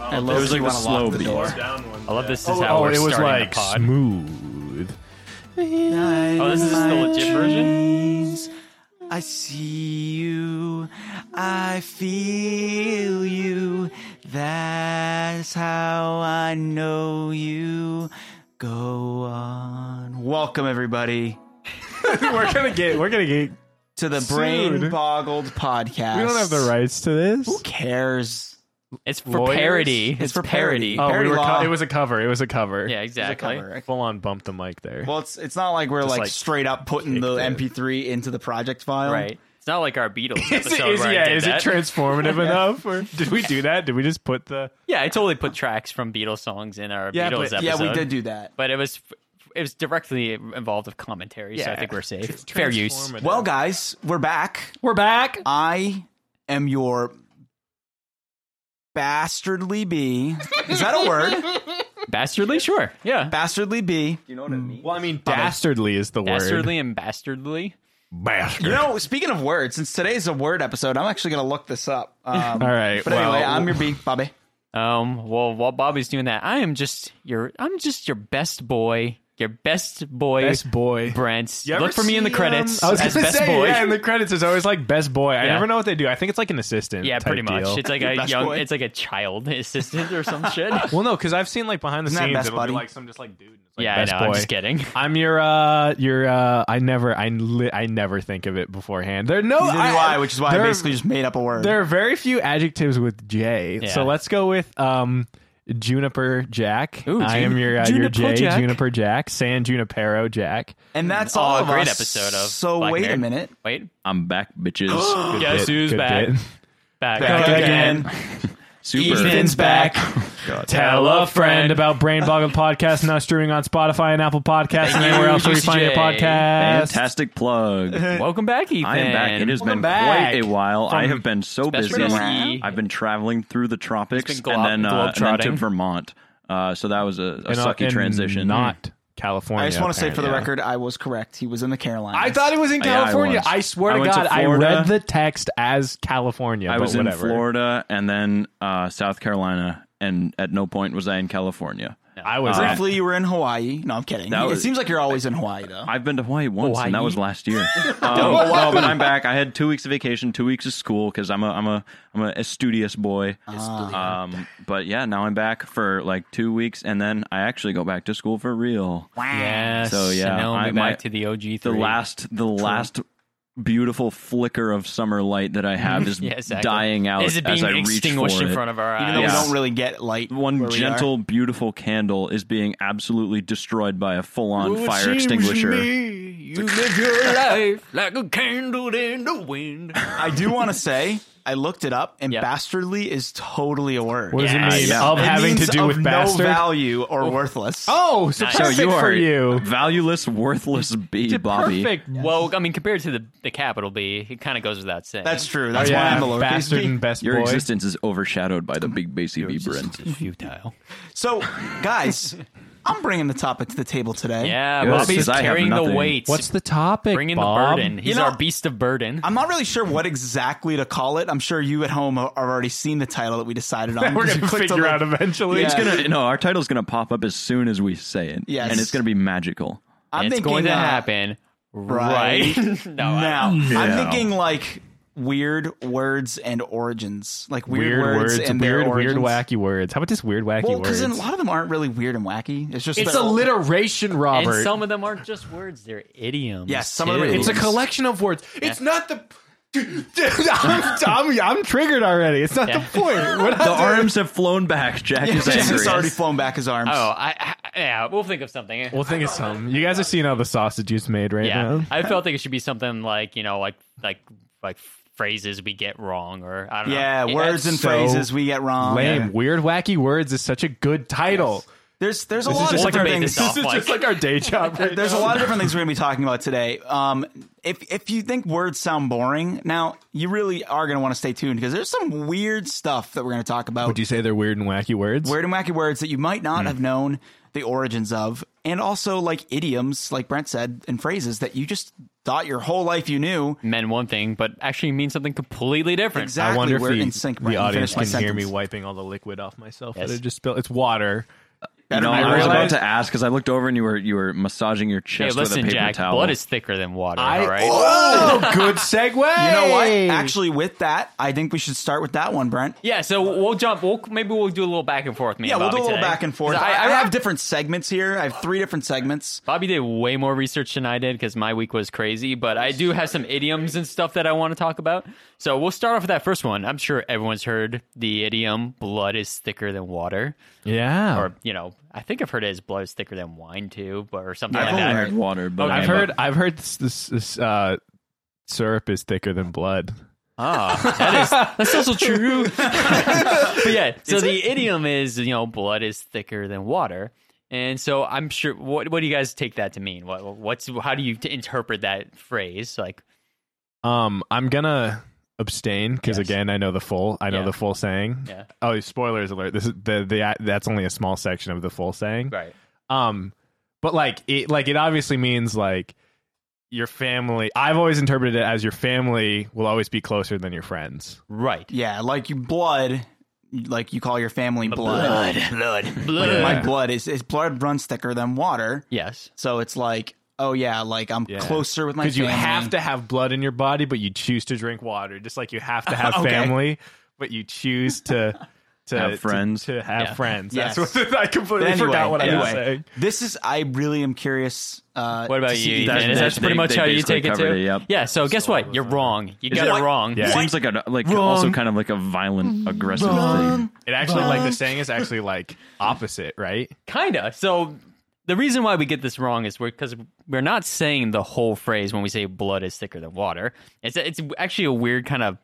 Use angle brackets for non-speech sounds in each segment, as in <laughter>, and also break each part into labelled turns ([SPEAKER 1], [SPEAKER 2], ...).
[SPEAKER 1] I love
[SPEAKER 2] It was
[SPEAKER 1] that you
[SPEAKER 2] like the
[SPEAKER 1] wanna lock
[SPEAKER 2] slow
[SPEAKER 1] the
[SPEAKER 2] beat.
[SPEAKER 1] door.
[SPEAKER 3] Down one.
[SPEAKER 2] I love this is
[SPEAKER 1] Oh,
[SPEAKER 2] how
[SPEAKER 1] oh,
[SPEAKER 2] we're
[SPEAKER 1] it was
[SPEAKER 2] starting the
[SPEAKER 1] like
[SPEAKER 2] pod.
[SPEAKER 1] smooth.
[SPEAKER 2] Oh, this is the legit version.
[SPEAKER 1] I see you. I feel you. That's how I know you. Go on. Welcome everybody
[SPEAKER 3] We're gonna get. We're gonna get.
[SPEAKER 1] to the
[SPEAKER 3] Sued.
[SPEAKER 1] Brain Boggled podcast.
[SPEAKER 3] We don't have the rights to
[SPEAKER 1] Who
[SPEAKER 3] this.
[SPEAKER 1] cares?
[SPEAKER 2] It's for
[SPEAKER 3] Lawyers?
[SPEAKER 2] parody. It's, for parody.
[SPEAKER 1] Oh.
[SPEAKER 3] we
[SPEAKER 1] Parody
[SPEAKER 3] were co-
[SPEAKER 1] law.
[SPEAKER 3] it was a cover. It was a cover.
[SPEAKER 2] Yeah, exactly.
[SPEAKER 1] cover.
[SPEAKER 3] Full on bump the mic there.
[SPEAKER 1] Well, it's it's not like we're like,
[SPEAKER 3] like,
[SPEAKER 1] straight up putting the
[SPEAKER 3] kicked it.
[SPEAKER 1] MP3 into the project file.
[SPEAKER 2] Right. It's not like our Beatles
[SPEAKER 3] <laughs> is it,
[SPEAKER 2] episode
[SPEAKER 3] is,
[SPEAKER 2] where I
[SPEAKER 3] yeah,
[SPEAKER 2] did
[SPEAKER 3] is
[SPEAKER 2] that. <laughs>
[SPEAKER 3] it transformative enough? Or did we do that? Did we just put the
[SPEAKER 2] yeah, I totally put tracks from Beatles songs in our
[SPEAKER 3] Yeah,
[SPEAKER 2] Beatles
[SPEAKER 3] but-
[SPEAKER 2] episode.
[SPEAKER 1] Yeah, we did do that.
[SPEAKER 2] But it was it was directly involved with commentary, so I think we're safe. Fair use.
[SPEAKER 3] Transformative.
[SPEAKER 1] Well, guys, we're back.
[SPEAKER 2] We're back.
[SPEAKER 1] I am your bastardly bee. Is that a word?
[SPEAKER 2] Bastardly, sure. Yeah.
[SPEAKER 1] bastardly bee. You know,
[SPEAKER 3] Well, I mean, dastardly is the word.
[SPEAKER 2] Bastardly and bastardly.
[SPEAKER 3] Bastard.
[SPEAKER 1] speaking of words, since today's a word episode, I'm actually going to look this up. Um,
[SPEAKER 3] All right,
[SPEAKER 1] But anyway,
[SPEAKER 3] well-
[SPEAKER 1] I'm your bee, Bobby.
[SPEAKER 2] Um, well, while Bobby's doing that, I am just your I'm just your best boy. Your best boy.
[SPEAKER 3] Best boy.
[SPEAKER 2] Brent.
[SPEAKER 3] You ever
[SPEAKER 2] Look for me in the
[SPEAKER 3] see,
[SPEAKER 2] credits.
[SPEAKER 3] um, I was
[SPEAKER 2] as
[SPEAKER 3] gonna
[SPEAKER 2] best
[SPEAKER 3] say,
[SPEAKER 2] boy.
[SPEAKER 3] yeah, in the credits it's always like best boy. I
[SPEAKER 2] Yeah.
[SPEAKER 3] never know what they do. I think it's like an assistant.
[SPEAKER 2] Yeah,
[SPEAKER 3] type
[SPEAKER 2] pretty much.
[SPEAKER 3] deal.
[SPEAKER 2] It's like a
[SPEAKER 1] Best
[SPEAKER 2] young,
[SPEAKER 1] boy.
[SPEAKER 2] it's like a child <laughs> assistant or some
[SPEAKER 4] <laughs>
[SPEAKER 2] shit.
[SPEAKER 3] well, no, because I've seen like behind the
[SPEAKER 1] Isn't that
[SPEAKER 3] scenes,
[SPEAKER 1] Best
[SPEAKER 3] it'll
[SPEAKER 1] Buddy?
[SPEAKER 3] be like some just like dude. and It's like,
[SPEAKER 2] yeah, I
[SPEAKER 3] best
[SPEAKER 2] know.
[SPEAKER 3] Boy.
[SPEAKER 2] I'm just kidding.
[SPEAKER 3] I'm your uh your uh I never I li- I never think of it beforehand. There are no
[SPEAKER 1] Neither do
[SPEAKER 3] Oh, I-
[SPEAKER 1] I, which is why
[SPEAKER 3] there
[SPEAKER 1] I
[SPEAKER 3] are-
[SPEAKER 1] basically just made up a word.
[SPEAKER 3] there are very few adjectives with J.
[SPEAKER 2] Yeah.
[SPEAKER 3] So let's go with um Juniper Jack.
[SPEAKER 2] Ooh,
[SPEAKER 3] I
[SPEAKER 2] Jun-
[SPEAKER 3] am your uh, your
[SPEAKER 2] Juniper
[SPEAKER 3] J
[SPEAKER 2] Jack.
[SPEAKER 3] Juniper Jack, San Junipero
[SPEAKER 1] <gasps>
[SPEAKER 3] Jack.
[SPEAKER 1] and that's
[SPEAKER 2] Oh,
[SPEAKER 1] all
[SPEAKER 2] a
[SPEAKER 1] of
[SPEAKER 2] great
[SPEAKER 1] us.
[SPEAKER 2] episode of
[SPEAKER 1] So
[SPEAKER 2] Black
[SPEAKER 1] wait a
[SPEAKER 2] Mirror.
[SPEAKER 1] minute.
[SPEAKER 2] Wait,
[SPEAKER 4] I'm back,
[SPEAKER 3] <gasps>
[SPEAKER 4] bitches.
[SPEAKER 3] Good
[SPEAKER 2] Guess
[SPEAKER 3] bit,
[SPEAKER 2] who's
[SPEAKER 3] good
[SPEAKER 2] back?
[SPEAKER 3] bit.
[SPEAKER 2] back,
[SPEAKER 1] Back again.
[SPEAKER 4] Super.
[SPEAKER 2] Ethan's back.
[SPEAKER 3] Tell a friend about Brain
[SPEAKER 1] <laughs>
[SPEAKER 3] Boggle Podcast now streaming on Spotify and Apple Podcasts and
[SPEAKER 2] you,
[SPEAKER 3] anywhere else where you
[SPEAKER 2] UCJ.
[SPEAKER 3] find your podcast. <laughs>
[SPEAKER 4] Fantastic plug.
[SPEAKER 2] <laughs> Welcome back, Ethan.
[SPEAKER 4] I am back. It has
[SPEAKER 3] Welcome
[SPEAKER 4] been
[SPEAKER 3] back.
[SPEAKER 4] quite a while. I
[SPEAKER 3] From
[SPEAKER 4] have been so
[SPEAKER 2] Special
[SPEAKER 4] busy.
[SPEAKER 2] E.
[SPEAKER 4] I've been traveling through the tropics
[SPEAKER 2] It's been glo-
[SPEAKER 4] and, then, uh, and then
[SPEAKER 2] globetrotting.
[SPEAKER 4] to Vermont. Uh, so that was a, a
[SPEAKER 3] And, uh,
[SPEAKER 4] sucky
[SPEAKER 3] and
[SPEAKER 4] transition.
[SPEAKER 3] Not California.
[SPEAKER 1] I just want to say for the
[SPEAKER 3] apparently.
[SPEAKER 1] record, I was correct. He was in the Carolinas.
[SPEAKER 3] I thought it was in
[SPEAKER 4] Yeah, I
[SPEAKER 3] California.
[SPEAKER 4] was.
[SPEAKER 3] I, swear to
[SPEAKER 4] I went to
[SPEAKER 3] God, I
[SPEAKER 4] Florida.
[SPEAKER 3] read the text as California.
[SPEAKER 4] I
[SPEAKER 3] but
[SPEAKER 4] was in
[SPEAKER 3] whatever.
[SPEAKER 4] Florida and then uh, South Carolina, and at no point was I in California.
[SPEAKER 3] I was at-
[SPEAKER 1] Briefly, you were in Hawaii. No, I'm kidding.
[SPEAKER 4] That
[SPEAKER 1] it
[SPEAKER 4] was-
[SPEAKER 1] seems like you're always in Hawaii, though.
[SPEAKER 4] I've been to Hawaii once, and that
[SPEAKER 2] Hawaii?
[SPEAKER 4] was
[SPEAKER 2] <laughs>
[SPEAKER 4] last year. Um, no, but I'm back. I had two weeks of vacation, two weeks of school because I'm a I'm a I'm a, a studious boy. Um, but yeah, now I'm back for like two weeks, and then I actually go back to school for real.
[SPEAKER 2] Yes.
[SPEAKER 4] So, yeah,
[SPEAKER 2] and now we'll be
[SPEAKER 4] I- my-
[SPEAKER 2] back to the OG three.
[SPEAKER 4] The last the last beautiful flicker of summer light that I
[SPEAKER 2] <laughs>
[SPEAKER 4] have is
[SPEAKER 2] yeah, exactly.
[SPEAKER 4] dying out
[SPEAKER 2] Is it
[SPEAKER 4] as
[SPEAKER 2] being
[SPEAKER 4] I reach
[SPEAKER 2] extinguished
[SPEAKER 4] for
[SPEAKER 2] in
[SPEAKER 4] it.
[SPEAKER 2] front of our
[SPEAKER 1] Even
[SPEAKER 2] eyes?
[SPEAKER 1] though
[SPEAKER 4] Yeah.
[SPEAKER 1] we don't really get light. where
[SPEAKER 4] One
[SPEAKER 1] we are.
[SPEAKER 4] gentle, beautiful candle is being absolutely destroyed by a full-on fire extinguisher.
[SPEAKER 2] you live your life <laughs> like a candle in the wind.
[SPEAKER 1] I do
[SPEAKER 3] <laughs>
[SPEAKER 1] want to say I looked it up, and
[SPEAKER 2] Yeah.
[SPEAKER 1] bastardly is totally a word.
[SPEAKER 3] what does
[SPEAKER 2] Yes.
[SPEAKER 3] it mean?
[SPEAKER 4] Yeah.
[SPEAKER 3] Of
[SPEAKER 1] It
[SPEAKER 3] having to
[SPEAKER 1] means
[SPEAKER 3] do
[SPEAKER 1] of
[SPEAKER 3] with
[SPEAKER 1] no
[SPEAKER 3] bastard.
[SPEAKER 1] value or worthless.
[SPEAKER 3] oh, so
[SPEAKER 2] Nice. So
[SPEAKER 3] perfect
[SPEAKER 4] you are
[SPEAKER 3] for
[SPEAKER 4] a
[SPEAKER 3] you.
[SPEAKER 4] valueless, worthless bee, Bobby.
[SPEAKER 3] Perfect.
[SPEAKER 2] Well, I mean, compared to the the capital B, it kind of goes without saying.
[SPEAKER 1] that's true. That's why
[SPEAKER 3] Oh, Yeah,
[SPEAKER 1] I'm a lowercase
[SPEAKER 3] bastard
[SPEAKER 1] b.
[SPEAKER 3] and best
[SPEAKER 4] Your
[SPEAKER 3] boy.
[SPEAKER 4] existence is overshadowed by the big bassy bee, Brent.
[SPEAKER 2] It's futile.
[SPEAKER 3] <laughs>
[SPEAKER 1] So, guys, I'm bringing the topic to the table today.
[SPEAKER 2] Yeah,
[SPEAKER 4] Yes,
[SPEAKER 2] Bobby's
[SPEAKER 4] I have
[SPEAKER 2] carrying the
[SPEAKER 4] nothing.
[SPEAKER 2] weight.
[SPEAKER 3] What's the topic?
[SPEAKER 2] bringing
[SPEAKER 3] Bob?
[SPEAKER 2] the burden? He's
[SPEAKER 1] know-
[SPEAKER 2] our beast of burden.
[SPEAKER 1] I'm not really sure what exactly to call it. I'm sure you at home have already seen the title that we decided on.
[SPEAKER 3] <laughs> We're
[SPEAKER 1] Just
[SPEAKER 3] gonna
[SPEAKER 1] click to
[SPEAKER 3] figure
[SPEAKER 1] link.
[SPEAKER 3] out eventually.
[SPEAKER 1] Yeah.
[SPEAKER 4] It's gonna no, our title's gonna pop up as soon as we say it.
[SPEAKER 1] Yes.
[SPEAKER 4] and it's gonna be magical.
[SPEAKER 1] I'm
[SPEAKER 2] it's
[SPEAKER 1] thinking,
[SPEAKER 2] going to
[SPEAKER 1] uh,
[SPEAKER 2] happen
[SPEAKER 1] right
[SPEAKER 2] right, no, I-
[SPEAKER 1] now. I'm
[SPEAKER 4] Yeah.
[SPEAKER 1] thinking like weird words and origins, like weird,
[SPEAKER 3] Weird words,
[SPEAKER 1] and their
[SPEAKER 3] weird, weird,
[SPEAKER 1] origins.
[SPEAKER 3] wacky words. How about just weird, wacky
[SPEAKER 1] Well,
[SPEAKER 3] words?
[SPEAKER 1] because a lot of them aren't really weird and wacky. It's just
[SPEAKER 3] it's
[SPEAKER 1] that-
[SPEAKER 3] alliteration, Robert.
[SPEAKER 2] And some of them aren't just words; they're idioms.
[SPEAKER 1] Yes, some of them
[SPEAKER 2] too.
[SPEAKER 1] are
[SPEAKER 3] It's a
[SPEAKER 1] Yes.
[SPEAKER 3] collection of words. It's not the. <laughs> I'm, I'm, I'm triggered already. It's not the point. We're not
[SPEAKER 4] The arms have flown back. Jack
[SPEAKER 1] <laughs> <laughs>
[SPEAKER 4] is
[SPEAKER 1] Jack
[SPEAKER 4] angry.
[SPEAKER 1] has already flown back his arms.
[SPEAKER 2] Oh, I, I yeah, we'll think of something.
[SPEAKER 3] Well, think of something. You guys have seen how the sausage is made right
[SPEAKER 2] yeah,
[SPEAKER 3] now.
[SPEAKER 2] I felt like it should be something like you know, like like like phrases we get wrong, or I don't
[SPEAKER 1] yeah,
[SPEAKER 2] know.
[SPEAKER 1] words and
[SPEAKER 3] so
[SPEAKER 1] phrases we get wrong.
[SPEAKER 3] Lame,
[SPEAKER 1] Yeah.
[SPEAKER 3] weird, wacky words is such a good title.
[SPEAKER 1] There's there's a
[SPEAKER 3] This
[SPEAKER 1] lot
[SPEAKER 3] is
[SPEAKER 1] of
[SPEAKER 3] just like a
[SPEAKER 1] different
[SPEAKER 2] made
[SPEAKER 1] things.
[SPEAKER 2] this up.
[SPEAKER 3] <laughs> This is just like our day job. Right
[SPEAKER 1] <laughs> There's a
[SPEAKER 3] now.
[SPEAKER 1] lot of different things we're gonna be talking about today. Um, if if you think words sound boring, now you really are gonna want to stay tuned because there's some weird stuff that we're gonna talk about.
[SPEAKER 3] Would you Hmm. say they're weird and wacky words?
[SPEAKER 1] weird and wacky words that you might not have known the origins of, and also like idioms, like Brent said, and phrases that you just thought your whole life you knew.
[SPEAKER 2] meant one thing, but actually means something completely different.
[SPEAKER 1] Exactly,
[SPEAKER 3] Hmm. I wonder
[SPEAKER 1] we're
[SPEAKER 3] if
[SPEAKER 1] in
[SPEAKER 3] the,
[SPEAKER 1] sync. Brent. You
[SPEAKER 3] the audience
[SPEAKER 1] finished my
[SPEAKER 3] can hear me
[SPEAKER 1] sentence.
[SPEAKER 3] wiping all the liquid off myself.
[SPEAKER 2] Yes.
[SPEAKER 3] That I just spilled. It's water.
[SPEAKER 4] You know,
[SPEAKER 1] Better
[SPEAKER 4] I was
[SPEAKER 1] realize-
[SPEAKER 4] about to ask because I looked over and you were you were massaging your
[SPEAKER 2] Hey,
[SPEAKER 4] chest with a
[SPEAKER 2] listen,
[SPEAKER 4] paper
[SPEAKER 2] Jack,
[SPEAKER 4] towel.
[SPEAKER 2] blood is thicker than water.
[SPEAKER 3] I-
[SPEAKER 2] all right.
[SPEAKER 1] <laughs>
[SPEAKER 3] Oh, good segue.
[SPEAKER 1] You know what? Actually, with that, I think we should start with that one, Brent.
[SPEAKER 2] Yeah, so we'll jump. We'll maybe we'll do a little back and forth. Me
[SPEAKER 1] Yeah,
[SPEAKER 2] and
[SPEAKER 1] we'll do a
[SPEAKER 2] Bobby
[SPEAKER 1] little
[SPEAKER 2] today.
[SPEAKER 1] back and forth.
[SPEAKER 2] 'Cause
[SPEAKER 1] I,
[SPEAKER 2] I,
[SPEAKER 1] I have different segments here. I have three different segments.
[SPEAKER 2] Bobby did way more research than I did because my week was crazy. But I do have some idioms and stuff that I want to talk about. So we'll start off with that first one. I'm sure everyone's heard the idiom "blood is thicker than water,"
[SPEAKER 3] yeah.
[SPEAKER 2] or you know, I think I've heard it as "blood is thicker than wine" too, but or something
[SPEAKER 4] I've
[SPEAKER 2] like that.
[SPEAKER 4] only heard water, but
[SPEAKER 2] Okay.
[SPEAKER 3] I've
[SPEAKER 4] but-
[SPEAKER 3] heard. I've heard this, this, this uh, syrup is thicker than blood.
[SPEAKER 2] Ah, that is that's
[SPEAKER 1] <laughs>
[SPEAKER 2] also true. but yeah, so the idiom is you know blood is thicker than water, and so I'm sure. What what do you guys take that to mean? What what's how do you t- interpret that phrase? Like
[SPEAKER 3] Um, I'm gonna abstain because
[SPEAKER 2] Yes.
[SPEAKER 3] again, I know the full. I know
[SPEAKER 2] Yeah.
[SPEAKER 3] the full saying.
[SPEAKER 2] Yeah.
[SPEAKER 3] Oh, spoilers alert! This is the the that's only a small section of the full saying.
[SPEAKER 2] right,
[SPEAKER 3] Um, but like it like it obviously means like your family. I've always interpreted it as your family will always be closer than your friends.
[SPEAKER 2] right,
[SPEAKER 1] Yeah, like you blood, like you call your family blood. Blood.
[SPEAKER 2] blood.
[SPEAKER 3] Yeah.
[SPEAKER 1] My blood is, is blood runs thicker than water.
[SPEAKER 2] Yes,
[SPEAKER 1] So it's like, oh yeah, like I'm
[SPEAKER 3] Yeah.
[SPEAKER 1] closer with my
[SPEAKER 3] Because
[SPEAKER 1] family.
[SPEAKER 3] you have to have blood in your body, but you choose to drink water. Just like you have to have
[SPEAKER 1] Okay.
[SPEAKER 3] family, but you choose to. To
[SPEAKER 4] Have friends.
[SPEAKER 3] to, to have
[SPEAKER 2] Yeah.
[SPEAKER 3] friends.
[SPEAKER 1] Yes.
[SPEAKER 3] That's what <laughs> I completely
[SPEAKER 1] But
[SPEAKER 3] forgot what I was
[SPEAKER 1] anyway,
[SPEAKER 3] saying.
[SPEAKER 1] This is I really am curious. Uh,
[SPEAKER 2] What
[SPEAKER 1] to
[SPEAKER 2] about
[SPEAKER 1] see
[SPEAKER 2] you?
[SPEAKER 4] that's-
[SPEAKER 2] Ethan? Is that
[SPEAKER 4] they-
[SPEAKER 2] pretty much
[SPEAKER 4] they
[SPEAKER 2] how you
[SPEAKER 4] basically
[SPEAKER 2] take it
[SPEAKER 4] covered
[SPEAKER 2] too?
[SPEAKER 4] it, yep.
[SPEAKER 2] Yeah. So guess what? You're wrong. You got
[SPEAKER 1] it
[SPEAKER 2] it,
[SPEAKER 1] like-
[SPEAKER 2] wrong.
[SPEAKER 3] Yeah.
[SPEAKER 4] It seems like a like also kind of like a violent, aggressive thing.
[SPEAKER 3] It actually like the saying is actually like opposite, right?
[SPEAKER 2] Kinda. So the reason why we get this wrong is we're because we're not saying the whole phrase when we say blood is thicker than water. It's it's actually a weird kind of.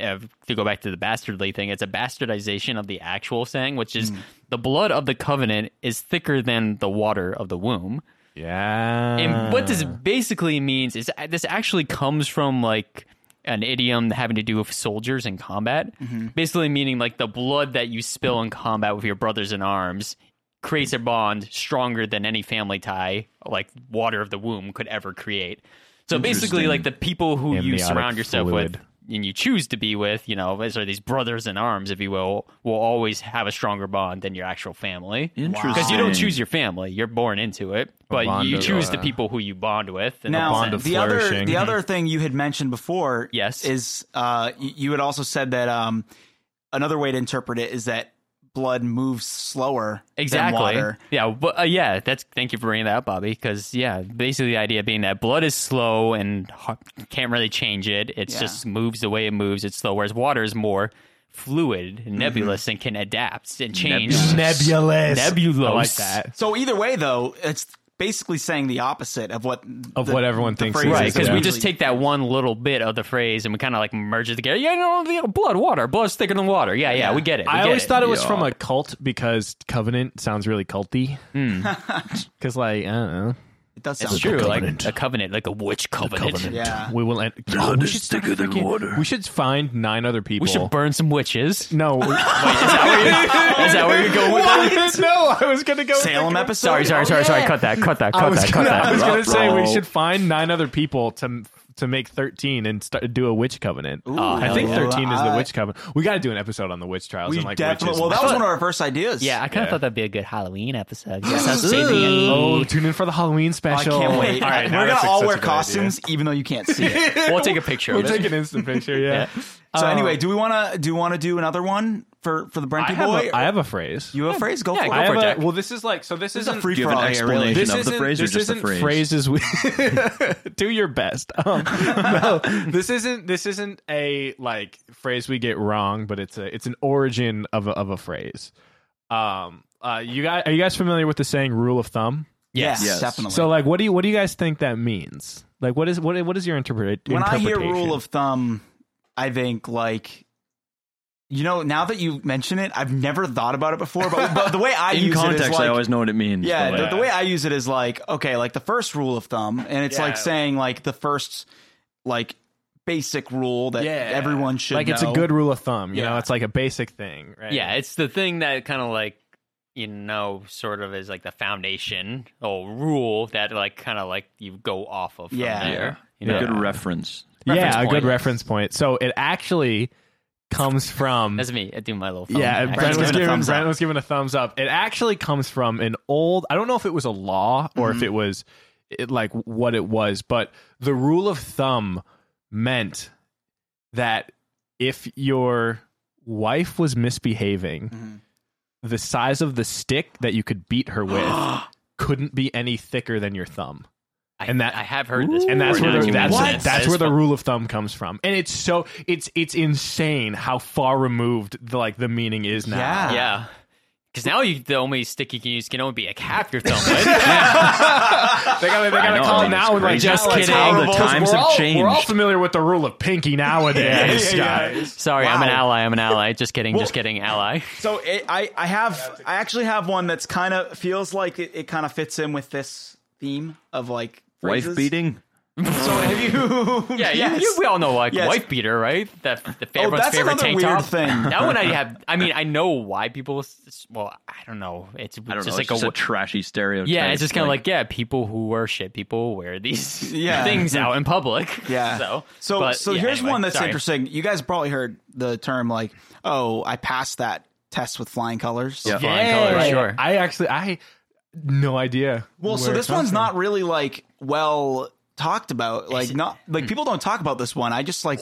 [SPEAKER 2] Uh, to go back to the bastardly thing, it's a bastardization of the actual saying, which is the blood of the covenant is thicker than the water of the womb.
[SPEAKER 3] Yeah.
[SPEAKER 2] And what this basically means is this actually comes from like an idiom having to do with soldiers in combat, basically meaning like the blood that you spill in combat with your brothers in arms creates a bond stronger than any family tie like water of the womb could ever create. So basically,
[SPEAKER 4] Interesting.
[SPEAKER 2] like the people who you
[SPEAKER 3] Amniotic
[SPEAKER 2] surround yourself
[SPEAKER 3] fluid.
[SPEAKER 2] with and you choose to be with, you know, as are these brothers in arms, if you will, will always have a stronger bond than your actual family
[SPEAKER 4] Interesting.
[SPEAKER 2] because you don't choose your family you're born into it but
[SPEAKER 3] bond
[SPEAKER 2] you
[SPEAKER 3] of- uh,
[SPEAKER 2] choose the
[SPEAKER 3] yeah.
[SPEAKER 2] people who you bond with and
[SPEAKER 1] Now,
[SPEAKER 3] bond of
[SPEAKER 1] the other
[SPEAKER 3] flourishing.
[SPEAKER 1] the other thing you had mentioned before,
[SPEAKER 2] Yes.
[SPEAKER 1] is uh, y- you had also said that um, another way to interpret it is that blood moves slower
[SPEAKER 2] <laughs> exactly
[SPEAKER 1] than water.
[SPEAKER 2] yeah but uh, yeah that's thank you for bringing that up bobby because yeah basically the idea being that blood is slow and har- can't really change it it
[SPEAKER 1] Yeah.
[SPEAKER 2] just moves the way it moves it's slow whereas water is more fluid and nebulous and can adapt and change
[SPEAKER 3] nebulous.
[SPEAKER 2] Nebulous.
[SPEAKER 3] I like that.
[SPEAKER 1] So either way, though, it's basically saying the opposite of what
[SPEAKER 3] Of
[SPEAKER 1] the-
[SPEAKER 3] what everyone thinks
[SPEAKER 1] phrase
[SPEAKER 3] it is,
[SPEAKER 2] Right,
[SPEAKER 1] is
[SPEAKER 2] because
[SPEAKER 3] yeah.
[SPEAKER 2] we
[SPEAKER 1] usually-
[SPEAKER 2] just take that one little bit of the phrase and we kind of like merge it together. Yeah, no, the blood, water, blood's thicker than water. Yeah, yeah, we get it. We
[SPEAKER 3] I
[SPEAKER 2] get
[SPEAKER 3] always
[SPEAKER 2] it.
[SPEAKER 3] thought it was from a Hmm. cult because covenant sounds really culty. Because like I don't know,
[SPEAKER 1] it does sound
[SPEAKER 2] It's true,
[SPEAKER 1] Like,
[SPEAKER 2] like a covenant, like a witch covenant.
[SPEAKER 1] yeah.
[SPEAKER 3] We will end. God, we should start freaking- We should find nine other people.
[SPEAKER 2] We should burn some witches. <laughs>
[SPEAKER 3] <laughs> no, we-
[SPEAKER 2] Is that where you go with that?
[SPEAKER 3] no. I was gonna go.
[SPEAKER 1] Salem episode.
[SPEAKER 2] Sorry, sorry, sorry, sorry.
[SPEAKER 5] yeah.
[SPEAKER 2] Cut that. Cut that.
[SPEAKER 3] I
[SPEAKER 2] Cut
[SPEAKER 3] was
[SPEAKER 2] that. Cut
[SPEAKER 3] gonna, <laughs> I was
[SPEAKER 2] that.
[SPEAKER 3] gonna say we
[SPEAKER 4] Ruh-roh.
[SPEAKER 3] should find nine other people to to make thirteen and start do a witch covenant. I
[SPEAKER 2] hell
[SPEAKER 3] think
[SPEAKER 2] yeah.
[SPEAKER 3] thirteen is the
[SPEAKER 1] I-
[SPEAKER 3] witch covenant. We got to do an episode on the witch trials
[SPEAKER 1] We
[SPEAKER 3] and like
[SPEAKER 1] definitely.
[SPEAKER 3] witches.
[SPEAKER 1] Well,
[SPEAKER 3] and
[SPEAKER 1] that was
[SPEAKER 3] stuff.
[SPEAKER 1] one of our first ideas.
[SPEAKER 2] Yeah, I kind of
[SPEAKER 3] Yeah.
[SPEAKER 2] thought that'd be a good Halloween episode. Yes, that's
[SPEAKER 3] <laughs> Oh,
[SPEAKER 2] oh,
[SPEAKER 3] tune in for the Halloween
[SPEAKER 1] I
[SPEAKER 3] special.
[SPEAKER 1] can't wait.
[SPEAKER 3] All right, now
[SPEAKER 1] We're gonna
[SPEAKER 3] that's such
[SPEAKER 1] all
[SPEAKER 3] a
[SPEAKER 1] wear
[SPEAKER 3] good idea.
[SPEAKER 1] costumes, even though you can't see it.
[SPEAKER 2] we'll take a picture
[SPEAKER 3] <laughs> We'll
[SPEAKER 2] of it.
[SPEAKER 3] take an instant picture. Yeah.
[SPEAKER 2] Yeah.
[SPEAKER 1] So anyway, do we want to do you want to do another one for for the
[SPEAKER 3] I,
[SPEAKER 1] Brenty
[SPEAKER 3] have
[SPEAKER 1] boy?
[SPEAKER 3] a, I have a phrase.
[SPEAKER 1] you have a phrase? Go
[SPEAKER 2] Yeah,
[SPEAKER 1] for it.
[SPEAKER 2] go
[SPEAKER 3] I
[SPEAKER 2] for it,
[SPEAKER 3] have
[SPEAKER 2] Jack.
[SPEAKER 3] a, well, this is like so. This
[SPEAKER 1] This is a
[SPEAKER 3] isn't-
[SPEAKER 1] free
[SPEAKER 4] Do you
[SPEAKER 1] for
[SPEAKER 4] have
[SPEAKER 1] all
[SPEAKER 4] an
[SPEAKER 1] here, really.
[SPEAKER 4] explanation?
[SPEAKER 3] This
[SPEAKER 4] of the
[SPEAKER 3] isn't-
[SPEAKER 4] phrase or
[SPEAKER 3] this
[SPEAKER 4] just the
[SPEAKER 3] isn't
[SPEAKER 4] phrase?
[SPEAKER 3] Phrases we <laughs> do your best. Um, <laughs> no, this isn't this isn't a like phrase we get wrong, but it's a it's an origin of a, of a phrase. Um, uh, you guys are you guys familiar with the saying "rule of thumb"?
[SPEAKER 1] Yes,
[SPEAKER 4] Yes.
[SPEAKER 1] definitely.
[SPEAKER 3] So, like, what do you what do you guys think that means? Like, what is what what is your interpret-
[SPEAKER 1] when I
[SPEAKER 3] interpretation?
[SPEAKER 1] hear rule of thumb, I think like you know. Now that you mention it, I've never thought about it before. But, but the way I
[SPEAKER 4] <laughs> In
[SPEAKER 1] use
[SPEAKER 4] context,
[SPEAKER 1] it is like,
[SPEAKER 4] I always know what it means.
[SPEAKER 1] yeah,
[SPEAKER 4] but,
[SPEAKER 1] the,
[SPEAKER 4] like,
[SPEAKER 1] the way I use it is like okay, like the first rule of thumb, and it's like
[SPEAKER 3] Yeah.
[SPEAKER 1] saying like the first like basic rule that
[SPEAKER 3] Yeah.
[SPEAKER 1] everyone should
[SPEAKER 3] like, it's a
[SPEAKER 1] know.
[SPEAKER 3] good rule of thumb. You know,
[SPEAKER 1] Yeah.
[SPEAKER 3] it's like a basic thing, right?
[SPEAKER 2] Yeah, it's the thing that kind of like you know, sort of is like the foundation or rule that like kind of like you go off of. From
[SPEAKER 1] Yeah.
[SPEAKER 2] there, you know?
[SPEAKER 4] good reference.
[SPEAKER 3] yeah, a
[SPEAKER 2] reference
[SPEAKER 3] good
[SPEAKER 2] point.
[SPEAKER 3] reference point. So it actually comes from
[SPEAKER 2] That's me. I do my little. Phone
[SPEAKER 3] Yeah,
[SPEAKER 2] action.
[SPEAKER 3] Brent was,
[SPEAKER 1] Uh, giving a
[SPEAKER 3] giving,
[SPEAKER 1] thumbs
[SPEAKER 3] Brent
[SPEAKER 1] up.
[SPEAKER 3] was giving a thumbs up. It actually comes from an old, I don't know if it was a law or
[SPEAKER 1] Mm-hmm.
[SPEAKER 3] if it was it, like what it was, but the rule of thumb meant that if your wife was misbehaving,
[SPEAKER 1] Mm-hmm.
[SPEAKER 3] the size of the stick that you could beat
[SPEAKER 1] <gasps>
[SPEAKER 3] her with couldn't be any thicker than your thumb.
[SPEAKER 2] I,
[SPEAKER 3] and that-
[SPEAKER 2] I have heard this,
[SPEAKER 3] And that's
[SPEAKER 2] before, now that
[SPEAKER 3] where the,
[SPEAKER 2] you
[SPEAKER 3] that's,
[SPEAKER 2] mention it.
[SPEAKER 3] that's, where the
[SPEAKER 2] fu-
[SPEAKER 3] rule of thumb comes from. And it's so it's it's insane how far removed the, like the meaning is now.
[SPEAKER 1] Yeah.
[SPEAKER 2] yeah. Because now you, the only stick you can use can only be like half your thumb. <laughs>
[SPEAKER 3] They gotta, they
[SPEAKER 4] I
[SPEAKER 3] gotta
[SPEAKER 4] know,
[SPEAKER 3] call
[SPEAKER 4] dude, it's
[SPEAKER 3] now with like
[SPEAKER 4] crazy.
[SPEAKER 2] Just
[SPEAKER 3] like,
[SPEAKER 2] kidding.
[SPEAKER 3] how
[SPEAKER 2] The
[SPEAKER 3] revolves-
[SPEAKER 4] times
[SPEAKER 3] we're
[SPEAKER 4] have
[SPEAKER 3] all, We're all
[SPEAKER 4] changed.
[SPEAKER 3] familiar with the rule of pinky nowadays, guys.
[SPEAKER 2] Sorry, I'm an
[SPEAKER 1] Wow.
[SPEAKER 2] ally. I'm an ally. Just kidding. just kidding. Ally.
[SPEAKER 1] So it, I, I have, I actually have one that's kind of feels like it, it kind of fits in with this theme of like
[SPEAKER 4] Wife
[SPEAKER 1] phrases.
[SPEAKER 4] beating.
[SPEAKER 1] So have you?
[SPEAKER 2] <laughs> Um, <laughs> Yeah, you-
[SPEAKER 1] yes.
[SPEAKER 2] you- we all know like
[SPEAKER 1] Yes.
[SPEAKER 2] wife beater, right? That the
[SPEAKER 1] Oh,
[SPEAKER 2] everyone's
[SPEAKER 1] that's
[SPEAKER 2] favorite
[SPEAKER 1] another
[SPEAKER 2] tank
[SPEAKER 1] weird
[SPEAKER 2] top.
[SPEAKER 1] thing. <laughs>
[SPEAKER 2] <laughs> That one I have. I mean, I know why people. s- s- Well, I don't know. It's
[SPEAKER 4] I don't
[SPEAKER 2] just
[SPEAKER 4] know.
[SPEAKER 2] like
[SPEAKER 4] it's
[SPEAKER 2] a.
[SPEAKER 4] just a trashy stereotype.
[SPEAKER 2] yeah, it's just kind of like, yeah, people who wear shit, people wear these <laughs>
[SPEAKER 1] Yeah.
[SPEAKER 2] things out in <laughs> public.
[SPEAKER 1] Yeah.
[SPEAKER 2] So
[SPEAKER 1] so,
[SPEAKER 2] but,
[SPEAKER 1] so
[SPEAKER 2] yeah,
[SPEAKER 1] here's
[SPEAKER 2] anyway,
[SPEAKER 1] one that's
[SPEAKER 2] sorry.
[SPEAKER 1] interesting. You guys probably heard the term like, "Oh, I passed that test with flying colors."
[SPEAKER 4] Yeah.
[SPEAKER 2] Flying colors, sure.
[SPEAKER 3] I actually, I no idea.
[SPEAKER 1] Well, so
[SPEAKER 3] where it
[SPEAKER 1] this
[SPEAKER 3] comes
[SPEAKER 1] one's
[SPEAKER 3] from.
[SPEAKER 1] not really like well talked about. Like not
[SPEAKER 2] Hmm.
[SPEAKER 1] like people don't talk about this one. I just like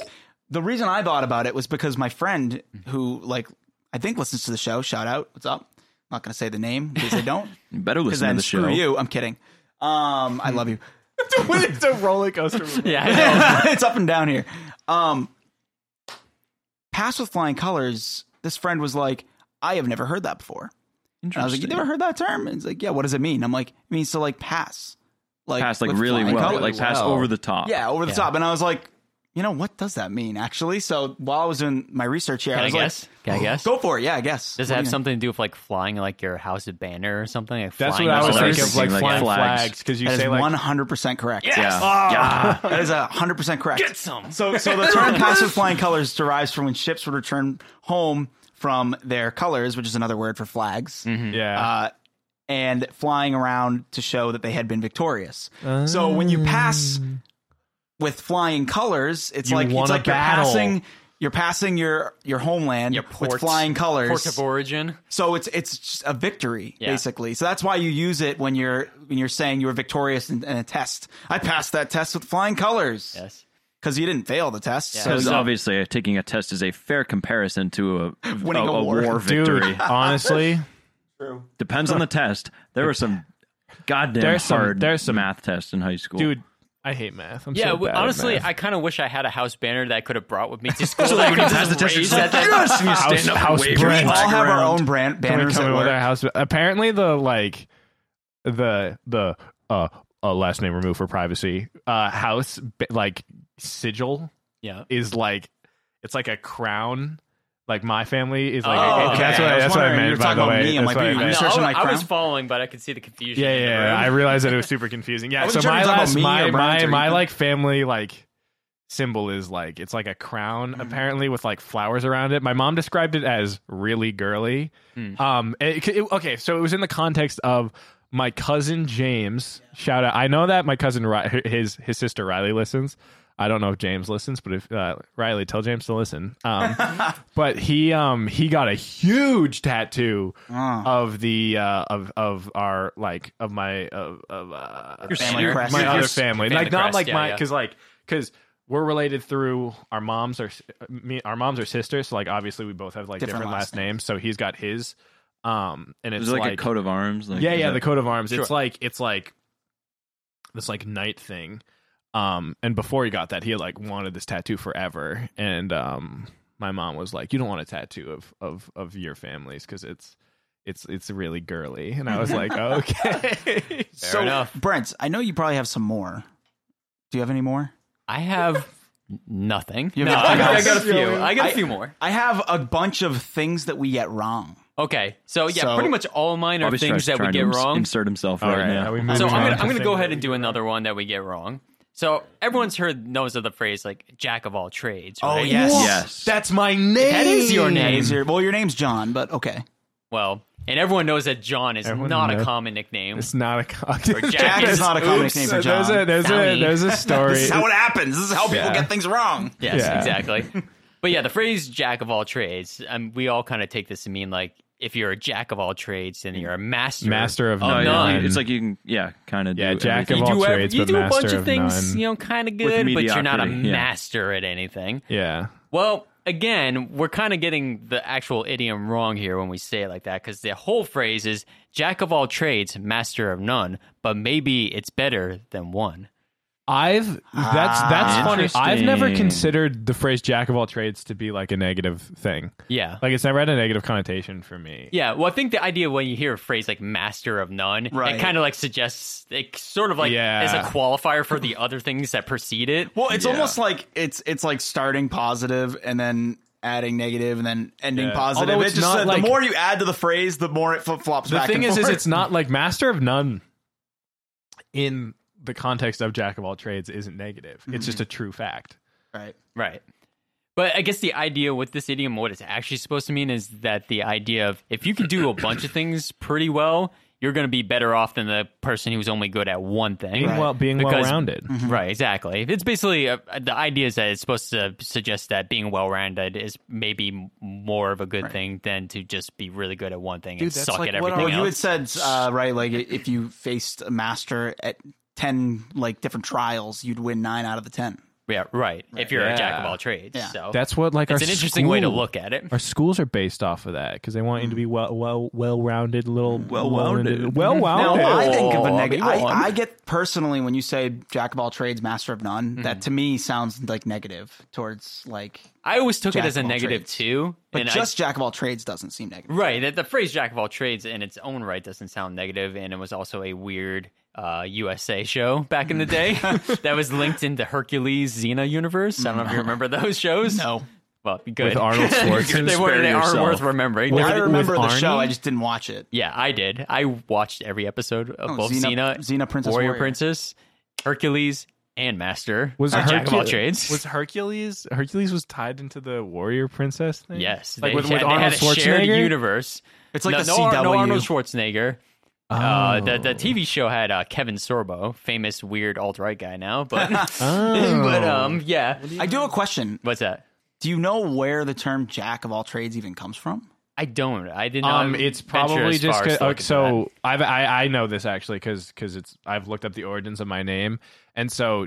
[SPEAKER 1] the reason I thought about it was because my friend
[SPEAKER 2] Hmm.
[SPEAKER 1] who like I think listens to the show. Shout out, what's up? I'm not gonna say the name because I
[SPEAKER 2] <laughs>
[SPEAKER 1] don't.
[SPEAKER 4] You better
[SPEAKER 1] Because
[SPEAKER 4] listen to
[SPEAKER 1] then
[SPEAKER 4] the show.
[SPEAKER 1] screw you. I'm kidding. Um, I love you.
[SPEAKER 3] it's a roller coaster.
[SPEAKER 4] <laughs>
[SPEAKER 2] Yeah, I know.
[SPEAKER 1] <laughs> it's up and down here. Um, pass with flying colors. This friend was like, I have never heard that before. And I was like, you never heard that term? And he's like, yeah. What does it mean? I'm like, it means to like pass, like
[SPEAKER 4] Pass like
[SPEAKER 1] with
[SPEAKER 4] really
[SPEAKER 1] flying
[SPEAKER 4] well,
[SPEAKER 1] colors.
[SPEAKER 4] like pass over the top.
[SPEAKER 1] yeah, over the top. And I was like, you know what does that mean actually? So while I was doing my research here,
[SPEAKER 2] Can
[SPEAKER 1] I
[SPEAKER 2] I
[SPEAKER 1] was
[SPEAKER 2] guess? Can I guess? <gasps>
[SPEAKER 1] like, go for it. Yeah, I guess.
[SPEAKER 2] Does it
[SPEAKER 1] What
[SPEAKER 2] have
[SPEAKER 1] do you-
[SPEAKER 2] something to do with like flying like your house banner or something? Like
[SPEAKER 3] That's
[SPEAKER 2] flying
[SPEAKER 3] what I
[SPEAKER 2] your
[SPEAKER 3] always
[SPEAKER 4] colors.
[SPEAKER 3] think of, like
[SPEAKER 4] Like
[SPEAKER 3] flying
[SPEAKER 4] flags.
[SPEAKER 3] flags, because you
[SPEAKER 1] That is
[SPEAKER 3] say like
[SPEAKER 1] 100% correct. Yeah.
[SPEAKER 4] Yeah.
[SPEAKER 1] <laughs> That is 100% correct.
[SPEAKER 2] Get some.
[SPEAKER 1] So, so the term passive flying colors derives from when ships would return home from their colors, which is another word for flags,
[SPEAKER 3] Mm-hmm. yeah.
[SPEAKER 1] uh, and flying around to show that they had been victorious. So when you pass with flying colors, it's
[SPEAKER 3] You
[SPEAKER 1] like it's
[SPEAKER 3] won a
[SPEAKER 1] like you're
[SPEAKER 3] battle.
[SPEAKER 1] passing you're passing your your homeland
[SPEAKER 2] Your
[SPEAKER 1] with
[SPEAKER 2] port-
[SPEAKER 1] flying colors.
[SPEAKER 2] Port of origin.
[SPEAKER 1] So it's it's just a victory
[SPEAKER 2] Yeah.
[SPEAKER 1] basically. So that's why you use it when you're when you're saying you were victorious in, in a test. I passed that test with flying colors
[SPEAKER 2] Yes.
[SPEAKER 1] because you didn't fail the test. So
[SPEAKER 4] Because
[SPEAKER 1] you-
[SPEAKER 4] obviously, uh, taking a test is a fair comparison to a, a,
[SPEAKER 1] Winning a
[SPEAKER 4] a
[SPEAKER 1] war.
[SPEAKER 4] war victory.
[SPEAKER 3] Dude, honestly,
[SPEAKER 4] Depends on the test. There were some goddamn
[SPEAKER 3] There's some-
[SPEAKER 4] hard
[SPEAKER 3] there's some-
[SPEAKER 4] math tests in high school.
[SPEAKER 3] dude, I hate math. I'm
[SPEAKER 2] Yeah,
[SPEAKER 3] so
[SPEAKER 2] w-
[SPEAKER 3] bad at
[SPEAKER 2] honestly,
[SPEAKER 3] math.
[SPEAKER 2] I kind of wish I had a house banner that I could have brought with me <laughs> to school. so like,
[SPEAKER 4] Pass the test, you're just like, "Yes!" and you
[SPEAKER 3] House-
[SPEAKER 4] stand up and
[SPEAKER 3] house
[SPEAKER 4] wave your
[SPEAKER 3] brand.
[SPEAKER 1] we all
[SPEAKER 4] flag
[SPEAKER 1] have our
[SPEAKER 4] around.
[SPEAKER 1] own brand
[SPEAKER 3] Can we
[SPEAKER 1] banners
[SPEAKER 3] come
[SPEAKER 1] at
[SPEAKER 3] in with our
[SPEAKER 1] work.
[SPEAKER 3] house. Apparently, the like the the uh, uh last name removed for privacy uh house bi- like sigil
[SPEAKER 2] yeah.
[SPEAKER 3] is like it's like a crown. Like my family is like.
[SPEAKER 2] Oh,
[SPEAKER 3] and
[SPEAKER 2] okay.
[SPEAKER 3] That's what
[SPEAKER 1] I
[SPEAKER 3] I,
[SPEAKER 1] was
[SPEAKER 3] that's what I
[SPEAKER 1] wondering,
[SPEAKER 3] meant.
[SPEAKER 1] you were
[SPEAKER 3] by
[SPEAKER 1] talking
[SPEAKER 3] the
[SPEAKER 1] about
[SPEAKER 3] way.
[SPEAKER 1] me, I'm
[SPEAKER 3] That's
[SPEAKER 1] like,
[SPEAKER 3] what I
[SPEAKER 1] dude,
[SPEAKER 3] meant.
[SPEAKER 1] you
[SPEAKER 2] No,
[SPEAKER 1] sure it's
[SPEAKER 2] I,
[SPEAKER 1] my
[SPEAKER 2] I was
[SPEAKER 1] crown?
[SPEAKER 2] following, but I could see the confusion.
[SPEAKER 3] Yeah,
[SPEAKER 2] in the
[SPEAKER 3] yeah,
[SPEAKER 2] room.
[SPEAKER 3] yeah. I
[SPEAKER 1] <laughs>
[SPEAKER 3] realized that it was super confusing. Yeah.
[SPEAKER 1] wasn't
[SPEAKER 3] So
[SPEAKER 1] sure if
[SPEAKER 3] my
[SPEAKER 1] you were talking
[SPEAKER 3] last,
[SPEAKER 1] about me
[SPEAKER 3] my
[SPEAKER 1] or Browns
[SPEAKER 3] my
[SPEAKER 1] or
[SPEAKER 3] my
[SPEAKER 1] anything.
[SPEAKER 3] like family like symbol is like it's like a crown
[SPEAKER 1] Hmm.
[SPEAKER 3] apparently with like flowers around it. My mom described it as really girly.
[SPEAKER 1] Hmm.
[SPEAKER 3] Um. it- it- okay. So it was in the context of. My cousin James, shout out! I know that my cousin Ri- his his sister Riley listens. I don't know if James listens, but if uh, Riley, tell James to listen. Um,
[SPEAKER 1] <laughs>
[SPEAKER 3] but he um he got a huge tattoo of the uh, of of our like of my of, of uh,
[SPEAKER 1] family
[SPEAKER 2] Your-
[SPEAKER 1] crest.
[SPEAKER 3] my
[SPEAKER 2] your
[SPEAKER 3] other
[SPEAKER 2] s-
[SPEAKER 3] family,
[SPEAKER 2] family
[SPEAKER 3] like not
[SPEAKER 2] crest,
[SPEAKER 3] like
[SPEAKER 2] yeah,
[SPEAKER 3] my
[SPEAKER 2] yeah.
[SPEAKER 3] because like because we're related through our moms are s- me our moms are sisters, so like obviously we both have like
[SPEAKER 1] Different
[SPEAKER 3] different,
[SPEAKER 1] last
[SPEAKER 3] last names. So he's got his um and it's
[SPEAKER 4] Is it like, a coat of arms? Like,
[SPEAKER 3] yeah
[SPEAKER 4] is
[SPEAKER 3] yeah
[SPEAKER 4] that-
[SPEAKER 3] the coat of arms it's like it's like this like knight thing um and before he got that he had like wanted this tattoo forever and um my mom was like you don't want a tattoo of of of your families because it's it's it's really girly and i was like <laughs> okay
[SPEAKER 1] so,
[SPEAKER 2] enough.
[SPEAKER 1] Brent, I know you probably have some more. Do you have any more?
[SPEAKER 2] I have nothing.
[SPEAKER 1] You
[SPEAKER 2] no,
[SPEAKER 1] have
[SPEAKER 2] I,
[SPEAKER 1] nothing
[SPEAKER 2] got, I
[SPEAKER 1] else?
[SPEAKER 2] got a few.
[SPEAKER 1] Really?
[SPEAKER 2] I got a
[SPEAKER 1] I-
[SPEAKER 2] few more.
[SPEAKER 1] I have a bunch of things that we get wrong.
[SPEAKER 2] Okay, so yeah,
[SPEAKER 1] So-
[SPEAKER 2] pretty much all mine are
[SPEAKER 4] Bobby's
[SPEAKER 2] things
[SPEAKER 4] trying-
[SPEAKER 2] that we
[SPEAKER 4] trying to
[SPEAKER 2] get
[SPEAKER 4] ins-
[SPEAKER 2] wrong.
[SPEAKER 4] Insert himself
[SPEAKER 3] all
[SPEAKER 4] right,
[SPEAKER 3] right
[SPEAKER 4] now.
[SPEAKER 3] are we
[SPEAKER 2] So I'm
[SPEAKER 3] moving on
[SPEAKER 2] gonna,
[SPEAKER 3] to
[SPEAKER 2] I'm gonna go
[SPEAKER 3] things?
[SPEAKER 2] ahead and do another one that we get wrong. So everyone's heard knows of the phrase like jack of all trades.
[SPEAKER 1] Oh,
[SPEAKER 2] Right?
[SPEAKER 1] What?
[SPEAKER 4] Yes.
[SPEAKER 3] that's my name that
[SPEAKER 2] is your
[SPEAKER 1] That
[SPEAKER 2] name.
[SPEAKER 1] is your- well, your name's John, but okay.
[SPEAKER 2] Well, and everyone knows that John is
[SPEAKER 3] Everyone
[SPEAKER 2] not a
[SPEAKER 3] knows.
[SPEAKER 2] common nickname.
[SPEAKER 3] it's not a con- <laughs>
[SPEAKER 2] Jack
[SPEAKER 1] Jack is
[SPEAKER 2] is-
[SPEAKER 1] not a common
[SPEAKER 2] oops,
[SPEAKER 1] nickname for
[SPEAKER 3] So there's a
[SPEAKER 1] John.
[SPEAKER 3] there's a
[SPEAKER 2] Johnny. <laughs>
[SPEAKER 3] there's a story
[SPEAKER 1] This is how it happens. This is how people
[SPEAKER 3] Yeah.
[SPEAKER 1] get things wrong.
[SPEAKER 2] Yes,
[SPEAKER 3] Yeah. <laughs>
[SPEAKER 2] exactly. but yeah, the phrase jack of all trades, um, we all kind of take this to mean like if you're a jack of all trades, then you're a master.
[SPEAKER 3] Master of
[SPEAKER 4] No,
[SPEAKER 3] none.
[SPEAKER 4] Oh, yeah,
[SPEAKER 3] none.
[SPEAKER 4] it's like you can, yeah, kind of.
[SPEAKER 3] Yeah,
[SPEAKER 4] do
[SPEAKER 3] jack
[SPEAKER 4] everything.
[SPEAKER 3] of
[SPEAKER 2] you
[SPEAKER 3] all
[SPEAKER 2] do, ev-
[SPEAKER 3] trades
[SPEAKER 2] you
[SPEAKER 3] but
[SPEAKER 2] do a
[SPEAKER 3] master
[SPEAKER 2] bunch of things,
[SPEAKER 3] none.
[SPEAKER 2] you know, kind of good, but you're not a
[SPEAKER 4] mediocrity, yeah.
[SPEAKER 2] master at anything.
[SPEAKER 3] yeah
[SPEAKER 2] Well, again, we're kind of getting the actual idiom wrong here when we say it like that because the whole phrase is jack of all trades, master of none, but maybe it's better than one.
[SPEAKER 3] I've that's
[SPEAKER 2] Ah,
[SPEAKER 3] that's funny. I've never
[SPEAKER 4] Interesting.
[SPEAKER 3] considered the phrase "jack of all trades" to be like a negative thing.
[SPEAKER 2] Yeah.
[SPEAKER 3] Like it's never had a negative connotation for me.
[SPEAKER 2] Yeah, well, I think the idea when you hear a phrase like "master of none,"
[SPEAKER 1] Right.
[SPEAKER 2] it kind of like suggests it sort of like
[SPEAKER 3] Yeah.
[SPEAKER 2] is a qualifier
[SPEAKER 1] <laughs>
[SPEAKER 2] for the other things that precede it.
[SPEAKER 1] Well, it's almost like it's it's like starting positive and then adding negative and then ending
[SPEAKER 3] Yeah.
[SPEAKER 1] positive.
[SPEAKER 3] Although
[SPEAKER 1] It
[SPEAKER 3] it's
[SPEAKER 1] just
[SPEAKER 3] not
[SPEAKER 1] uh,
[SPEAKER 3] like-
[SPEAKER 1] the more you add to the phrase, the more it flip flops.
[SPEAKER 3] The
[SPEAKER 1] back
[SPEAKER 3] thing
[SPEAKER 1] and
[SPEAKER 3] is, is
[SPEAKER 1] forth.
[SPEAKER 3] it's not like master of none in the context of jack of all trades isn't negative. It's
[SPEAKER 2] Mm-hmm.
[SPEAKER 3] just a true fact.
[SPEAKER 1] <laughs> right.
[SPEAKER 2] right. But I guess the idea with this idiom, what it's actually supposed to mean, is that the idea of if you can do a bunch of things pretty well, you're going to be better off than the person who's only good at one thing.
[SPEAKER 3] Being well, being
[SPEAKER 2] Because-
[SPEAKER 3] well rounded.
[SPEAKER 2] Right, exactly. It's basically uh, the idea is that it's supposed to suggest that being well rounded is maybe m- more of a good thing than to just be really good at one thing and
[SPEAKER 3] that's
[SPEAKER 2] suck
[SPEAKER 3] like
[SPEAKER 2] at
[SPEAKER 3] what
[SPEAKER 2] everything
[SPEAKER 1] Well, you had
[SPEAKER 2] else.
[SPEAKER 1] said uh, right, like if you faced a master at ten like different trials, you'd win nine out of the ten.
[SPEAKER 2] yeah, right. If you're a jack of
[SPEAKER 3] Yeah.
[SPEAKER 2] all trades,
[SPEAKER 1] Yeah.
[SPEAKER 2] so
[SPEAKER 3] That's what like
[SPEAKER 2] it's
[SPEAKER 3] our
[SPEAKER 2] an interesting way to
[SPEAKER 3] school-
[SPEAKER 2] look at it. Mm.
[SPEAKER 3] Our schools are based off of that because they want you to be well, well, well-rounded little,
[SPEAKER 4] Well-rounded.
[SPEAKER 3] well
[SPEAKER 1] Now,
[SPEAKER 3] rounded.
[SPEAKER 1] I think of a
[SPEAKER 2] Oh,
[SPEAKER 1] negative. I,
[SPEAKER 2] be one.
[SPEAKER 1] I get personally when you say jack of all trades, master of none.
[SPEAKER 2] Mm-hmm.
[SPEAKER 1] That to me sounds like negative towards like,
[SPEAKER 2] I always took
[SPEAKER 1] Jack
[SPEAKER 2] it as a
[SPEAKER 1] of all
[SPEAKER 2] negative
[SPEAKER 1] trades.
[SPEAKER 2] too,
[SPEAKER 1] but
[SPEAKER 2] and I-
[SPEAKER 1] just jack of all trades doesn't seem negative.
[SPEAKER 2] right that the phrase jack of all trades in its own right doesn't sound negative, and it was also a weird. Uh, USA show back in the
[SPEAKER 3] <laughs>
[SPEAKER 2] day that was linked into Hercules Xena universe. I don't know if you remember those shows. No, well, good.
[SPEAKER 3] With Arnold
[SPEAKER 2] <laughs>
[SPEAKER 3] Schwarzenegger.
[SPEAKER 2] they weren't. They
[SPEAKER 4] Spare
[SPEAKER 2] aren't
[SPEAKER 4] yourself.
[SPEAKER 2] worth remembering.
[SPEAKER 3] With-
[SPEAKER 1] I remember the
[SPEAKER 3] Arnie?
[SPEAKER 1] show. I just didn't watch it.
[SPEAKER 2] Yeah, I did. I watched every episode of
[SPEAKER 1] Oh,
[SPEAKER 2] both
[SPEAKER 1] Xena-
[SPEAKER 2] Xena,
[SPEAKER 1] Xena, Princess
[SPEAKER 2] Warrior,
[SPEAKER 1] Warrior.
[SPEAKER 2] Princess, Hercules, and Master.
[SPEAKER 3] Was
[SPEAKER 2] Or Jack of all
[SPEAKER 3] Hercu-
[SPEAKER 2] trades.
[SPEAKER 3] Was Hercules Hercules was tied into the warrior princess thing?
[SPEAKER 2] yes,
[SPEAKER 3] like
[SPEAKER 2] they,
[SPEAKER 3] with,
[SPEAKER 2] had,
[SPEAKER 3] with
[SPEAKER 2] they had
[SPEAKER 3] Arnold
[SPEAKER 2] a shared
[SPEAKER 3] Schwarzenegger.
[SPEAKER 2] universe.
[SPEAKER 1] It's like
[SPEAKER 2] no,
[SPEAKER 1] the
[SPEAKER 2] no, Ar- no
[SPEAKER 1] CW.
[SPEAKER 2] Arnold Schwarzenegger. Uh, the
[SPEAKER 3] Oh.
[SPEAKER 2] the TV show had uh, Kevin Sorbo, famous weird alt right guy now,
[SPEAKER 3] <laughs>
[SPEAKER 2] but <laughs>
[SPEAKER 3] Oh.
[SPEAKER 2] but um yeah,
[SPEAKER 1] I do have a question.
[SPEAKER 2] what's that?
[SPEAKER 1] Do you know where the term jack of all trades even comes from?
[SPEAKER 2] I don't. I did not.
[SPEAKER 3] Um, it's
[SPEAKER 2] venture
[SPEAKER 3] probably
[SPEAKER 2] as
[SPEAKER 3] just
[SPEAKER 2] far as
[SPEAKER 3] 'cause-
[SPEAKER 2] to look
[SPEAKER 3] okay,
[SPEAKER 2] into
[SPEAKER 3] so I've, I I know this actually because it's I've looked up the origins of my name and so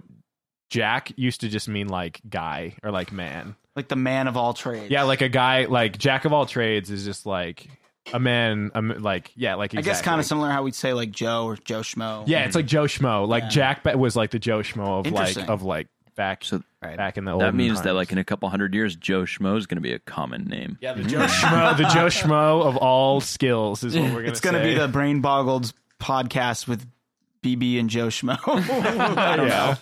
[SPEAKER 3] Jack used to just mean like guy or like man.
[SPEAKER 1] Like the man of all trades.
[SPEAKER 3] Yeah, like a guy like Jack of all trades is just like a man. A, m- like yeah, like
[SPEAKER 1] I guess
[SPEAKER 3] exactly.
[SPEAKER 1] kind of similar how we'd say like Joe or Joe Schmo.
[SPEAKER 3] Yeah, it's like Joe Schmo. Like Jack ba- was like the Joe Schmo of like
[SPEAKER 1] Interesting.
[SPEAKER 3] of like back
[SPEAKER 4] So
[SPEAKER 3] back in the old.
[SPEAKER 4] that means that like in a couple hundred years, Joe Schmo is going to be a common name.
[SPEAKER 3] Yeah, the Joe Schmo, the Joe Schmo of all skills is what we're gonna.
[SPEAKER 1] It's going to be the
[SPEAKER 3] <laughs>
[SPEAKER 1] brain boggled podcast with BB and Joe Schmo.
[SPEAKER 3] yeah.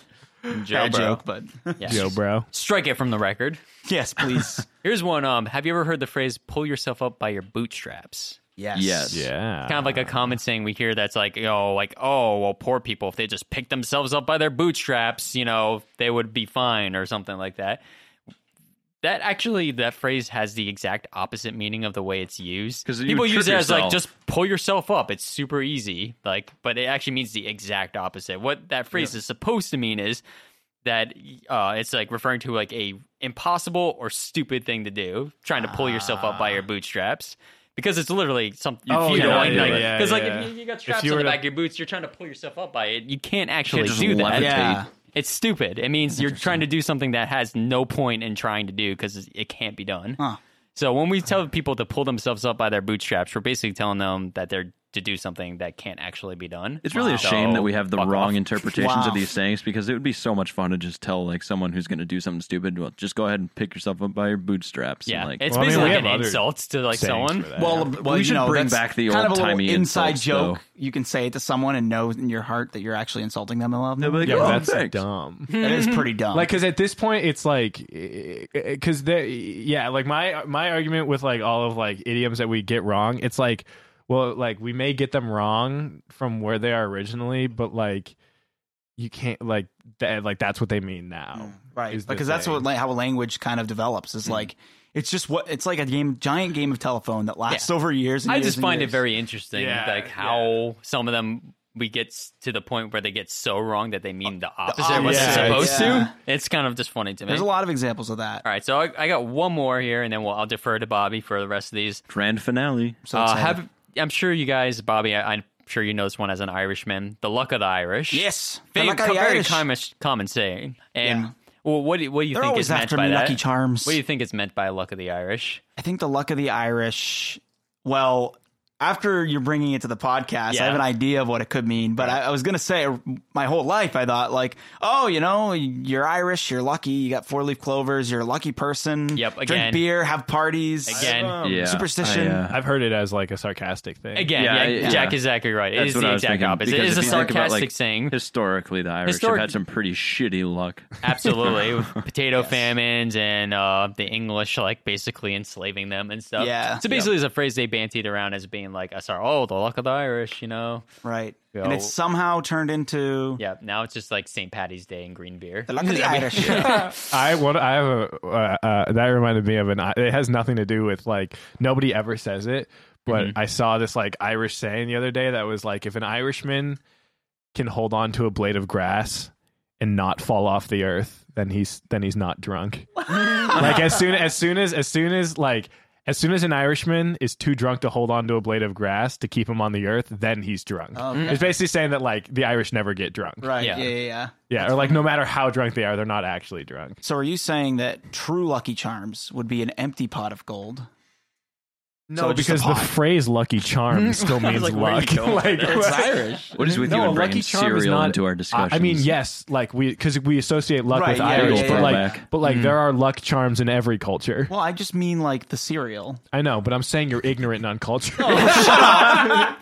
[SPEAKER 2] Joe,
[SPEAKER 1] Bad
[SPEAKER 2] bro.
[SPEAKER 1] joke, but <laughs>
[SPEAKER 2] Yeah.
[SPEAKER 3] Yo, bro.
[SPEAKER 2] Strike it from the record.
[SPEAKER 1] yes, please.
[SPEAKER 2] Here's one. Um, have you ever heard the phrase "pull yourself up by your bootstraps"?
[SPEAKER 1] Yes.
[SPEAKER 4] Yes.
[SPEAKER 3] Yeah.
[SPEAKER 2] Kind of like a common saying we hear that's like, oh, like, oh, well, poor people, if they just pick themselves up by their bootstraps, you know, they would be fine or something like that. That actually, that phrase has the exact opposite meaning of the way it's used.
[SPEAKER 4] 'Cause you
[SPEAKER 2] people
[SPEAKER 4] would trip
[SPEAKER 2] use it as like,
[SPEAKER 4] yourself.
[SPEAKER 2] just pull yourself up. It's super easy. Like, but it actually means the exact opposite. What that phrase is supposed to mean is that uh, it's like referring to like a impossible or stupid thing to do, trying to pull yourself up by your bootstraps. Because it's literally something
[SPEAKER 4] Oh,
[SPEAKER 2] you
[SPEAKER 4] yeah,
[SPEAKER 2] know,
[SPEAKER 4] yeah,
[SPEAKER 2] like,
[SPEAKER 3] Ah. yeah,
[SPEAKER 2] because like
[SPEAKER 3] yeah.
[SPEAKER 2] if you, you got
[SPEAKER 3] If
[SPEAKER 2] straps
[SPEAKER 3] you
[SPEAKER 2] on
[SPEAKER 3] were
[SPEAKER 2] the
[SPEAKER 3] to-
[SPEAKER 2] back of your boots, you're trying to pull yourself up by it. You can't actually
[SPEAKER 4] just
[SPEAKER 2] do that.
[SPEAKER 4] levitate.
[SPEAKER 1] Yeah.
[SPEAKER 2] It's stupid. It means you're trying to do something that has no point in trying to do because it can't be done.
[SPEAKER 1] Huh.
[SPEAKER 2] So when we tell people to pull themselves up by their bootstraps, we're basically telling them that they're to do something that can't actually be done.
[SPEAKER 4] It's really a
[SPEAKER 2] So,
[SPEAKER 4] shame that we have the
[SPEAKER 2] fuck
[SPEAKER 4] wrong
[SPEAKER 2] off.
[SPEAKER 4] interpretations
[SPEAKER 1] Wow.
[SPEAKER 4] of these sayings because it would be so much fun to just tell like someone who's going to do something stupid, well, just go ahead and pick yourself up by your bootstraps.
[SPEAKER 2] Yeah,
[SPEAKER 4] and, like,
[SPEAKER 2] it's
[SPEAKER 3] Well, I mean,
[SPEAKER 2] basically
[SPEAKER 3] we
[SPEAKER 2] like
[SPEAKER 3] have
[SPEAKER 2] an
[SPEAKER 3] other
[SPEAKER 2] insult to like
[SPEAKER 3] sayings
[SPEAKER 2] someone.
[SPEAKER 3] for that.
[SPEAKER 1] Well, well, you
[SPEAKER 4] should
[SPEAKER 1] know,
[SPEAKER 4] bring
[SPEAKER 1] that's
[SPEAKER 4] back the
[SPEAKER 1] kind of a little
[SPEAKER 4] old-timey
[SPEAKER 1] inside
[SPEAKER 4] insults,
[SPEAKER 1] joke.
[SPEAKER 4] though.
[SPEAKER 1] You can say it to someone and know in your heart that you're actually insulting them and love them.
[SPEAKER 4] They'll be like,
[SPEAKER 3] yeah,
[SPEAKER 4] "Oh,
[SPEAKER 3] but that's
[SPEAKER 4] thanks."
[SPEAKER 3] dumb.
[SPEAKER 1] that is pretty dumb.
[SPEAKER 3] like because at this point it's like because yeah like my my argument with like all of like idioms that we get wrong it's like well like we may get them wrong from where they are originally but like you can't like that like that's what they mean now
[SPEAKER 1] Mm, right?
[SPEAKER 3] is the
[SPEAKER 1] Because that's
[SPEAKER 3] thing.
[SPEAKER 1] what like, how language kind of develops.
[SPEAKER 2] Hmm.
[SPEAKER 1] Is like it's just what it's like a game, giant game of telephone that lasts over years. And
[SPEAKER 2] I
[SPEAKER 1] years
[SPEAKER 2] just
[SPEAKER 1] and
[SPEAKER 2] find it
[SPEAKER 1] years.
[SPEAKER 2] very interesting,
[SPEAKER 3] Yeah,
[SPEAKER 2] like how some of them we get s- to the point where they get so wrong that they mean the opposite of what
[SPEAKER 3] opposite,
[SPEAKER 2] they're supposed
[SPEAKER 1] yeah.
[SPEAKER 2] to. It's kind of just funny to me.
[SPEAKER 1] There's a lot of examples of that.
[SPEAKER 2] All right, so I, I got one more here, and then we'll, I'll defer to Bobby for the rest of these.
[SPEAKER 4] Grand finale.
[SPEAKER 1] So
[SPEAKER 2] uh,
[SPEAKER 1] excited.
[SPEAKER 2] have I'm sure you guys, Bobby. I, I'm sure you know this one as an Irishman. The luck of the Irish.
[SPEAKER 1] yes,
[SPEAKER 2] very,
[SPEAKER 1] They're like the
[SPEAKER 2] very
[SPEAKER 1] Irish.
[SPEAKER 2] common common saying. And
[SPEAKER 1] Yeah.
[SPEAKER 2] well, what do, you- what do you
[SPEAKER 1] They're
[SPEAKER 2] think
[SPEAKER 1] always
[SPEAKER 2] is meant
[SPEAKER 1] after
[SPEAKER 2] by
[SPEAKER 1] me,
[SPEAKER 2] that?
[SPEAKER 1] Lucky Charms.
[SPEAKER 2] What do you think is meant by luck of the Irish?
[SPEAKER 1] I think the luck of the Irish. Well, after you're bringing it to the podcast, I
[SPEAKER 2] Yeah.
[SPEAKER 1] have an idea of what it could mean. But I, I was going to say, my whole life, I thought like, oh, you know, you're Irish, you're lucky, you got four leaf clovers, you're a lucky person.
[SPEAKER 2] Yep, again.
[SPEAKER 1] Drink beer, have parties.
[SPEAKER 2] Again,
[SPEAKER 3] um,
[SPEAKER 4] Yeah,
[SPEAKER 1] Superstition.
[SPEAKER 4] I, uh,
[SPEAKER 3] i've heard it as like a sarcastic thing
[SPEAKER 2] again,
[SPEAKER 4] Yeah,
[SPEAKER 2] yeah,
[SPEAKER 4] yeah.
[SPEAKER 2] Jack is exactly right. It
[SPEAKER 4] That's
[SPEAKER 2] is
[SPEAKER 4] what I
[SPEAKER 2] the
[SPEAKER 4] was
[SPEAKER 2] exact
[SPEAKER 4] thinking,
[SPEAKER 2] opposite. It
[SPEAKER 4] because
[SPEAKER 2] is a
[SPEAKER 4] if you think about,
[SPEAKER 2] sarcastic
[SPEAKER 4] like,
[SPEAKER 2] saying.
[SPEAKER 4] Historically, the Irish
[SPEAKER 2] Historic-
[SPEAKER 4] have had some pretty shitty luck.
[SPEAKER 1] <laughs>
[SPEAKER 2] Absolutely, with potato famines and uh, the English like basically enslaving them and stuff.
[SPEAKER 1] Yeah.
[SPEAKER 2] So basically, it's a phrase they bantied around as being like, "Sorry, oh, the luck of the Irish," you know.
[SPEAKER 1] Right.
[SPEAKER 2] Yeah,
[SPEAKER 1] And
[SPEAKER 2] well-
[SPEAKER 1] it's somehow turned into
[SPEAKER 2] Yeah. Now it's just like St. Patty's Day and green beer.
[SPEAKER 1] the luck of the Irish.
[SPEAKER 3] I what I have a uh, uh, that reminded me of an. It has nothing to do with like nobody ever says it, but I saw this like Irish saying the other day that was like if an Irishman can hold on to a blade of grass and not fall off the earth, then he's then he's
[SPEAKER 1] <laughs>
[SPEAKER 3] not drunk. like as soon as soon as as soon as like. As soon as an Irishman is too drunk to hold on to a blade of grass to keep him on the earth, then he's drunk.
[SPEAKER 1] Okay.
[SPEAKER 3] It's basically saying that like the Irish never get drunk.
[SPEAKER 1] <laughs> right.
[SPEAKER 2] Yeah.
[SPEAKER 1] Yeah. Yeah. yeah.
[SPEAKER 3] Yeah, or like no matter how drunk they are, they're not actually drunk.
[SPEAKER 1] So are you saying that true Lucky Charms would be an empty pot of gold?
[SPEAKER 3] No,
[SPEAKER 1] So just a
[SPEAKER 3] because the
[SPEAKER 1] pot.
[SPEAKER 3] phrase "lucky charm" still means
[SPEAKER 2] like, where are you
[SPEAKER 3] luck. <laughs>
[SPEAKER 2] going with
[SPEAKER 3] like,
[SPEAKER 2] this?
[SPEAKER 3] what-
[SPEAKER 1] Irish.
[SPEAKER 4] What is with
[SPEAKER 3] no,
[SPEAKER 4] you
[SPEAKER 3] a
[SPEAKER 4] and
[SPEAKER 3] lucky
[SPEAKER 4] bringing
[SPEAKER 3] charm is
[SPEAKER 4] cereal
[SPEAKER 3] not
[SPEAKER 4] into our discussion?
[SPEAKER 3] I, I mean, yes, like we because we associate luck
[SPEAKER 1] Right,
[SPEAKER 3] with
[SPEAKER 1] yeah,
[SPEAKER 3] Irish,
[SPEAKER 1] yeah,
[SPEAKER 3] but
[SPEAKER 1] yeah.
[SPEAKER 3] like,
[SPEAKER 4] Throwback.
[SPEAKER 3] but like there are luck charms in every culture.
[SPEAKER 1] Well, I just mean like the cereal.
[SPEAKER 3] I know, but I'm saying you're ignorant on culture.
[SPEAKER 1] <laughs> I'm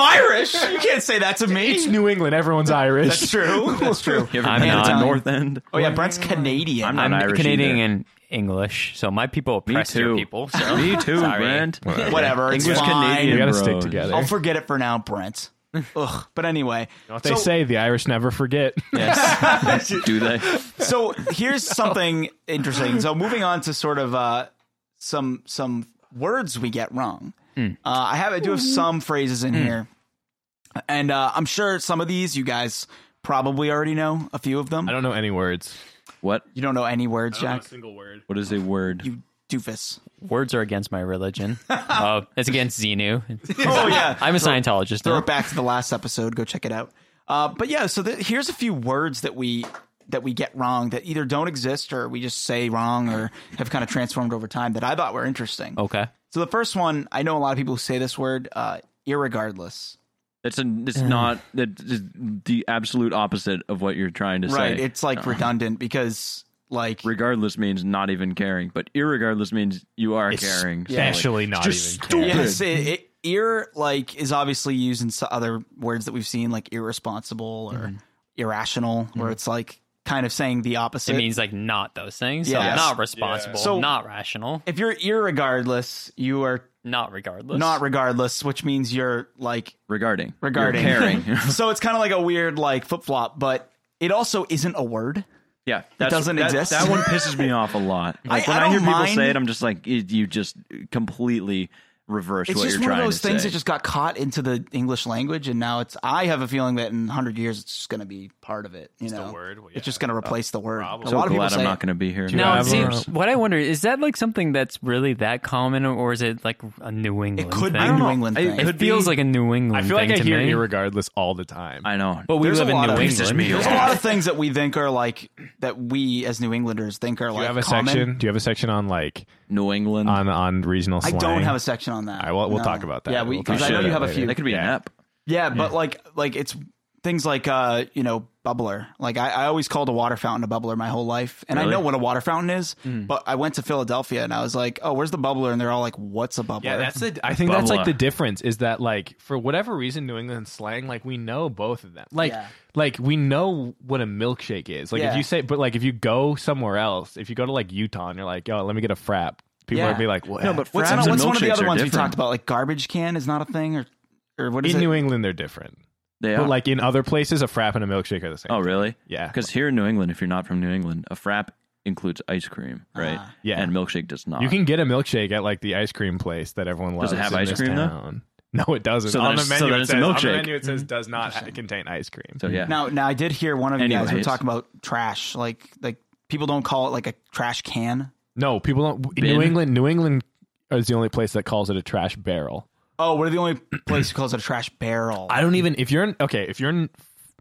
[SPEAKER 1] Irish. You can't say that to
[SPEAKER 3] <laughs> it's
[SPEAKER 1] me.
[SPEAKER 3] New England. Everyone's Irish.
[SPEAKER 1] That's true. <laughs> That's true.
[SPEAKER 4] You ever
[SPEAKER 2] I'm
[SPEAKER 4] been
[SPEAKER 2] not.
[SPEAKER 4] to North End?
[SPEAKER 1] Oh yeah, Brent's Canadian.
[SPEAKER 4] I'm not Irish
[SPEAKER 2] Canadian
[SPEAKER 4] either.
[SPEAKER 2] and English, so my people
[SPEAKER 4] Me
[SPEAKER 2] oppress
[SPEAKER 4] too.
[SPEAKER 2] your
[SPEAKER 1] <laughs>
[SPEAKER 2] people. So.
[SPEAKER 4] <laughs> Me too,
[SPEAKER 2] Sorry.
[SPEAKER 4] Brent.
[SPEAKER 1] Whatever. It's
[SPEAKER 4] English
[SPEAKER 1] fine.
[SPEAKER 4] Canadian.
[SPEAKER 3] We gotta stick
[SPEAKER 4] bros.
[SPEAKER 3] together.
[SPEAKER 1] I'll forget it for now, Brent. Ugh. But anyway,
[SPEAKER 3] What they say the Irish never forget.
[SPEAKER 4] <laughs> Do they?
[SPEAKER 1] so here's something interesting. So moving on to sort of uh, some some words we get wrong.
[SPEAKER 3] Hmm.
[SPEAKER 1] Uh, I have I do have some phrases in here, and uh, I'm sure some of these you guys probably already know a few of them.
[SPEAKER 3] I don't know any words.
[SPEAKER 4] What?
[SPEAKER 1] you don't know any words, Jack?
[SPEAKER 3] single word.
[SPEAKER 4] What is a word?
[SPEAKER 1] You
[SPEAKER 3] <laughs>
[SPEAKER 1] doofus.
[SPEAKER 2] Words are against
[SPEAKER 1] <laughs>
[SPEAKER 2] my religion. uh, it's against Xenu.
[SPEAKER 1] Oh yeah,
[SPEAKER 2] I'm a Scientologist.
[SPEAKER 1] throw
[SPEAKER 2] though.
[SPEAKER 1] it back to the last episode. Go check it out. Uh, but yeah, so the, here's a few words that we that we get wrong that either don't exist or we just say wrong or have kind of transformed over time that I thought were interesting.
[SPEAKER 2] Okay.
[SPEAKER 1] So the first one, I know a lot of people who say this word, uh, irregardless.
[SPEAKER 4] It's a, it's not that is the absolute opposite of what you're trying to
[SPEAKER 1] Right.
[SPEAKER 4] say.
[SPEAKER 1] It's like redundant because like
[SPEAKER 4] regardless means not even caring, but irregardless means you are caring. So, like,
[SPEAKER 3] Especially not
[SPEAKER 4] just
[SPEAKER 3] even. caring.
[SPEAKER 1] yes, it, it, ear like is obviously
[SPEAKER 4] Mm-hmm.
[SPEAKER 1] used in so- other words that we've seen like irresponsible or irrational where it's like kind of saying the
[SPEAKER 2] It
[SPEAKER 1] opposite.
[SPEAKER 2] means like not those things. So
[SPEAKER 1] Yes.
[SPEAKER 2] not responsible,
[SPEAKER 1] So-
[SPEAKER 2] not rational,
[SPEAKER 1] if you're irregardless, you are
[SPEAKER 2] not regardless.
[SPEAKER 1] not regardless, which means you're like
[SPEAKER 4] regarding You're
[SPEAKER 1] regarding <laughs>
[SPEAKER 4] caring. <laughs>
[SPEAKER 1] so it's kind of like a weird like flip flop, but it also isn't a word.
[SPEAKER 4] yeah, that's,
[SPEAKER 1] doesn't
[SPEAKER 4] that,
[SPEAKER 1] exist.
[SPEAKER 4] That one pisses me off
[SPEAKER 1] <laughs>
[SPEAKER 4] a lot. Like
[SPEAKER 1] I
[SPEAKER 4] when I, hear
[SPEAKER 1] don't
[SPEAKER 4] people
[SPEAKER 1] mind-
[SPEAKER 4] say it, I'm just like, you you just completely reverse
[SPEAKER 1] It's
[SPEAKER 4] what
[SPEAKER 1] just
[SPEAKER 4] you're
[SPEAKER 1] one of
[SPEAKER 4] trying
[SPEAKER 1] those
[SPEAKER 4] to
[SPEAKER 1] things
[SPEAKER 4] say.
[SPEAKER 1] that just got caught into the English language, and now it's. I have a feeling that in 100 years, it's just going to be part of it. You know,
[SPEAKER 3] word, well,
[SPEAKER 1] it's
[SPEAKER 3] yeah,
[SPEAKER 1] just going to replace the word. A
[SPEAKER 4] so
[SPEAKER 1] lot of people
[SPEAKER 4] glad
[SPEAKER 1] say
[SPEAKER 4] I'm
[SPEAKER 1] it.
[SPEAKER 4] not going to be here.
[SPEAKER 3] you
[SPEAKER 2] Now,
[SPEAKER 3] have
[SPEAKER 2] see,
[SPEAKER 3] or-
[SPEAKER 2] what I wonder is that like something that's really that common, or is it like a New England?
[SPEAKER 1] It could be
[SPEAKER 2] thing?
[SPEAKER 1] a New England
[SPEAKER 4] It
[SPEAKER 1] thing.
[SPEAKER 2] It feels like a New England.
[SPEAKER 3] I feel like
[SPEAKER 2] thing
[SPEAKER 3] I
[SPEAKER 2] to
[SPEAKER 3] hear
[SPEAKER 2] me.
[SPEAKER 3] irregardless all the time.
[SPEAKER 4] I know,
[SPEAKER 2] But we
[SPEAKER 1] There's a
[SPEAKER 2] live in
[SPEAKER 1] lot
[SPEAKER 2] New
[SPEAKER 1] of-
[SPEAKER 4] Pisses me
[SPEAKER 2] England.
[SPEAKER 4] off.
[SPEAKER 1] There's a lot of things that we think are like that we as New Englanders think are
[SPEAKER 3] do
[SPEAKER 1] like
[SPEAKER 3] you have a
[SPEAKER 1] common.
[SPEAKER 3] section? Do you have a section on like
[SPEAKER 4] New England.
[SPEAKER 3] on on regional
[SPEAKER 1] I
[SPEAKER 3] slang?
[SPEAKER 1] don't have a section on that.
[SPEAKER 3] All right, well, we'll talk about that.
[SPEAKER 1] Yeah, we
[SPEAKER 3] We'll talk
[SPEAKER 1] because I know
[SPEAKER 4] about
[SPEAKER 1] you
[SPEAKER 4] that
[SPEAKER 1] have a
[SPEAKER 3] later.
[SPEAKER 1] few.
[SPEAKER 4] that could be an app.
[SPEAKER 1] Yeah, but like like it's things like uh, you know, bubbler. Like I, I always called a water fountain a bubbler my whole life. And I know what a water fountain is, but I went to Philadelphia and I was like, Oh, where's the bubbler? And they're all like, What's a bubbler?
[SPEAKER 3] Yeah, that's the. I think that's like
[SPEAKER 4] Bubbler.
[SPEAKER 3] the difference is that like for whatever reason, New England slang like we know both of them. Like
[SPEAKER 1] Yeah.
[SPEAKER 3] like we know what a milkshake is. Like
[SPEAKER 1] Yeah.
[SPEAKER 3] if you say, but like if you go somewhere else, if you go to like Utah and you're like, yo, let me get a frap. People
[SPEAKER 1] Yeah.
[SPEAKER 3] would be like, what?
[SPEAKER 4] No, but
[SPEAKER 1] what's,
[SPEAKER 4] fraps and
[SPEAKER 1] what's one of the
[SPEAKER 4] milkshakes
[SPEAKER 1] other
[SPEAKER 4] are
[SPEAKER 1] ones we
[SPEAKER 4] different.
[SPEAKER 1] talked about? Like garbage can is not a thing or or what is
[SPEAKER 3] <laughs> in
[SPEAKER 1] it?
[SPEAKER 3] New England they're different.
[SPEAKER 4] They are.
[SPEAKER 3] But like in other places, a frap and a milkshake are the same.
[SPEAKER 4] oh, really?
[SPEAKER 3] Yeah.
[SPEAKER 4] Because here in New England, if you're not from New England, a frap includes ice cream,
[SPEAKER 1] Ah.
[SPEAKER 4] right?
[SPEAKER 3] Yeah.
[SPEAKER 4] and milkshake does not.
[SPEAKER 3] You can get a milkshake at like the ice cream place that everyone loves.
[SPEAKER 4] Does it have
[SPEAKER 3] in
[SPEAKER 4] ice
[SPEAKER 3] this
[SPEAKER 4] cream, though?
[SPEAKER 3] town. No, it doesn't.
[SPEAKER 4] So then
[SPEAKER 3] on the
[SPEAKER 4] it's- so
[SPEAKER 3] menu,
[SPEAKER 4] then
[SPEAKER 3] it
[SPEAKER 4] it's a
[SPEAKER 3] says, on the
[SPEAKER 4] milkshake.
[SPEAKER 3] menu it
[SPEAKER 1] Mm-hmm.
[SPEAKER 3] says does not contain ice cream.
[SPEAKER 4] so yeah.
[SPEAKER 1] Now now I did hear one of you guys were
[SPEAKER 4] Anyways.
[SPEAKER 1] talking about trash. Like like people don't call it like a trash can.
[SPEAKER 3] No, people don't. New
[SPEAKER 4] Bin?
[SPEAKER 3] England, New England is the only place that calls it a trash barrel.
[SPEAKER 1] Oh, we're the only place who calls it a trash barrel.
[SPEAKER 3] I don't even if you're in, okay if you're in,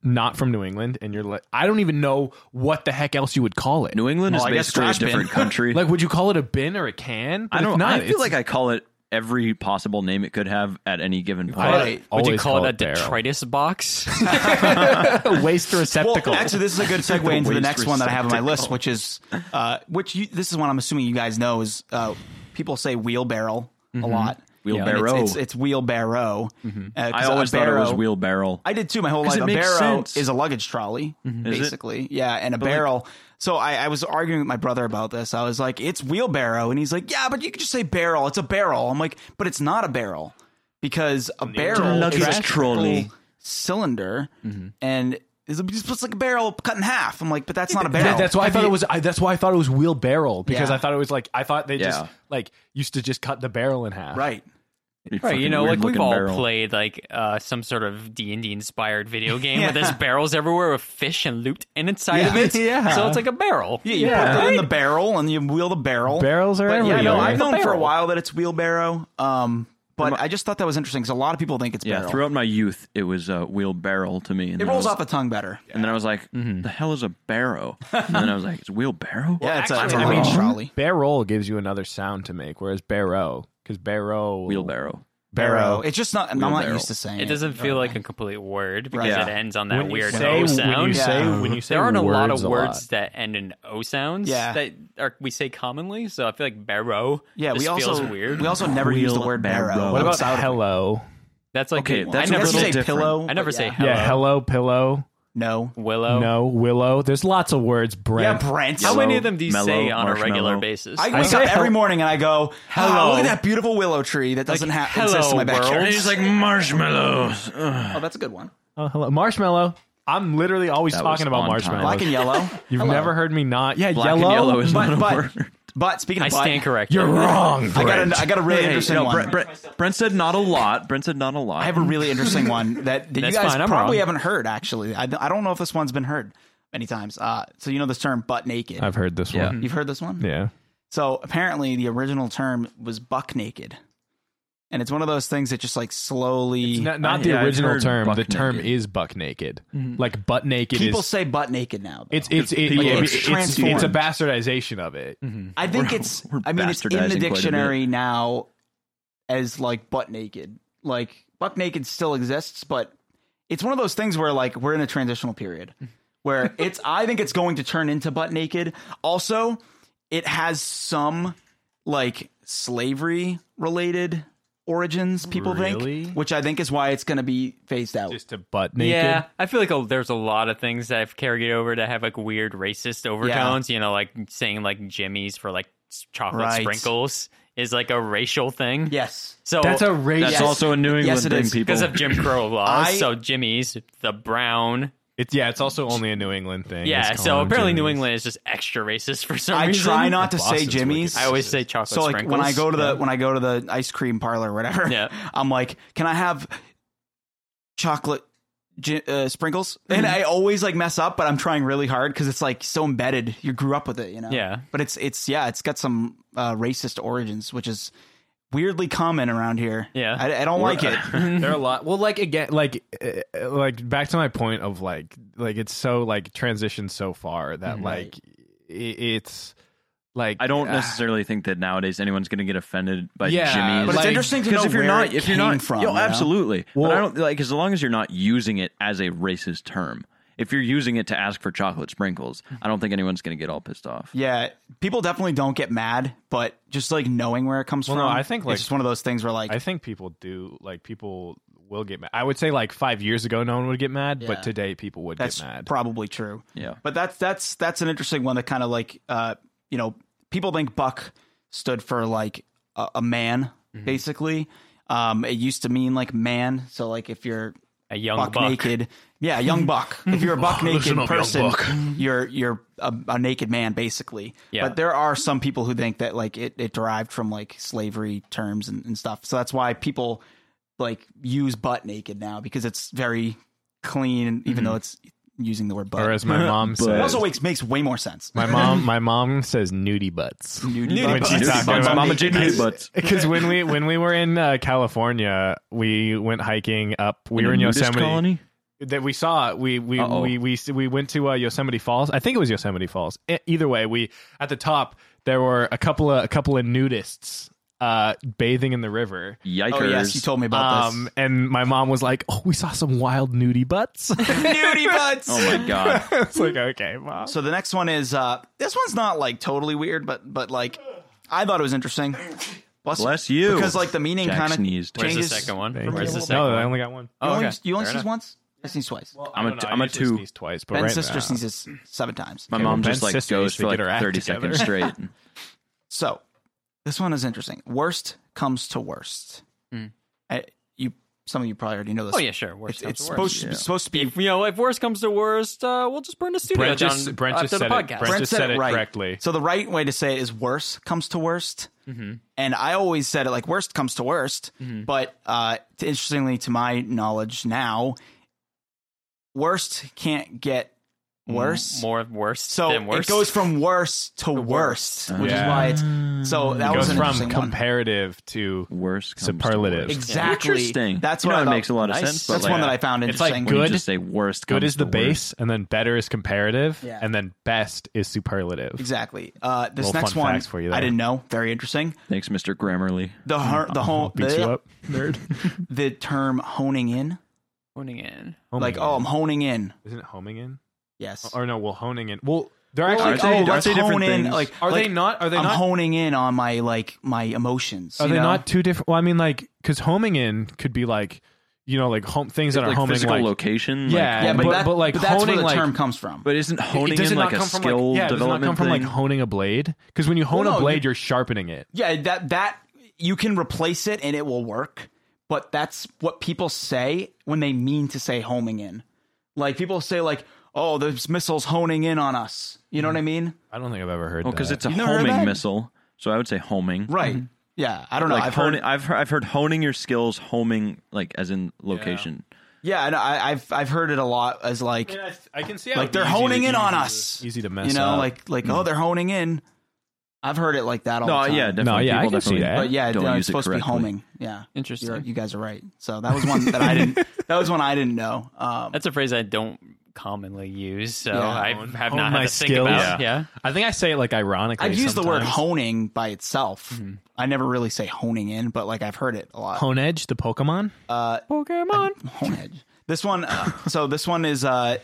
[SPEAKER 3] not from New England and you're like I don't even know what the heck else you would call it.
[SPEAKER 4] New England
[SPEAKER 1] Well, I
[SPEAKER 4] is
[SPEAKER 1] guess
[SPEAKER 4] basically a
[SPEAKER 1] trash bin.
[SPEAKER 4] different country.
[SPEAKER 3] <laughs> Like, would you call it a bin or a can? But
[SPEAKER 4] I
[SPEAKER 3] it's
[SPEAKER 4] don't.
[SPEAKER 3] Not,
[SPEAKER 4] I feel
[SPEAKER 3] It's-
[SPEAKER 4] like I call it every possible name it could have at any gigiven point.
[SPEAKER 1] Right.
[SPEAKER 2] Would you
[SPEAKER 3] always
[SPEAKER 2] call, it a
[SPEAKER 3] barrel.
[SPEAKER 2] detritus box?
[SPEAKER 3] <laughs> a waste
[SPEAKER 1] Well,
[SPEAKER 3] receptacle?
[SPEAKER 1] actually, this is a
[SPEAKER 4] <laughs>
[SPEAKER 1] good segue into the
[SPEAKER 4] waste
[SPEAKER 1] next one that I have on my list, which is uh, which you, this is one I'm assuming you guys know is uh, people say wheelbarrow a lot.
[SPEAKER 4] Mm-hmm. Wheelbarrow. Mm-hmm.
[SPEAKER 1] And It's, it's, it's wheelbarrow. Uh, 'cause a
[SPEAKER 4] I always thought it was
[SPEAKER 1] barrow-
[SPEAKER 4] wheelbarrow.
[SPEAKER 1] I did too. My whole life.
[SPEAKER 4] it
[SPEAKER 1] A
[SPEAKER 4] makes
[SPEAKER 1] barrow
[SPEAKER 4] sense.
[SPEAKER 1] is a luggage trolley,
[SPEAKER 4] Is it?
[SPEAKER 1] basically. Yeah, and a barrel. so I, I was arguing with my brother about this. I was like, "It's wheelbarrow," and he's like, "Yeah, but you could just say barrel. It's a barrel." I'm like, "But it's not a barrel because a barrel
[SPEAKER 4] luggage
[SPEAKER 1] is a
[SPEAKER 4] trolley.
[SPEAKER 1] triple cylinder, and it's just like a barrel cut in half." I'm like, "But that's not a barrel."
[SPEAKER 3] That- that's why I
[SPEAKER 1] Have
[SPEAKER 3] thought
[SPEAKER 1] you-
[SPEAKER 3] it was. I, that's why I thought it was wheelbarrow because
[SPEAKER 1] Yeah.
[SPEAKER 3] I thought it was like I thought they just
[SPEAKER 4] Yeah.
[SPEAKER 3] like used to just cut the barrel in half.
[SPEAKER 1] right.
[SPEAKER 2] Right, you
[SPEAKER 4] Fucking
[SPEAKER 2] know, like we've
[SPEAKER 4] weird-looking
[SPEAKER 2] all
[SPEAKER 4] barrel.
[SPEAKER 2] played like uh, some sort of D and D inspired
[SPEAKER 3] <laughs>
[SPEAKER 2] video game where there's barrels everywhere with fish and loot in inside of
[SPEAKER 3] Yeah.
[SPEAKER 2] it.
[SPEAKER 3] <laughs> Yeah.
[SPEAKER 2] So it's like a barrel.
[SPEAKER 1] Yeah, you
[SPEAKER 3] Yeah.
[SPEAKER 1] put it in the barrel and you wheel the barrel.
[SPEAKER 3] Barrels are
[SPEAKER 1] But yeah,
[SPEAKER 3] everywhere.
[SPEAKER 1] no, I've known for a
[SPEAKER 2] Barrel.
[SPEAKER 1] while that it's wheelbarrow. Um, but I just thought that was interesting because a lot of people think it's
[SPEAKER 4] Yeah,
[SPEAKER 1] barrel.
[SPEAKER 4] throughout my youth, it was uh, wheelbarrow to me. And
[SPEAKER 1] It
[SPEAKER 4] then I
[SPEAKER 1] rolls
[SPEAKER 4] was-
[SPEAKER 1] off the tongue better.
[SPEAKER 4] And then I was like, the hell is a barrow? and then I was like, it's wheelbarrow?
[SPEAKER 1] <laughs> Yeah, it's a, it's a
[SPEAKER 3] I mean-
[SPEAKER 1] luggage trolley.
[SPEAKER 3] Barrel gives you another sound to make, whereas barrow, because barrow,
[SPEAKER 4] Wheelbarrow.
[SPEAKER 1] Barrow. It's just not. I'm not
[SPEAKER 4] Wheelbarrow.
[SPEAKER 1] used to saying
[SPEAKER 2] It
[SPEAKER 1] it.
[SPEAKER 2] doesn't feel like a complete word because
[SPEAKER 4] Yeah.
[SPEAKER 2] it ends on that
[SPEAKER 3] When you
[SPEAKER 2] weird
[SPEAKER 3] say-
[SPEAKER 2] O
[SPEAKER 3] When you
[SPEAKER 2] sound.
[SPEAKER 3] say,
[SPEAKER 1] Yeah.
[SPEAKER 3] when you say
[SPEAKER 2] There aren't a lot
[SPEAKER 3] words
[SPEAKER 2] of
[SPEAKER 3] a
[SPEAKER 2] words that end in O sounds
[SPEAKER 1] Yeah.
[SPEAKER 2] that are, we say commonly. So I feel like barrow.
[SPEAKER 1] Yeah, we
[SPEAKER 2] just
[SPEAKER 1] also
[SPEAKER 2] feels weird.
[SPEAKER 1] we also never use the word
[SPEAKER 4] Wheelbarrow.
[SPEAKER 1] barrow.
[SPEAKER 3] What
[SPEAKER 4] What
[SPEAKER 3] about
[SPEAKER 1] Outside of-
[SPEAKER 3] hello?
[SPEAKER 2] that's like
[SPEAKER 4] Okay,
[SPEAKER 2] a-
[SPEAKER 4] that's
[SPEAKER 2] I
[SPEAKER 4] a
[SPEAKER 1] I
[SPEAKER 2] never
[SPEAKER 1] guess you
[SPEAKER 4] little
[SPEAKER 1] say
[SPEAKER 4] different.
[SPEAKER 1] pillow.
[SPEAKER 2] I never
[SPEAKER 1] but
[SPEAKER 2] say
[SPEAKER 1] yeah.
[SPEAKER 2] hello.
[SPEAKER 3] Yeah, hello, pillow.
[SPEAKER 1] No.
[SPEAKER 2] Willow.
[SPEAKER 3] No, willow. There's lots of words.
[SPEAKER 1] Yeah,
[SPEAKER 3] Brent.
[SPEAKER 1] Brent.
[SPEAKER 2] How
[SPEAKER 4] Yellow,
[SPEAKER 2] many of them do you say
[SPEAKER 4] mellow,
[SPEAKER 2] on a regular
[SPEAKER 4] marshmallow.
[SPEAKER 2] basis?
[SPEAKER 1] I
[SPEAKER 2] Like,
[SPEAKER 1] wake
[SPEAKER 3] say
[SPEAKER 1] up every
[SPEAKER 3] hel-
[SPEAKER 1] morning and I go, "Hello,
[SPEAKER 2] Hello.
[SPEAKER 1] look at that beautiful willow tree that doesn't
[SPEAKER 2] Like,
[SPEAKER 1] have exist in my
[SPEAKER 2] hello,
[SPEAKER 1] backyard."
[SPEAKER 2] world.
[SPEAKER 4] And he's like, marshmallows. Ugh.
[SPEAKER 1] "Oh, that's a good one.
[SPEAKER 3] Oh, hello, marshmallow. I'm literally always
[SPEAKER 4] That
[SPEAKER 3] talking
[SPEAKER 4] was
[SPEAKER 3] about
[SPEAKER 4] on time.
[SPEAKER 3] marshmallows.
[SPEAKER 1] Black and yellow."
[SPEAKER 3] You've never heard me not. Yeah,
[SPEAKER 4] Black
[SPEAKER 3] yellow.
[SPEAKER 4] and yellow is
[SPEAKER 1] but
[SPEAKER 4] not a
[SPEAKER 1] but
[SPEAKER 4] word.
[SPEAKER 1] but speaking of
[SPEAKER 2] I
[SPEAKER 1] but,
[SPEAKER 2] stand corrected.
[SPEAKER 3] You're wrong.
[SPEAKER 1] I got
[SPEAKER 3] Brent.
[SPEAKER 1] a, I got a really
[SPEAKER 4] Hey,
[SPEAKER 1] interesting
[SPEAKER 4] no,
[SPEAKER 1] one.
[SPEAKER 4] Brent, Brent, Brent said not a lot. Brent said not a lot.
[SPEAKER 1] I have a really interesting one that, that you
[SPEAKER 2] That's
[SPEAKER 1] guys
[SPEAKER 2] fine, I'm
[SPEAKER 1] probably
[SPEAKER 2] wrong.
[SPEAKER 1] haven't heard. Actually, I, I don't know if this one's been heard many times. Uh, so you know this term, butt naked.
[SPEAKER 3] I've heard this
[SPEAKER 4] Yeah.
[SPEAKER 3] one.
[SPEAKER 1] You've heard this one?
[SPEAKER 3] Yeah.
[SPEAKER 1] So apparently, the original term was buck naked, and it's one of those things that just like slowly
[SPEAKER 3] Not,
[SPEAKER 4] I-
[SPEAKER 3] the
[SPEAKER 4] yeah, I've
[SPEAKER 3] original
[SPEAKER 4] heard
[SPEAKER 3] term. The
[SPEAKER 4] buck
[SPEAKER 3] term
[SPEAKER 4] naked.
[SPEAKER 3] is buck naked. Mm-hmm. Like butt naked
[SPEAKER 1] people
[SPEAKER 3] is.
[SPEAKER 1] say butt naked now. though.
[SPEAKER 3] it's it's it,
[SPEAKER 4] people
[SPEAKER 3] yeah,
[SPEAKER 4] are
[SPEAKER 3] it's, it's
[SPEAKER 1] transformed.
[SPEAKER 3] it's a bastardization of it.
[SPEAKER 1] I think it's.
[SPEAKER 4] we're
[SPEAKER 1] I mean, it's in
[SPEAKER 4] bastardizing quite
[SPEAKER 1] the
[SPEAKER 4] a bit.
[SPEAKER 1] dictionary now as like butt naked. Like buck naked still exists, but it's one of those things where like we're in a transitional period
[SPEAKER 4] <laughs>
[SPEAKER 1] where it's. I think it's going to turn into butt naked. Also, it has some like slavery related origins people
[SPEAKER 3] Really?
[SPEAKER 1] think, which I think is why it's going to be phased out.
[SPEAKER 3] just to butt naked.
[SPEAKER 2] Yeah, I feel like a, there's a lot of things that I've carried over that have like weird racist overtones. You know, like saying like Jimmy's for like s- chocolate
[SPEAKER 1] Right.
[SPEAKER 2] sprinkles is like a racial thing.
[SPEAKER 1] yes.
[SPEAKER 2] So
[SPEAKER 3] That's a race.
[SPEAKER 4] That's
[SPEAKER 1] Yes.
[SPEAKER 4] also a New England
[SPEAKER 1] Yes, it
[SPEAKER 4] thing,
[SPEAKER 1] is.
[SPEAKER 4] people.
[SPEAKER 2] because of Jim
[SPEAKER 1] <clears throat>
[SPEAKER 2] Crow laws.
[SPEAKER 1] I-
[SPEAKER 2] so Jimmy's the brown.
[SPEAKER 3] It's yeah. It's also only a New England thing.
[SPEAKER 2] Yeah.
[SPEAKER 3] It's
[SPEAKER 2] So
[SPEAKER 3] calling
[SPEAKER 2] apparently
[SPEAKER 3] Jimmy's.
[SPEAKER 2] New England is just extra racist for some
[SPEAKER 1] I
[SPEAKER 2] reason.
[SPEAKER 1] try not to
[SPEAKER 3] Boston's
[SPEAKER 1] say Jimmy's.
[SPEAKER 3] wicked.
[SPEAKER 2] <laughs> I always say chocolate
[SPEAKER 1] so like
[SPEAKER 2] sprinkles.
[SPEAKER 1] when I go to the when I go to the ice cream parlor or whatever,
[SPEAKER 2] Yeah.
[SPEAKER 1] <laughs> I'm like, can I have chocolate j- uh, sprinkles? And
[SPEAKER 3] Mm-hmm.
[SPEAKER 1] I always like mess up, but I'm trying really hard because it's like so embedded. You grew up with it, you know.
[SPEAKER 2] Yeah.
[SPEAKER 1] But it's it's yeah, it's got some uh, racist origins, which is weirdly common around here.
[SPEAKER 2] Yeah.
[SPEAKER 1] I, I don't like
[SPEAKER 4] <laughs>
[SPEAKER 1] it.
[SPEAKER 3] there are a lot. Well, like again, like uh, uh, like back to my point of like like it's so like transitioned so far that like i it's like
[SPEAKER 4] I don't
[SPEAKER 3] ah,
[SPEAKER 4] necessarily think that nowadays anyone's going to get offended by
[SPEAKER 3] Yeah,
[SPEAKER 4] Jimmy's.
[SPEAKER 1] But
[SPEAKER 3] Like,
[SPEAKER 1] it's interesting to know
[SPEAKER 4] because if you're
[SPEAKER 1] where
[SPEAKER 4] not,
[SPEAKER 1] it
[SPEAKER 4] if you're
[SPEAKER 1] came
[SPEAKER 4] not
[SPEAKER 1] from,
[SPEAKER 4] yo,
[SPEAKER 1] you know?
[SPEAKER 4] absolutely.
[SPEAKER 3] Well-
[SPEAKER 4] but I don't like as long as you're not using it as a racist term. If you're using it to ask for chocolate sprinkles, I don't think anyone's going to get all pissed off.
[SPEAKER 1] Yeah, people definitely don't get mad, but just like knowing where it comes
[SPEAKER 3] Well, no,
[SPEAKER 1] from,
[SPEAKER 3] I think, like-
[SPEAKER 1] it's just one of those things where like
[SPEAKER 3] I think people do like people will get mad. I would say like five years ago, no one would get mad,
[SPEAKER 1] Yeah.
[SPEAKER 3] but today people would
[SPEAKER 1] that's
[SPEAKER 3] get mad.
[SPEAKER 1] probably true.
[SPEAKER 4] Yeah.
[SPEAKER 1] but that's that's that's an interesting one that kind of like uh you know people think Buck stood for like a, a man
[SPEAKER 3] Mm-hmm.
[SPEAKER 1] basically. Um, it used to mean like man, so like if you're
[SPEAKER 2] a young
[SPEAKER 1] buck,
[SPEAKER 2] buck,
[SPEAKER 1] naked, yeah, a young
[SPEAKER 3] <laughs>
[SPEAKER 1] buck. if you're a buck naked
[SPEAKER 3] listen up, young
[SPEAKER 1] person,
[SPEAKER 3] buck.
[SPEAKER 1] <laughs> you're you're a, a naked man basically.
[SPEAKER 2] Yeah.
[SPEAKER 1] But there are some people who think that like it, it derived from like slavery terms and, and stuff. So that's why people like use butt naked now because it's very clean,
[SPEAKER 2] Mm-hmm.
[SPEAKER 1] even though it's using the word butt.
[SPEAKER 3] Or as my mom
[SPEAKER 1] it
[SPEAKER 3] says,
[SPEAKER 1] also makes makes way more sense.
[SPEAKER 3] my mom my mom says nudie butts. When
[SPEAKER 1] butts.
[SPEAKER 3] she's
[SPEAKER 4] Nudie
[SPEAKER 3] talking
[SPEAKER 4] butts.
[SPEAKER 3] about-
[SPEAKER 4] Mama Jane
[SPEAKER 3] <laughs>
[SPEAKER 4] nudie butts.
[SPEAKER 3] Because when we when we were in uh, California, we went hiking up. We
[SPEAKER 4] In
[SPEAKER 3] were
[SPEAKER 4] a
[SPEAKER 3] in
[SPEAKER 4] nudist
[SPEAKER 3] Yosemite.
[SPEAKER 4] colony?
[SPEAKER 1] Oh,
[SPEAKER 3] That we saw, we we,
[SPEAKER 4] Uh-oh.
[SPEAKER 3] we we we went to uh, Yosemite Falls. I think it was Yosemite Falls. E- Either way, we at the top there were a couple of a couple of nudists uh, bathing in the river.
[SPEAKER 4] Yikers!
[SPEAKER 1] Oh yes, you told me about <laughs>
[SPEAKER 3] Um, and my mom was like, "Oh, we saw some wild nudie butts." <laughs>
[SPEAKER 1] this. Nudie butts. <laughs>
[SPEAKER 4] Oh my god! <laughs>
[SPEAKER 3] it's like, okay, mom.
[SPEAKER 1] So the next one is uh this one's not like totally weird, but but like I thought it was interesting. Bless,
[SPEAKER 4] Bless you.
[SPEAKER 1] Because like the meaning
[SPEAKER 4] Jack
[SPEAKER 1] kind of
[SPEAKER 4] sneezed.
[SPEAKER 2] Where's
[SPEAKER 1] changes.
[SPEAKER 2] the second one?
[SPEAKER 3] Thank
[SPEAKER 2] Where's
[SPEAKER 3] you.
[SPEAKER 2] the second
[SPEAKER 3] no, I
[SPEAKER 2] one?
[SPEAKER 3] only got one. Oh,
[SPEAKER 1] You
[SPEAKER 2] Oh,
[SPEAKER 1] only,
[SPEAKER 2] okay.
[SPEAKER 1] you only
[SPEAKER 2] Fair
[SPEAKER 1] sneeze
[SPEAKER 2] enough.
[SPEAKER 1] once. I sneeze twice.
[SPEAKER 4] I'm a- I'm a two.
[SPEAKER 3] twice, but
[SPEAKER 1] Ben's
[SPEAKER 3] right
[SPEAKER 1] sister
[SPEAKER 3] now-
[SPEAKER 1] sneezes seven times.
[SPEAKER 4] My
[SPEAKER 3] Okay,
[SPEAKER 4] mom
[SPEAKER 3] well,
[SPEAKER 4] just
[SPEAKER 3] Ben's
[SPEAKER 4] like
[SPEAKER 3] sister
[SPEAKER 4] goes
[SPEAKER 3] used to
[SPEAKER 4] for like
[SPEAKER 3] get her act
[SPEAKER 4] 30
[SPEAKER 3] together.
[SPEAKER 4] seconds straight.
[SPEAKER 1] So this one is interesting. Worst comes to worst. I, you some of you probably already know this.
[SPEAKER 2] Hmm. Oh yeah, sure.
[SPEAKER 1] It's,
[SPEAKER 2] Worst comes
[SPEAKER 1] it's
[SPEAKER 2] to
[SPEAKER 1] supposed
[SPEAKER 2] worst.
[SPEAKER 1] to be, supposed to be
[SPEAKER 2] If you know, if worst comes to worst, uh, we'll just burn the studio
[SPEAKER 3] Brent just-
[SPEAKER 2] down
[SPEAKER 3] Brent
[SPEAKER 2] after
[SPEAKER 3] just
[SPEAKER 2] the
[SPEAKER 3] said it.
[SPEAKER 2] podcast.
[SPEAKER 3] Brent- just said it
[SPEAKER 1] right.
[SPEAKER 3] correctly.
[SPEAKER 1] So the right way to say it is worse comes to worst.
[SPEAKER 2] Mm-hmm.
[SPEAKER 1] And I always said it like worst comes to worst. But uh, to, interestingly, to my knowledge now, worst can't get worse.
[SPEAKER 2] More worst
[SPEAKER 1] so
[SPEAKER 2] than worst.
[SPEAKER 1] it goes from worse to worst, which
[SPEAKER 3] Yeah.
[SPEAKER 1] is why it's so that
[SPEAKER 3] It
[SPEAKER 1] was
[SPEAKER 3] goes
[SPEAKER 1] an
[SPEAKER 3] from
[SPEAKER 1] interesting one.
[SPEAKER 3] comparative to
[SPEAKER 4] Worse comes to
[SPEAKER 3] Superlative.
[SPEAKER 4] worst.
[SPEAKER 1] Exactly.
[SPEAKER 4] Interesting.
[SPEAKER 1] That's
[SPEAKER 4] you
[SPEAKER 1] what
[SPEAKER 4] know,
[SPEAKER 1] I
[SPEAKER 4] it
[SPEAKER 1] thought-
[SPEAKER 4] makes a lot of
[SPEAKER 2] Nice.
[SPEAKER 4] sense. but,
[SPEAKER 1] That's
[SPEAKER 4] like,
[SPEAKER 1] one that I found
[SPEAKER 3] It's like
[SPEAKER 1] interesting.
[SPEAKER 4] when you
[SPEAKER 3] Good-
[SPEAKER 4] Just say worst.
[SPEAKER 3] good
[SPEAKER 4] comes
[SPEAKER 3] is the
[SPEAKER 4] to worst.
[SPEAKER 3] base, and then better is comparative,
[SPEAKER 1] Yeah.
[SPEAKER 3] and then best is superlative.
[SPEAKER 1] Exactly. Uh, this
[SPEAKER 3] Little
[SPEAKER 1] next
[SPEAKER 3] fun
[SPEAKER 1] one
[SPEAKER 3] facts for you
[SPEAKER 1] I
[SPEAKER 3] there.
[SPEAKER 1] didn't know. Very interesting.
[SPEAKER 4] Thanks, Mr. Grammarly.
[SPEAKER 1] The har- the whole
[SPEAKER 3] Beats you
[SPEAKER 1] the,
[SPEAKER 3] up, <laughs> nerd.
[SPEAKER 1] the term honing in.
[SPEAKER 2] Honing in.
[SPEAKER 1] like, oh, I'm honing in.
[SPEAKER 3] isn't it homing in?
[SPEAKER 1] Yes.
[SPEAKER 3] Or no, well, honing in. Well, they're
[SPEAKER 1] Well,
[SPEAKER 3] actually.
[SPEAKER 4] Aren't they-
[SPEAKER 1] oh,
[SPEAKER 4] aren't
[SPEAKER 1] let's
[SPEAKER 4] they different
[SPEAKER 1] hone in.
[SPEAKER 4] things?
[SPEAKER 1] Like,
[SPEAKER 3] are
[SPEAKER 1] like,
[SPEAKER 3] they not? Are they
[SPEAKER 1] I'm
[SPEAKER 3] not?
[SPEAKER 1] honing in on my like my emotions.
[SPEAKER 3] are
[SPEAKER 1] you
[SPEAKER 3] they
[SPEAKER 1] know?
[SPEAKER 3] not two different? Well, I mean, like, because homing in could be like, you know, like home things that are
[SPEAKER 4] like
[SPEAKER 3] homing
[SPEAKER 4] physical
[SPEAKER 3] like.
[SPEAKER 4] location. like-
[SPEAKER 3] Yeah,
[SPEAKER 1] Yeah, but,
[SPEAKER 3] but-
[SPEAKER 1] that,
[SPEAKER 3] but, like,
[SPEAKER 1] that's where
[SPEAKER 3] honing,
[SPEAKER 1] the
[SPEAKER 3] like-
[SPEAKER 1] term comes from.
[SPEAKER 4] but isn't honing
[SPEAKER 3] it does
[SPEAKER 4] in
[SPEAKER 3] it
[SPEAKER 4] like
[SPEAKER 3] not
[SPEAKER 4] a
[SPEAKER 3] come from
[SPEAKER 4] skill
[SPEAKER 3] like yeah, does it not
[SPEAKER 4] development
[SPEAKER 3] come from like
[SPEAKER 4] thing?
[SPEAKER 3] honing a blade? Because when you hone
[SPEAKER 1] Well,
[SPEAKER 3] a
[SPEAKER 1] no,
[SPEAKER 3] blade, you, are sharpening it.
[SPEAKER 1] yeah, that that you can replace it and it will work. But that's what people say when they mean to say homing in. Like people say like, "Oh, this missile's honing in on us." You know what I mean?
[SPEAKER 3] I don't think I've ever heard.
[SPEAKER 4] well, because
[SPEAKER 3] that.
[SPEAKER 4] it's a
[SPEAKER 1] You've never heard
[SPEAKER 4] homing
[SPEAKER 1] that?
[SPEAKER 4] missile. So I would say homing.
[SPEAKER 1] Right. Mm-hmm. Yeah, I don't know.
[SPEAKER 4] Like
[SPEAKER 1] I've
[SPEAKER 4] honing,
[SPEAKER 1] heard
[SPEAKER 4] I've heard, I've heard honing your skills, homing like as in location.
[SPEAKER 1] Yeah, I know, I I've I've heard it a lot as like
[SPEAKER 3] I, can see
[SPEAKER 1] like they're honing in on us.
[SPEAKER 3] Easy to mess
[SPEAKER 1] You know,
[SPEAKER 3] up.
[SPEAKER 1] like like oh, they're honing in. I've heard it like that all
[SPEAKER 4] No,
[SPEAKER 1] the time.
[SPEAKER 4] yeah, definitely.
[SPEAKER 3] No, yeah, I
[SPEAKER 4] People
[SPEAKER 3] can see
[SPEAKER 4] definitely
[SPEAKER 3] that.
[SPEAKER 1] but yeah,
[SPEAKER 4] don't
[SPEAKER 1] no,
[SPEAKER 4] use
[SPEAKER 1] it's
[SPEAKER 4] it
[SPEAKER 1] supposed to be
[SPEAKER 4] correctly.
[SPEAKER 1] homing. Yeah,
[SPEAKER 2] Interesting.
[SPEAKER 1] You're- you guys are right. So that was one that I didn't. That was one I didn't know. Um,
[SPEAKER 2] That's a phrase I don't commonly use, so
[SPEAKER 1] Yeah.
[SPEAKER 2] I
[SPEAKER 1] Hone-
[SPEAKER 2] have
[SPEAKER 3] Hone
[SPEAKER 2] not had
[SPEAKER 3] my
[SPEAKER 2] to think
[SPEAKER 3] skills.
[SPEAKER 2] about. Yeah.
[SPEAKER 3] I think I say it like ironically.
[SPEAKER 1] I've used the word
[SPEAKER 3] sometimes. Mm-hmm.
[SPEAKER 1] honing by itself. I never really say honing in, but like I've heard it a lot.
[SPEAKER 3] Hone Edge, the Pokemon.
[SPEAKER 2] Pokemon.
[SPEAKER 1] Hone edge. This one. Uh, so this one is. Uh,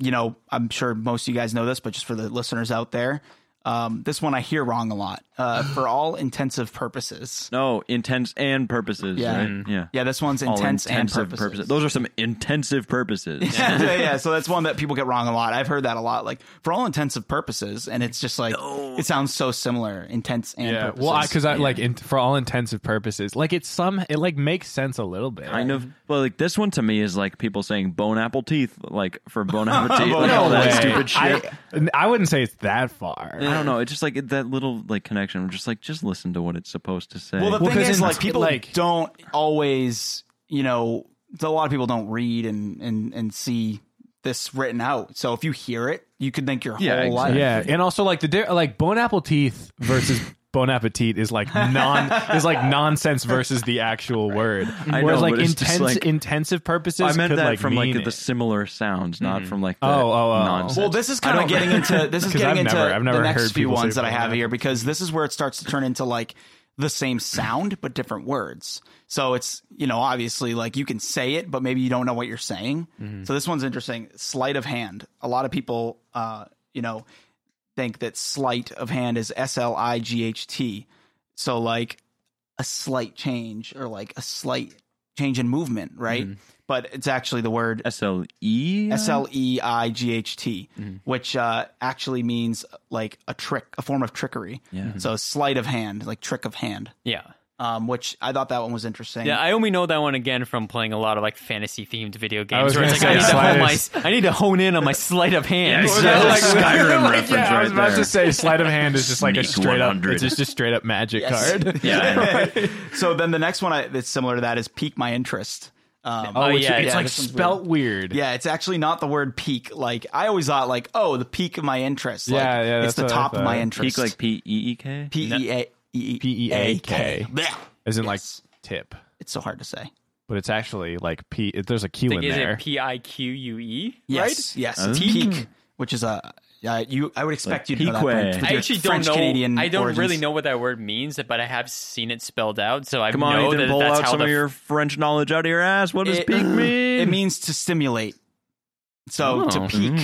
[SPEAKER 1] you know, I'm sure most of you guys know this, but just for the listeners out there, Um, this one I hear wrong a lot.
[SPEAKER 3] <sighs>
[SPEAKER 1] Uh, for all intensive purposes.
[SPEAKER 4] No, intents and purposes.
[SPEAKER 1] Yeah. Mm-hmm.
[SPEAKER 4] right? yeah,
[SPEAKER 1] Yeah, this one's
[SPEAKER 4] All
[SPEAKER 1] intense and
[SPEAKER 4] intensive
[SPEAKER 1] purposes. <laughs>
[SPEAKER 4] Those are some intensive purposes.
[SPEAKER 1] yeah, yeah, so that's one that people get wrong a lot. I've heard that a lot, like for all intensive purposes, and it's just like it sounds so similar, intense and
[SPEAKER 3] Yeah,
[SPEAKER 1] purposes.
[SPEAKER 3] well, because I, like in, for all intensive purposes, like it's some it like makes sense a little bit.
[SPEAKER 4] Kind of, but like this one to me is like people saying bone apple teeth, like for bone apple teeth, like
[SPEAKER 1] No
[SPEAKER 4] all that
[SPEAKER 1] way.
[SPEAKER 4] stupid shit.
[SPEAKER 3] I, I wouldn't say it's that far.
[SPEAKER 4] I, don't know. It's just like it- that little like connection. I'm just like, just listen to what it's supposed to say.
[SPEAKER 1] Well, the
[SPEAKER 3] Well,
[SPEAKER 1] thing
[SPEAKER 3] 'cause
[SPEAKER 1] is,
[SPEAKER 3] in-
[SPEAKER 1] like, people
[SPEAKER 3] like-
[SPEAKER 1] don't always, you know, a lot of people don't read and and and see this written out. So if you hear it, you could think your
[SPEAKER 4] Yeah,
[SPEAKER 1] whole life.
[SPEAKER 4] exactly.
[SPEAKER 3] Yeah, and also like the di- like bone apple teeth versus bone appetit is like
[SPEAKER 4] <laughs>
[SPEAKER 3] non is like nonsense versus the actual word.
[SPEAKER 4] I
[SPEAKER 3] Whereas
[SPEAKER 4] know,
[SPEAKER 3] like
[SPEAKER 4] but it's just,
[SPEAKER 3] intense
[SPEAKER 4] like-
[SPEAKER 3] intensive purposes.
[SPEAKER 4] I meant
[SPEAKER 3] could,
[SPEAKER 4] that
[SPEAKER 3] like,
[SPEAKER 4] from like
[SPEAKER 3] mean
[SPEAKER 4] the
[SPEAKER 3] it.
[SPEAKER 4] similar sounds, not from like the
[SPEAKER 3] Oh, oh, oh.
[SPEAKER 4] nonsense.
[SPEAKER 1] Well, this is kind of getting into this is
[SPEAKER 3] <laughs> 'Cause
[SPEAKER 1] getting
[SPEAKER 3] I've
[SPEAKER 1] into
[SPEAKER 3] never- I've never
[SPEAKER 1] the next
[SPEAKER 3] heard
[SPEAKER 1] few
[SPEAKER 3] people say
[SPEAKER 1] ones that I have
[SPEAKER 3] pineapple.
[SPEAKER 1] here because this is where it starts to turn into like the same sound but different words. So it's you know obviously like you can say it but maybe you don't know what you're saying.
[SPEAKER 3] Mm-hmm.
[SPEAKER 1] So this one's interesting. Sleight of hand. A lot of people, uh, you know, think that sleight of hand is S L I G H T. So like a slight change or like a slight change in movement, right?
[SPEAKER 3] Mm-hmm.
[SPEAKER 1] But it's actually the word
[SPEAKER 4] S L E
[SPEAKER 1] S L E I G H T, which uh, actually means like a trick, a form of trickery.
[SPEAKER 4] Yeah.
[SPEAKER 1] So sleight of hand, like trick of hand,
[SPEAKER 2] Yeah.
[SPEAKER 1] um, which I thought that one was interesting.
[SPEAKER 2] Yeah, I only know that one again from playing a lot of like fantasy themed video games
[SPEAKER 3] was
[SPEAKER 2] where it's like I
[SPEAKER 3] gonna
[SPEAKER 2] need,
[SPEAKER 3] say
[SPEAKER 2] to hone my,
[SPEAKER 3] sliders.
[SPEAKER 2] I need to hone in on my
[SPEAKER 1] <laughs>
[SPEAKER 2] sleight of hand.
[SPEAKER 4] Yeah, exactly.
[SPEAKER 3] <laughs>
[SPEAKER 4] That's a Skyrim
[SPEAKER 3] Like,
[SPEAKER 4] reference
[SPEAKER 3] yeah, I was
[SPEAKER 4] right
[SPEAKER 3] about
[SPEAKER 4] there.
[SPEAKER 3] to say sleight of hand is just like a
[SPEAKER 4] Sneak
[SPEAKER 3] straight up.
[SPEAKER 4] 100.
[SPEAKER 3] It's just a straight up
[SPEAKER 1] <laughs>
[SPEAKER 3] magic
[SPEAKER 1] Yes.
[SPEAKER 3] <laughs> card.
[SPEAKER 4] Yeah, I know.
[SPEAKER 1] So then the next one I, that's similar to that is pique my interest. Um,
[SPEAKER 2] Oh,
[SPEAKER 3] which-
[SPEAKER 2] yeah,
[SPEAKER 3] it's
[SPEAKER 2] yeah,
[SPEAKER 3] like
[SPEAKER 1] this one's
[SPEAKER 3] spelt weird.
[SPEAKER 1] yeah, it's actually not the word peak. Like I always thought, like oh, the peak of my interest. Like,
[SPEAKER 3] Yeah, yeah,
[SPEAKER 1] it's
[SPEAKER 3] that's
[SPEAKER 1] the
[SPEAKER 3] what I
[SPEAKER 1] top of my
[SPEAKER 3] thought.
[SPEAKER 1] interest.
[SPEAKER 4] <laughs> peak like P E E K.
[SPEAKER 1] P E A E
[SPEAKER 3] P E A K.
[SPEAKER 1] Blech.
[SPEAKER 3] as in like
[SPEAKER 1] Yes.
[SPEAKER 3] tip,
[SPEAKER 1] It's so hard to say.
[SPEAKER 3] but it's actually like p. There's a q in
[SPEAKER 2] Is
[SPEAKER 3] there.
[SPEAKER 2] it P I Q U E?
[SPEAKER 1] Yes, yes,
[SPEAKER 4] Oh.
[SPEAKER 1] peak, which is a uh, you. I would expect
[SPEAKER 4] Like
[SPEAKER 1] you to know that. Brent,
[SPEAKER 4] pique.
[SPEAKER 1] with
[SPEAKER 2] I
[SPEAKER 1] your
[SPEAKER 2] actually don't
[SPEAKER 1] French
[SPEAKER 2] know.
[SPEAKER 1] Canadian
[SPEAKER 2] I don't
[SPEAKER 1] origins.
[SPEAKER 2] really know what that word means, but I have seen it spelled out. So I
[SPEAKER 4] Come on,
[SPEAKER 2] know
[SPEAKER 4] Ethan,
[SPEAKER 2] that
[SPEAKER 4] pull
[SPEAKER 2] that's
[SPEAKER 4] out
[SPEAKER 2] how
[SPEAKER 4] some
[SPEAKER 2] the
[SPEAKER 4] of your French knowledge out of your ass. What does peak mean?
[SPEAKER 1] <laughs> uh,
[SPEAKER 4] <laughs>
[SPEAKER 1] It means to stimulate. So to
[SPEAKER 2] Oh.
[SPEAKER 1] pique,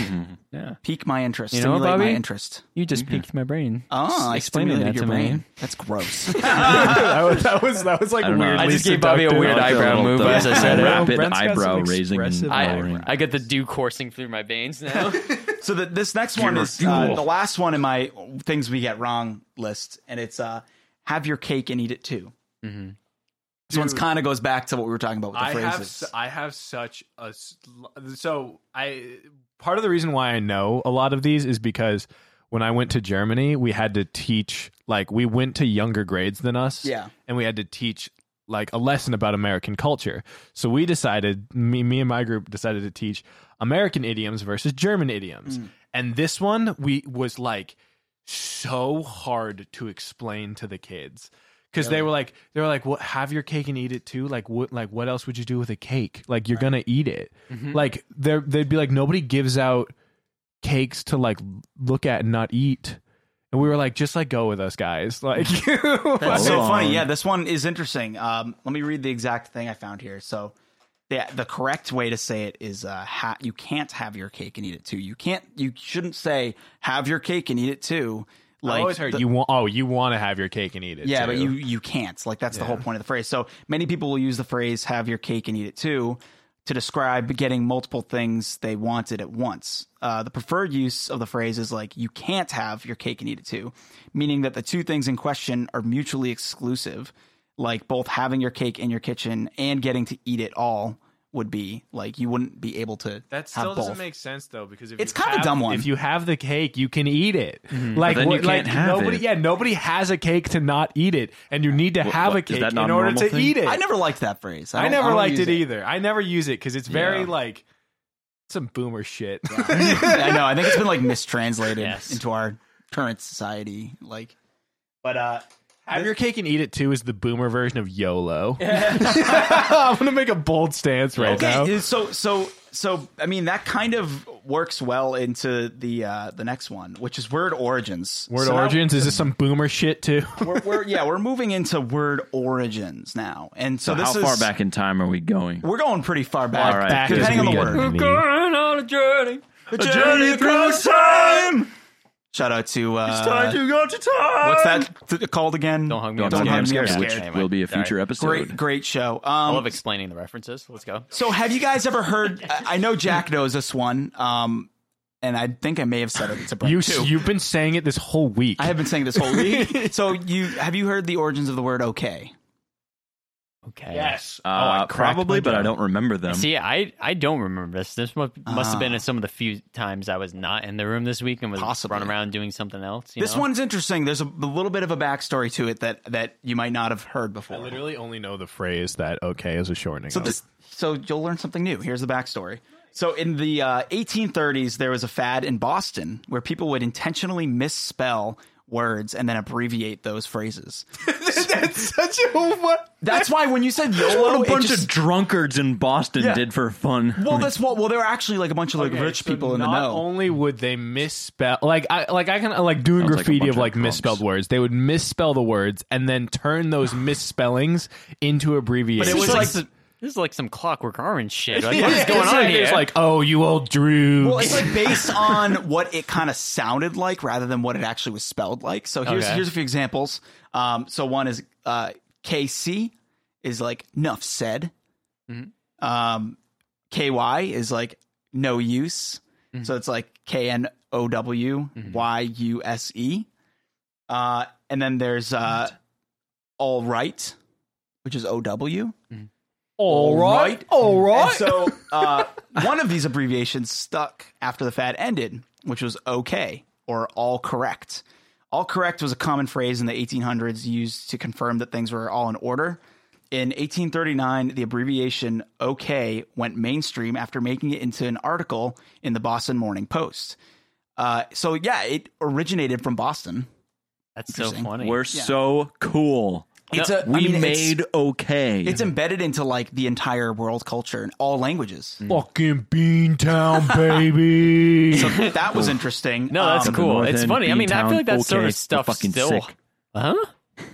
[SPEAKER 2] Yeah.
[SPEAKER 1] pique my interest,
[SPEAKER 2] You know what,
[SPEAKER 1] stimulate my
[SPEAKER 2] Bobby?
[SPEAKER 1] interest.
[SPEAKER 2] You just piqued my brain.
[SPEAKER 1] Oh, I
[SPEAKER 2] explaining
[SPEAKER 1] stimulated
[SPEAKER 2] that
[SPEAKER 1] your
[SPEAKER 2] to me.
[SPEAKER 1] brain. That's
[SPEAKER 2] <laughs>
[SPEAKER 1] gross.
[SPEAKER 3] <laughs> that, was, that was that was like
[SPEAKER 4] I don't know.
[SPEAKER 3] weird.
[SPEAKER 4] I
[SPEAKER 2] just gave Bobby a weird
[SPEAKER 4] I feel a
[SPEAKER 2] eyebrow
[SPEAKER 4] little
[SPEAKER 2] move
[SPEAKER 4] dumb.
[SPEAKER 2] as I said it.
[SPEAKER 4] Rapid
[SPEAKER 3] Brent's got some
[SPEAKER 4] eyebrow raising and
[SPEAKER 3] expressive
[SPEAKER 4] lowering.
[SPEAKER 2] I, I get the dew coursing through my veins now.
[SPEAKER 1] so the, this next one is uh, the last one in my things we get wrong list, and it's uh, have your cake and eat it too.
[SPEAKER 2] Mm-hmm.
[SPEAKER 1] This one's kind of goes back to what we were talking about with the
[SPEAKER 3] I have
[SPEAKER 1] phrases.
[SPEAKER 3] su- I have such a sl- so I part of the reason why I know a lot of these is because when I went to Germany, we had to teach like we went to younger grades than us,
[SPEAKER 1] Yeah.
[SPEAKER 3] and we had to teach like a lesson about American culture. So we decided me me and my group decided to teach American idioms versus German idioms, and this one we was like so hard to explain to the kids because they were like they were like what have your cake and eat it too like what like what else would you do with a cake like you're gonna eat it like they they'd be like nobody gives out cakes to like look at and not eat and we were like just like go with us guys <laughs> like
[SPEAKER 1] That's so
[SPEAKER 4] Hold
[SPEAKER 1] funny.
[SPEAKER 4] on.
[SPEAKER 1] Yeah, this one is interesting. Um, let me read the exact thing I found here. So, the the correct way to say it is uh, ha- you can't have your cake and eat it too. You can't. You shouldn't say have your cake and eat it too. Like
[SPEAKER 3] I always heard
[SPEAKER 1] the-
[SPEAKER 3] you want oh you want to have your cake and eat it
[SPEAKER 1] yeah,
[SPEAKER 3] too.
[SPEAKER 1] but you you can't. Like that's the whole point of the phrase. So many people will use the phrase "have your cake and eat it too" to describe getting multiple things they wanted at once. Uh, the preferred use of the phrase is like "you can't have your cake and eat it too," meaning that the two things in question are mutually exclusive. Like both having your cake in your kitchen and getting to eat it all would be like you wouldn't be able to.
[SPEAKER 3] that
[SPEAKER 1] have
[SPEAKER 3] still doesn't
[SPEAKER 1] both.
[SPEAKER 3] make sense though because if
[SPEAKER 1] It's
[SPEAKER 3] you
[SPEAKER 1] kinda a
[SPEAKER 3] have-
[SPEAKER 1] dumb one. Mm-hmm.
[SPEAKER 3] If you have the cake, you can eat it. Like
[SPEAKER 4] But then you
[SPEAKER 3] what- like
[SPEAKER 4] can't have
[SPEAKER 3] nobody
[SPEAKER 4] it.
[SPEAKER 3] yeah nobody has a cake to not eat it, and you need to have
[SPEAKER 4] what-
[SPEAKER 3] a
[SPEAKER 4] is
[SPEAKER 3] cake
[SPEAKER 4] that
[SPEAKER 3] in
[SPEAKER 4] not a
[SPEAKER 3] order
[SPEAKER 4] normal
[SPEAKER 3] to
[SPEAKER 4] thing?
[SPEAKER 3] eat it.
[SPEAKER 1] I never liked that phrase.
[SPEAKER 3] I
[SPEAKER 1] don't-
[SPEAKER 3] never
[SPEAKER 1] don't
[SPEAKER 3] liked
[SPEAKER 1] use
[SPEAKER 3] it either. I never use it because it's very
[SPEAKER 4] Yeah.
[SPEAKER 3] like some boomer shit.
[SPEAKER 1] <laughs> I know. I think it's been like mistranslated
[SPEAKER 2] Yes.
[SPEAKER 1] into our current society. Like, but uh,
[SPEAKER 3] <laughs> Have your cake and eat it too is the boomer version
[SPEAKER 1] <laughs>
[SPEAKER 3] of YOLO. <laughs> I'm gonna make a bold stance right now.
[SPEAKER 1] okay. So so so I mean that kind of works well into the uh the next one, which is word origins.
[SPEAKER 3] Word
[SPEAKER 1] So now-
[SPEAKER 3] origins is this some boomer shit too?
[SPEAKER 1] We're, we're yeah, we're moving into word origins now, and so,
[SPEAKER 4] So
[SPEAKER 1] this
[SPEAKER 4] how
[SPEAKER 1] is
[SPEAKER 4] far back in time are we going?
[SPEAKER 1] We're going pretty far back,
[SPEAKER 4] All right.
[SPEAKER 3] Back
[SPEAKER 1] depending
[SPEAKER 3] as
[SPEAKER 1] on the
[SPEAKER 3] we
[SPEAKER 1] word.
[SPEAKER 3] go.
[SPEAKER 2] Going on a journey.
[SPEAKER 4] journey across time.
[SPEAKER 1] Shout out to uh,
[SPEAKER 4] to go to time.
[SPEAKER 1] what's that th- called again?
[SPEAKER 2] Don't hug me.
[SPEAKER 4] Don't,
[SPEAKER 1] Don't
[SPEAKER 4] Hug Me,
[SPEAKER 1] Hug
[SPEAKER 4] I'm
[SPEAKER 1] Me, I'm
[SPEAKER 4] scared, which
[SPEAKER 2] Scared.
[SPEAKER 4] will be a
[SPEAKER 2] Sorry.
[SPEAKER 4] future episode.
[SPEAKER 1] Great, great show. Um,
[SPEAKER 2] I love explaining the references. Let's go.
[SPEAKER 1] So, have you guys ever heard? I I know Jack knows this one, um, and I think I may have said it. It's a Brent
[SPEAKER 3] You
[SPEAKER 1] too.
[SPEAKER 3] you've been saying it this whole week.
[SPEAKER 1] I have been saying this whole <laughs> week. so, you have you heard the origins of the word "okay"?
[SPEAKER 2] Okay.
[SPEAKER 4] Uh,
[SPEAKER 3] Oh, I cracked
[SPEAKER 4] probably,
[SPEAKER 3] my
[SPEAKER 4] but I
[SPEAKER 3] jaw.
[SPEAKER 4] don't remember them.
[SPEAKER 2] See, I, I don't remember this. This must, must have been some of the few times I was not in the room this week and was
[SPEAKER 1] Possibly.
[SPEAKER 2] running around doing something else. you
[SPEAKER 1] This
[SPEAKER 2] know?
[SPEAKER 1] one's interesting. There's a, a little bit of a backstory to it that that you might not have heard before.
[SPEAKER 3] I literally only know the phrase that okay is a shortening.
[SPEAKER 1] So
[SPEAKER 3] of.
[SPEAKER 1] this, so you'll learn something new. Here's the backstory. So in the uh, 1830s, there was a fad in Boston where people would intentionally misspell words and then abbreviate those phrases.
[SPEAKER 3] <laughs> that's such a what?
[SPEAKER 1] That's why when you
[SPEAKER 3] <laughs>
[SPEAKER 1] said YOLO,
[SPEAKER 4] what a
[SPEAKER 1] it
[SPEAKER 4] bunch
[SPEAKER 1] just-
[SPEAKER 4] of drunkiards in Boston
[SPEAKER 1] Yeah.
[SPEAKER 4] did for fun.
[SPEAKER 1] well, that's what. Well, there were actually like a bunch of like
[SPEAKER 3] Okay,
[SPEAKER 1] rich
[SPEAKER 3] so
[SPEAKER 1] people in the
[SPEAKER 3] not
[SPEAKER 1] know.
[SPEAKER 3] only would they misspell like I like I can like doing
[SPEAKER 4] Sounds like a
[SPEAKER 3] graffiti
[SPEAKER 4] bunch
[SPEAKER 3] of
[SPEAKER 4] of
[SPEAKER 3] like
[SPEAKER 4] drunks.
[SPEAKER 3] misspelled words. They would misspell the words and then turn those misspellings into abbreviations.
[SPEAKER 1] But it was
[SPEAKER 2] This is
[SPEAKER 1] like-
[SPEAKER 2] some- this is like some clockwork orange shit. Like, what is
[SPEAKER 3] Yeah,
[SPEAKER 2] going
[SPEAKER 3] it's
[SPEAKER 2] on
[SPEAKER 3] like,
[SPEAKER 2] here?
[SPEAKER 3] It's like oh, you old Drew.
[SPEAKER 1] well, it's like based on what it kind of sounded like rather than what it actually was spelled like. So here's
[SPEAKER 2] Okay.
[SPEAKER 1] here's a few examples. Um, so one is uh, KC is like nuff said. Um, KY is like no use. So it's like K N O W Y U S E. Uh, and then there's uh, all right, which is O W.
[SPEAKER 3] all
[SPEAKER 1] right,
[SPEAKER 3] all
[SPEAKER 1] And so uh, one of these abbreviations stuck after the fad ended, which was OK or all correct. All correct was a common phrase in the 1800s used to confirm that things were all in order. In 1839, the abbreviation OK went mainstream after making it into an article in the Boston Morning Post. Uh, so, yeah, it originated from Boston.
[SPEAKER 2] That's so funny.
[SPEAKER 4] We're so cool.
[SPEAKER 1] It's a- I
[SPEAKER 4] we
[SPEAKER 1] mean, it's-
[SPEAKER 4] made okay.
[SPEAKER 1] It's embedded into like the entire world culture and all languages.
[SPEAKER 3] Fucking Beantown,
[SPEAKER 2] <laughs>
[SPEAKER 3] baby.
[SPEAKER 1] So that was interesting.
[SPEAKER 2] No, that's
[SPEAKER 1] Um,
[SPEAKER 2] cool.
[SPEAKER 4] North
[SPEAKER 2] It's
[SPEAKER 4] End,
[SPEAKER 2] funny. I mean, I
[SPEAKER 4] B-Town,
[SPEAKER 2] feel like that sort
[SPEAKER 4] okay,
[SPEAKER 2] of stuff
[SPEAKER 4] you're fucking
[SPEAKER 2] still.
[SPEAKER 4] sick.
[SPEAKER 2] Huh?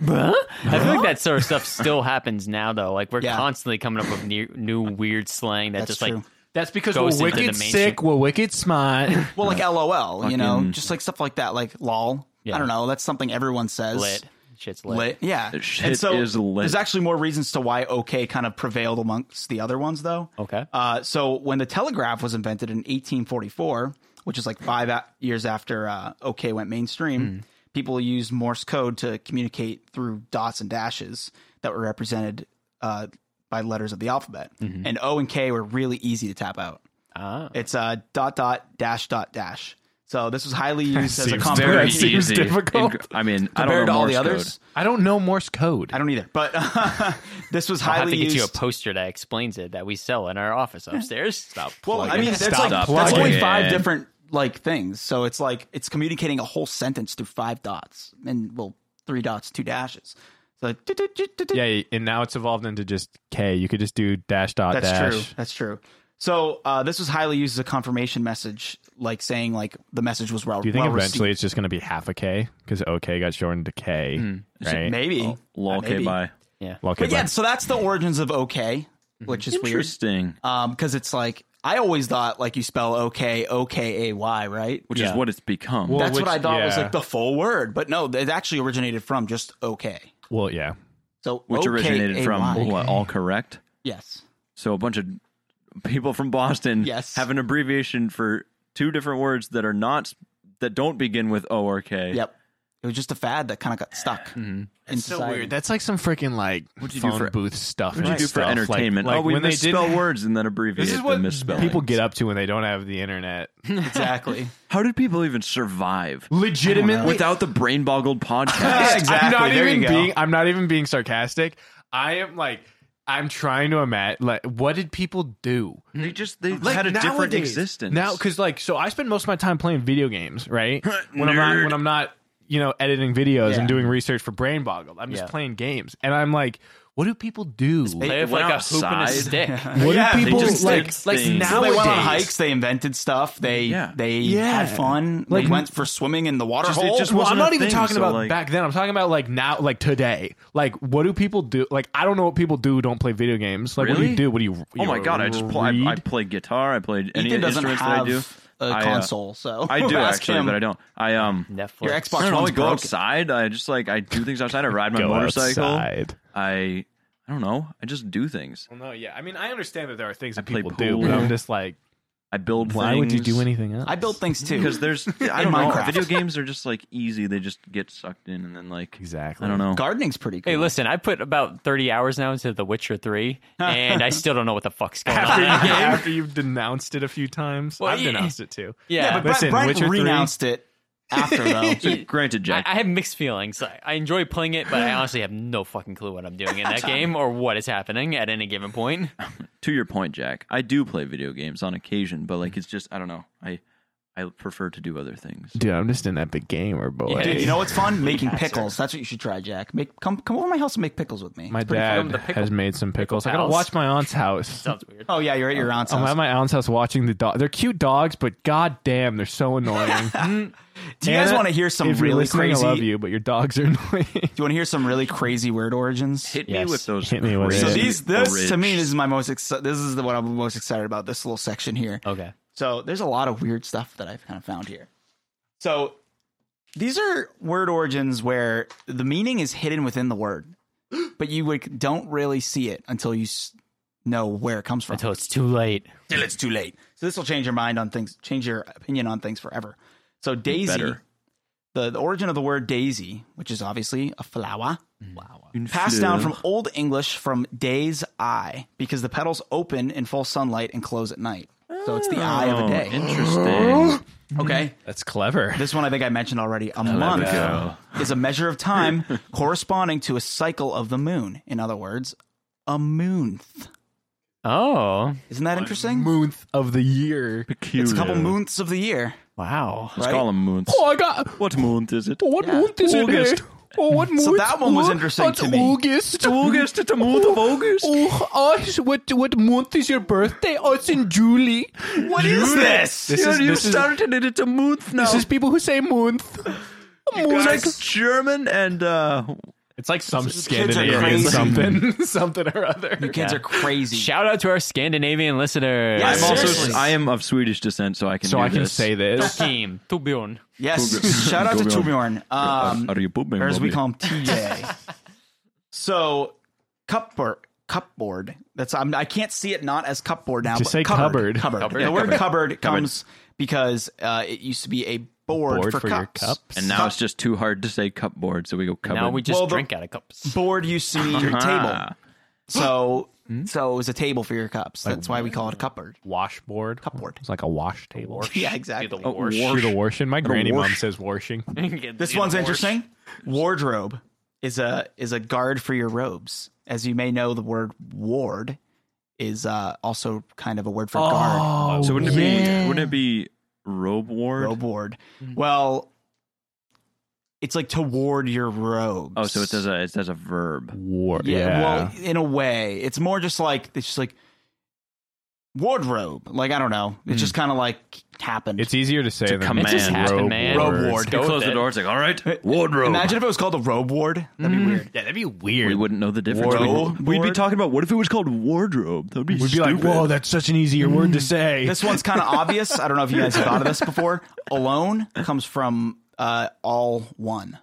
[SPEAKER 2] Bruh? I feel like that sort of stuff still happens now, though. Like we're
[SPEAKER 1] Yeah.
[SPEAKER 2] constantly coming up with new, new weird slang that
[SPEAKER 1] That's
[SPEAKER 2] just
[SPEAKER 1] true.
[SPEAKER 2] like
[SPEAKER 3] That's because
[SPEAKER 2] Goes
[SPEAKER 3] we're
[SPEAKER 2] into
[SPEAKER 3] wicked
[SPEAKER 2] the mainstream.
[SPEAKER 3] sick. We're wicked smart.
[SPEAKER 1] Well, like LOL, you know,
[SPEAKER 4] Fucking-
[SPEAKER 1] just like stuff like that, like lol. I
[SPEAKER 2] Yeah.
[SPEAKER 1] don't know. That's something everyone says.
[SPEAKER 2] lit. Shit's lit.
[SPEAKER 1] Lit. Yeah.
[SPEAKER 4] Shit
[SPEAKER 1] and so
[SPEAKER 4] is lit.
[SPEAKER 1] there's actually more reasons to why OK kind of prevailed amongst the other ones, though.
[SPEAKER 2] Okay.
[SPEAKER 1] Uh, so when the telegraph was invented in 1844, which is like five a- years after uh, OK went mainstream, people used Morse code to communicate through dots and dashes that were represented uh, by letters of the alphabet. And O and K were really easy to tap out.
[SPEAKER 2] Ah.
[SPEAKER 1] It's uh, dot dot dash dot dash. So this was highly used as a
[SPEAKER 3] seems
[SPEAKER 1] compromise <laughs>
[SPEAKER 3] very
[SPEAKER 4] very
[SPEAKER 3] That seems
[SPEAKER 4] easy.
[SPEAKER 3] difficult.
[SPEAKER 4] Inc- I mean, I
[SPEAKER 1] compared
[SPEAKER 4] don't know
[SPEAKER 1] to all
[SPEAKER 4] Morse
[SPEAKER 1] the others.
[SPEAKER 4] code.
[SPEAKER 3] I don't know Morse code.
[SPEAKER 1] I don't either, but <laughs> this was
[SPEAKER 2] I'll
[SPEAKER 1] highly
[SPEAKER 2] have to get
[SPEAKER 1] used.
[SPEAKER 2] you a poster that explains it that we sell in our office upstairs. Stop.
[SPEAKER 1] well, I
[SPEAKER 2] plugging.
[SPEAKER 1] mean, that's
[SPEAKER 3] Stop
[SPEAKER 1] like that's
[SPEAKER 3] plugging.
[SPEAKER 1] only five different like things. So it's like it's communicating a whole sentence through five dots and well, three dots, two dashes. So like, doot, doot, doot, doot, doot.
[SPEAKER 3] Yeah, and now it's evolved into just K. You could just do dash dot
[SPEAKER 1] that's
[SPEAKER 3] dash.
[SPEAKER 1] true. That's true. So uh, this was highly used as a confirmation message, like saying like the message was well.
[SPEAKER 3] Do you think
[SPEAKER 1] well
[SPEAKER 3] eventually
[SPEAKER 1] received.
[SPEAKER 3] it's just going to be half a K because OK got shortened to K, right?
[SPEAKER 1] maybe?
[SPEAKER 4] Lol, okay,
[SPEAKER 1] Maybe.
[SPEAKER 4] bye.
[SPEAKER 2] yeah.
[SPEAKER 3] Well, okay, Mm-hmm.
[SPEAKER 1] But yeah,
[SPEAKER 3] but-
[SPEAKER 1] so that's the origins of OK, which is weird.
[SPEAKER 4] Interesting.
[SPEAKER 1] Um, because it's like I always thought like you spell OK O K A Y, right?
[SPEAKER 4] Which is
[SPEAKER 2] Yeah.
[SPEAKER 4] what it's become.
[SPEAKER 3] Well,
[SPEAKER 1] That's
[SPEAKER 3] which-
[SPEAKER 1] what I thought was
[SPEAKER 3] yeah.
[SPEAKER 1] like the full word, but no, it actually originated from just okay.
[SPEAKER 3] Well, yeah.
[SPEAKER 1] So
[SPEAKER 4] which originated from
[SPEAKER 1] OKAY.
[SPEAKER 4] what? All correct.
[SPEAKER 1] yes,
[SPEAKER 4] So a bunch of people from Boston
[SPEAKER 1] <laughs> Yes.
[SPEAKER 4] have an abbreviation for two different words that are not that don't begin with O or K.
[SPEAKER 1] yep. It was just a fad that kind of got stuck.
[SPEAKER 4] Mm-hmm.
[SPEAKER 1] in society. <laughs>
[SPEAKER 3] That's like some freaking like
[SPEAKER 4] you do
[SPEAKER 3] phone
[SPEAKER 4] for-
[SPEAKER 3] booth stuff.
[SPEAKER 4] What do you
[SPEAKER 3] and
[SPEAKER 4] do for
[SPEAKER 3] stuff. Like-
[SPEAKER 4] entertainment?
[SPEAKER 3] Like,
[SPEAKER 4] oh, we
[SPEAKER 3] when they did
[SPEAKER 4] misspell words and then abbreviate
[SPEAKER 3] <laughs> This is
[SPEAKER 4] the
[SPEAKER 3] what
[SPEAKER 4] misspelling.
[SPEAKER 3] people get up to when they don't have the <laughs> internet.
[SPEAKER 1] exactly.
[SPEAKER 4] How did people even survive
[SPEAKER 3] Legitimately,
[SPEAKER 4] without the brain boggled podcast?
[SPEAKER 1] Yeah, exactly.
[SPEAKER 3] <laughs> I'm not
[SPEAKER 1] There you
[SPEAKER 3] even
[SPEAKER 1] go.
[SPEAKER 3] being. I'm not even being sarcastic. I am like. I'm trying to imagine. Like, what did people do?
[SPEAKER 4] They just they
[SPEAKER 3] like,
[SPEAKER 4] had a different
[SPEAKER 3] nowadays-
[SPEAKER 4] existence.
[SPEAKER 3] Now, because like, so I spend most of my time playing video games, right? <laughs> when I'm not,
[SPEAKER 4] Nerd.
[SPEAKER 3] when I'm not, you know, editing videos
[SPEAKER 1] Yeah.
[SPEAKER 3] and doing research for Brain Boggled, I'm just
[SPEAKER 2] Yeah.
[SPEAKER 3] playing games, and I'm like, what do people do?
[SPEAKER 2] Play with
[SPEAKER 4] went
[SPEAKER 2] like a hoop and a
[SPEAKER 4] outside.
[SPEAKER 2] stick.
[SPEAKER 3] What
[SPEAKER 1] Yeah,
[SPEAKER 3] do
[SPEAKER 1] they
[SPEAKER 3] people
[SPEAKER 4] just
[SPEAKER 3] like?
[SPEAKER 4] did
[SPEAKER 3] Like
[SPEAKER 4] things.
[SPEAKER 1] So
[SPEAKER 3] nowadays,
[SPEAKER 1] they went on hikes. They invented stuff. They
[SPEAKER 4] Yeah.
[SPEAKER 1] they
[SPEAKER 3] Yeah.
[SPEAKER 1] had fun.
[SPEAKER 3] Like-
[SPEAKER 1] they went for swimming in the water
[SPEAKER 4] Just- it
[SPEAKER 1] hole.
[SPEAKER 4] just
[SPEAKER 3] well, I'm
[SPEAKER 4] wasn't a
[SPEAKER 3] not even
[SPEAKER 4] thing,
[SPEAKER 3] talking
[SPEAKER 4] so,
[SPEAKER 3] about
[SPEAKER 4] like-
[SPEAKER 3] back then. I'm talking about like now, like today. Like, what do people do? Like, I don't know what people do. who Don't play video games. Like, what do
[SPEAKER 4] Really?
[SPEAKER 3] you do? What do you?
[SPEAKER 4] Oh my god! I just play, I, I play guitar. I played any
[SPEAKER 1] Ethan doesn't
[SPEAKER 4] instruments that I do.
[SPEAKER 1] have a
[SPEAKER 4] I, uh,
[SPEAKER 1] console, so <laughs>
[SPEAKER 4] <laughs> I do
[SPEAKER 1] ask
[SPEAKER 4] actually,
[SPEAKER 1] him.
[SPEAKER 4] but I don't. I um.
[SPEAKER 2] Netflix.
[SPEAKER 1] Your
[SPEAKER 4] I
[SPEAKER 1] Xbox
[SPEAKER 4] don't
[SPEAKER 1] One's
[SPEAKER 4] always go
[SPEAKER 1] broken.
[SPEAKER 4] outside. I just like I do things outside. I ride
[SPEAKER 3] <laughs>
[SPEAKER 4] my
[SPEAKER 3] Go
[SPEAKER 4] motorcycle.
[SPEAKER 3] outside.
[SPEAKER 4] I I don't know. I just do things.
[SPEAKER 3] Well, no, yeah. I mean, I understand that there are things that
[SPEAKER 4] play
[SPEAKER 3] people do, but
[SPEAKER 4] pool.
[SPEAKER 3] I'm just like,
[SPEAKER 4] I build.
[SPEAKER 3] why would you
[SPEAKER 4] <laughs>
[SPEAKER 3] do anything else?
[SPEAKER 1] I build things too.
[SPEAKER 4] Because there's I
[SPEAKER 1] In
[SPEAKER 4] don't know.
[SPEAKER 1] Minecraft.
[SPEAKER 4] Video games are just like easy. They just get sucked in and then like
[SPEAKER 3] Exactly.
[SPEAKER 4] I don't know.
[SPEAKER 1] gardening's pretty cool.
[SPEAKER 2] Hey, listen, I put about 30 hours now into The Witcher 3, and I still don't know what
[SPEAKER 1] <laughs>
[SPEAKER 2] the fuck's going
[SPEAKER 3] After, you,
[SPEAKER 2] on.
[SPEAKER 3] <laughs> after you've denounced it a few times,
[SPEAKER 2] Well,
[SPEAKER 3] I've
[SPEAKER 2] yeah.
[SPEAKER 3] denounced it too.
[SPEAKER 1] yeah,
[SPEAKER 2] Yeah,
[SPEAKER 1] but
[SPEAKER 3] Listen,
[SPEAKER 1] Brent,
[SPEAKER 3] Witcher
[SPEAKER 1] Brent
[SPEAKER 3] 3
[SPEAKER 1] renounced it after though.
[SPEAKER 4] <laughs> Granted,
[SPEAKER 2] I,
[SPEAKER 4] Jack.
[SPEAKER 2] I have mixed feelings. I, I enjoy playing it, but I honestly have no fucking clue what I'm doing in that game or what is happening at any given point.
[SPEAKER 4] to your point, Jack, I do play video games on occasion, but like it's just I don't know. I I prefer to do other things.
[SPEAKER 3] Dude, I'm just an epic gamer, boy.
[SPEAKER 2] Yeah.
[SPEAKER 1] Dude, you know what's fun? Making pickles. That's what you should try, Jack. Make come come over to my house and make pickles with me.
[SPEAKER 3] my
[SPEAKER 1] It's pretty
[SPEAKER 3] dad
[SPEAKER 1] fun.
[SPEAKER 3] has made some pickles. I gotta
[SPEAKER 2] pals.
[SPEAKER 3] watch my aunt's house.
[SPEAKER 2] Sounds weird.
[SPEAKER 1] Oh yeah, you're at your aunt's
[SPEAKER 3] <laughs> I'm
[SPEAKER 1] house.
[SPEAKER 3] at my aunt's house watching the dog. They're cute dogs, but god damn, they're so <laughs> annoying.
[SPEAKER 1] Do you guys
[SPEAKER 3] Anna,
[SPEAKER 1] want to hear some
[SPEAKER 3] if you're
[SPEAKER 1] really
[SPEAKER 3] listening,
[SPEAKER 1] crazy?
[SPEAKER 3] I love you, but your dogs are <laughs> annoying.
[SPEAKER 1] Do you want to hear some really crazy word origins?
[SPEAKER 4] Hit
[SPEAKER 2] Yes.
[SPEAKER 4] me with those.
[SPEAKER 3] Hit me with
[SPEAKER 4] crazy
[SPEAKER 1] so
[SPEAKER 3] it.
[SPEAKER 1] these, this to
[SPEAKER 4] orange-
[SPEAKER 1] me, this is my most. Exci- this is the what I'm most excited about. This little section here.
[SPEAKER 2] Okay.
[SPEAKER 1] So there's a lot of weird stuff that I've kind of found here. So these are word origins where the meaning is hidden within the word, but you like don't really see it until you s- know where it comes from.
[SPEAKER 2] Until it's too late.
[SPEAKER 1] Till it's too late. So this will change your mind on things, change your opinion on things forever. So daisy,
[SPEAKER 4] Better.
[SPEAKER 1] the, the origin of the word daisy, which is obviously a flower,
[SPEAKER 4] Une
[SPEAKER 1] passed down
[SPEAKER 4] <gasps> fleur.
[SPEAKER 1] from Old English from day's eye, because the petals open in full sunlight and close at night. So it's the eye of a
[SPEAKER 4] Oh,
[SPEAKER 1] day.
[SPEAKER 4] Interesting.
[SPEAKER 1] Okay.
[SPEAKER 3] That's clever.
[SPEAKER 1] This one I think I mentioned already. A month
[SPEAKER 4] go.
[SPEAKER 1] is a measure of
[SPEAKER 4] <laughs>
[SPEAKER 1] time corresponding to a cycle of the moon. In other words, a moonth.
[SPEAKER 2] Oh,
[SPEAKER 1] Isn't that interesting?
[SPEAKER 3] Moonth of the year.
[SPEAKER 1] It's a couple moonths of the year.
[SPEAKER 2] wow.
[SPEAKER 4] Let's
[SPEAKER 1] right?
[SPEAKER 4] call them moons.
[SPEAKER 3] Oh, I got.
[SPEAKER 4] What month is it?
[SPEAKER 3] What
[SPEAKER 1] Yeah.
[SPEAKER 3] month is it?
[SPEAKER 4] August.
[SPEAKER 3] eh? Oh, what month?
[SPEAKER 1] that one was
[SPEAKER 3] Oh,
[SPEAKER 1] interesting
[SPEAKER 3] it's
[SPEAKER 1] to me.
[SPEAKER 3] August.
[SPEAKER 4] August. It's a month of August.
[SPEAKER 3] Oh, oh, it's- what what month is your birthday? Oh, it's in July. What is
[SPEAKER 1] Who's this?
[SPEAKER 3] This is,
[SPEAKER 4] you
[SPEAKER 3] this, is,
[SPEAKER 4] started it. It's a month now.
[SPEAKER 3] this is people who say month. Month.
[SPEAKER 4] It's like German and uh,
[SPEAKER 3] It's like some
[SPEAKER 1] are
[SPEAKER 3] Scandinavian
[SPEAKER 1] crazy.
[SPEAKER 3] <laughs> something, something or other.
[SPEAKER 1] You kids are crazy.
[SPEAKER 2] Shout out to our Scandinavian listener.
[SPEAKER 1] Yes,
[SPEAKER 4] I'm also
[SPEAKER 1] Seriously.
[SPEAKER 4] I am of Swedish descent, so I can.
[SPEAKER 3] So
[SPEAKER 4] do
[SPEAKER 3] I can
[SPEAKER 4] this.
[SPEAKER 3] say
[SPEAKER 2] <laughs>
[SPEAKER 3] this.
[SPEAKER 2] Team, Torbjorn.
[SPEAKER 1] yes. Shout out to Torbjorn. Um,
[SPEAKER 4] Uh, Are you pooping,
[SPEAKER 1] or as we
[SPEAKER 4] Bobby?
[SPEAKER 1] call him, TJ. so, cupboard. Cupboard. That's I'm, I can't see it not as cupboard now.
[SPEAKER 3] Just
[SPEAKER 1] but
[SPEAKER 3] say
[SPEAKER 1] cupboard.
[SPEAKER 3] cupboard.
[SPEAKER 1] Cupboard.
[SPEAKER 2] Cupboard.
[SPEAKER 1] The
[SPEAKER 2] Yeah,
[SPEAKER 1] word cupboard, comes because uh, it used to be a board,
[SPEAKER 3] Board
[SPEAKER 1] for,
[SPEAKER 3] for your
[SPEAKER 1] cups.
[SPEAKER 3] cups.
[SPEAKER 4] And now it's just too hard to say cupboard, so we go cupboard.
[SPEAKER 2] Now we just
[SPEAKER 1] Well, the-
[SPEAKER 2] drink out of cups.
[SPEAKER 1] Board used to mean your table. So, so it was a table for your cups. That's why we call it a cupboard.
[SPEAKER 3] <laughs> Washboard.
[SPEAKER 1] Cupboard.
[SPEAKER 3] It's like a wash table.
[SPEAKER 1] <laughs> Yeah, exactly.
[SPEAKER 4] Oh,
[SPEAKER 2] Wash.
[SPEAKER 4] wash.
[SPEAKER 2] <laughs>
[SPEAKER 3] Shoot a washing. My granny mom
[SPEAKER 4] wash.
[SPEAKER 3] says washing.
[SPEAKER 1] This one's interesting. Wardrobe is a is a guard for your robes. As you may know, the word ward is uh, also kind of a word for
[SPEAKER 4] Oh.
[SPEAKER 1] guard.
[SPEAKER 3] Oh,
[SPEAKER 4] So wouldn't it be wouldn't it be robe ward?
[SPEAKER 1] Robe ward. Well, it's like to ward your robes.
[SPEAKER 4] Oh, so it says a it says a verb.
[SPEAKER 3] War.
[SPEAKER 1] yeah, Well, in a way, it's more just like it's just like wardrobe. Like I don't know.
[SPEAKER 4] Hmm.
[SPEAKER 1] It's just kind of like happened.
[SPEAKER 3] It's easier to say
[SPEAKER 4] a
[SPEAKER 3] than
[SPEAKER 4] command. It just
[SPEAKER 2] happened,
[SPEAKER 3] robe
[SPEAKER 2] man.
[SPEAKER 3] word.
[SPEAKER 1] Robe ward.
[SPEAKER 4] You close the door. It's like all right, wardrobe.
[SPEAKER 1] Imagine if it was called a robe ward. That'd be weird.
[SPEAKER 3] Yeah, that'd be
[SPEAKER 4] we
[SPEAKER 3] weird.
[SPEAKER 4] wouldn't know the difference.
[SPEAKER 1] Robe
[SPEAKER 4] We'd, we'd be
[SPEAKER 1] ward.
[SPEAKER 4] talking about what if it was called wardrobe? That would be
[SPEAKER 3] We'd be like, Hmm.
[SPEAKER 4] stupid.
[SPEAKER 3] whoa, that's such an easier word to say.
[SPEAKER 1] This one's kind of obvious. I don't know if you guys have thought of this before. Alone comes from uh, all one.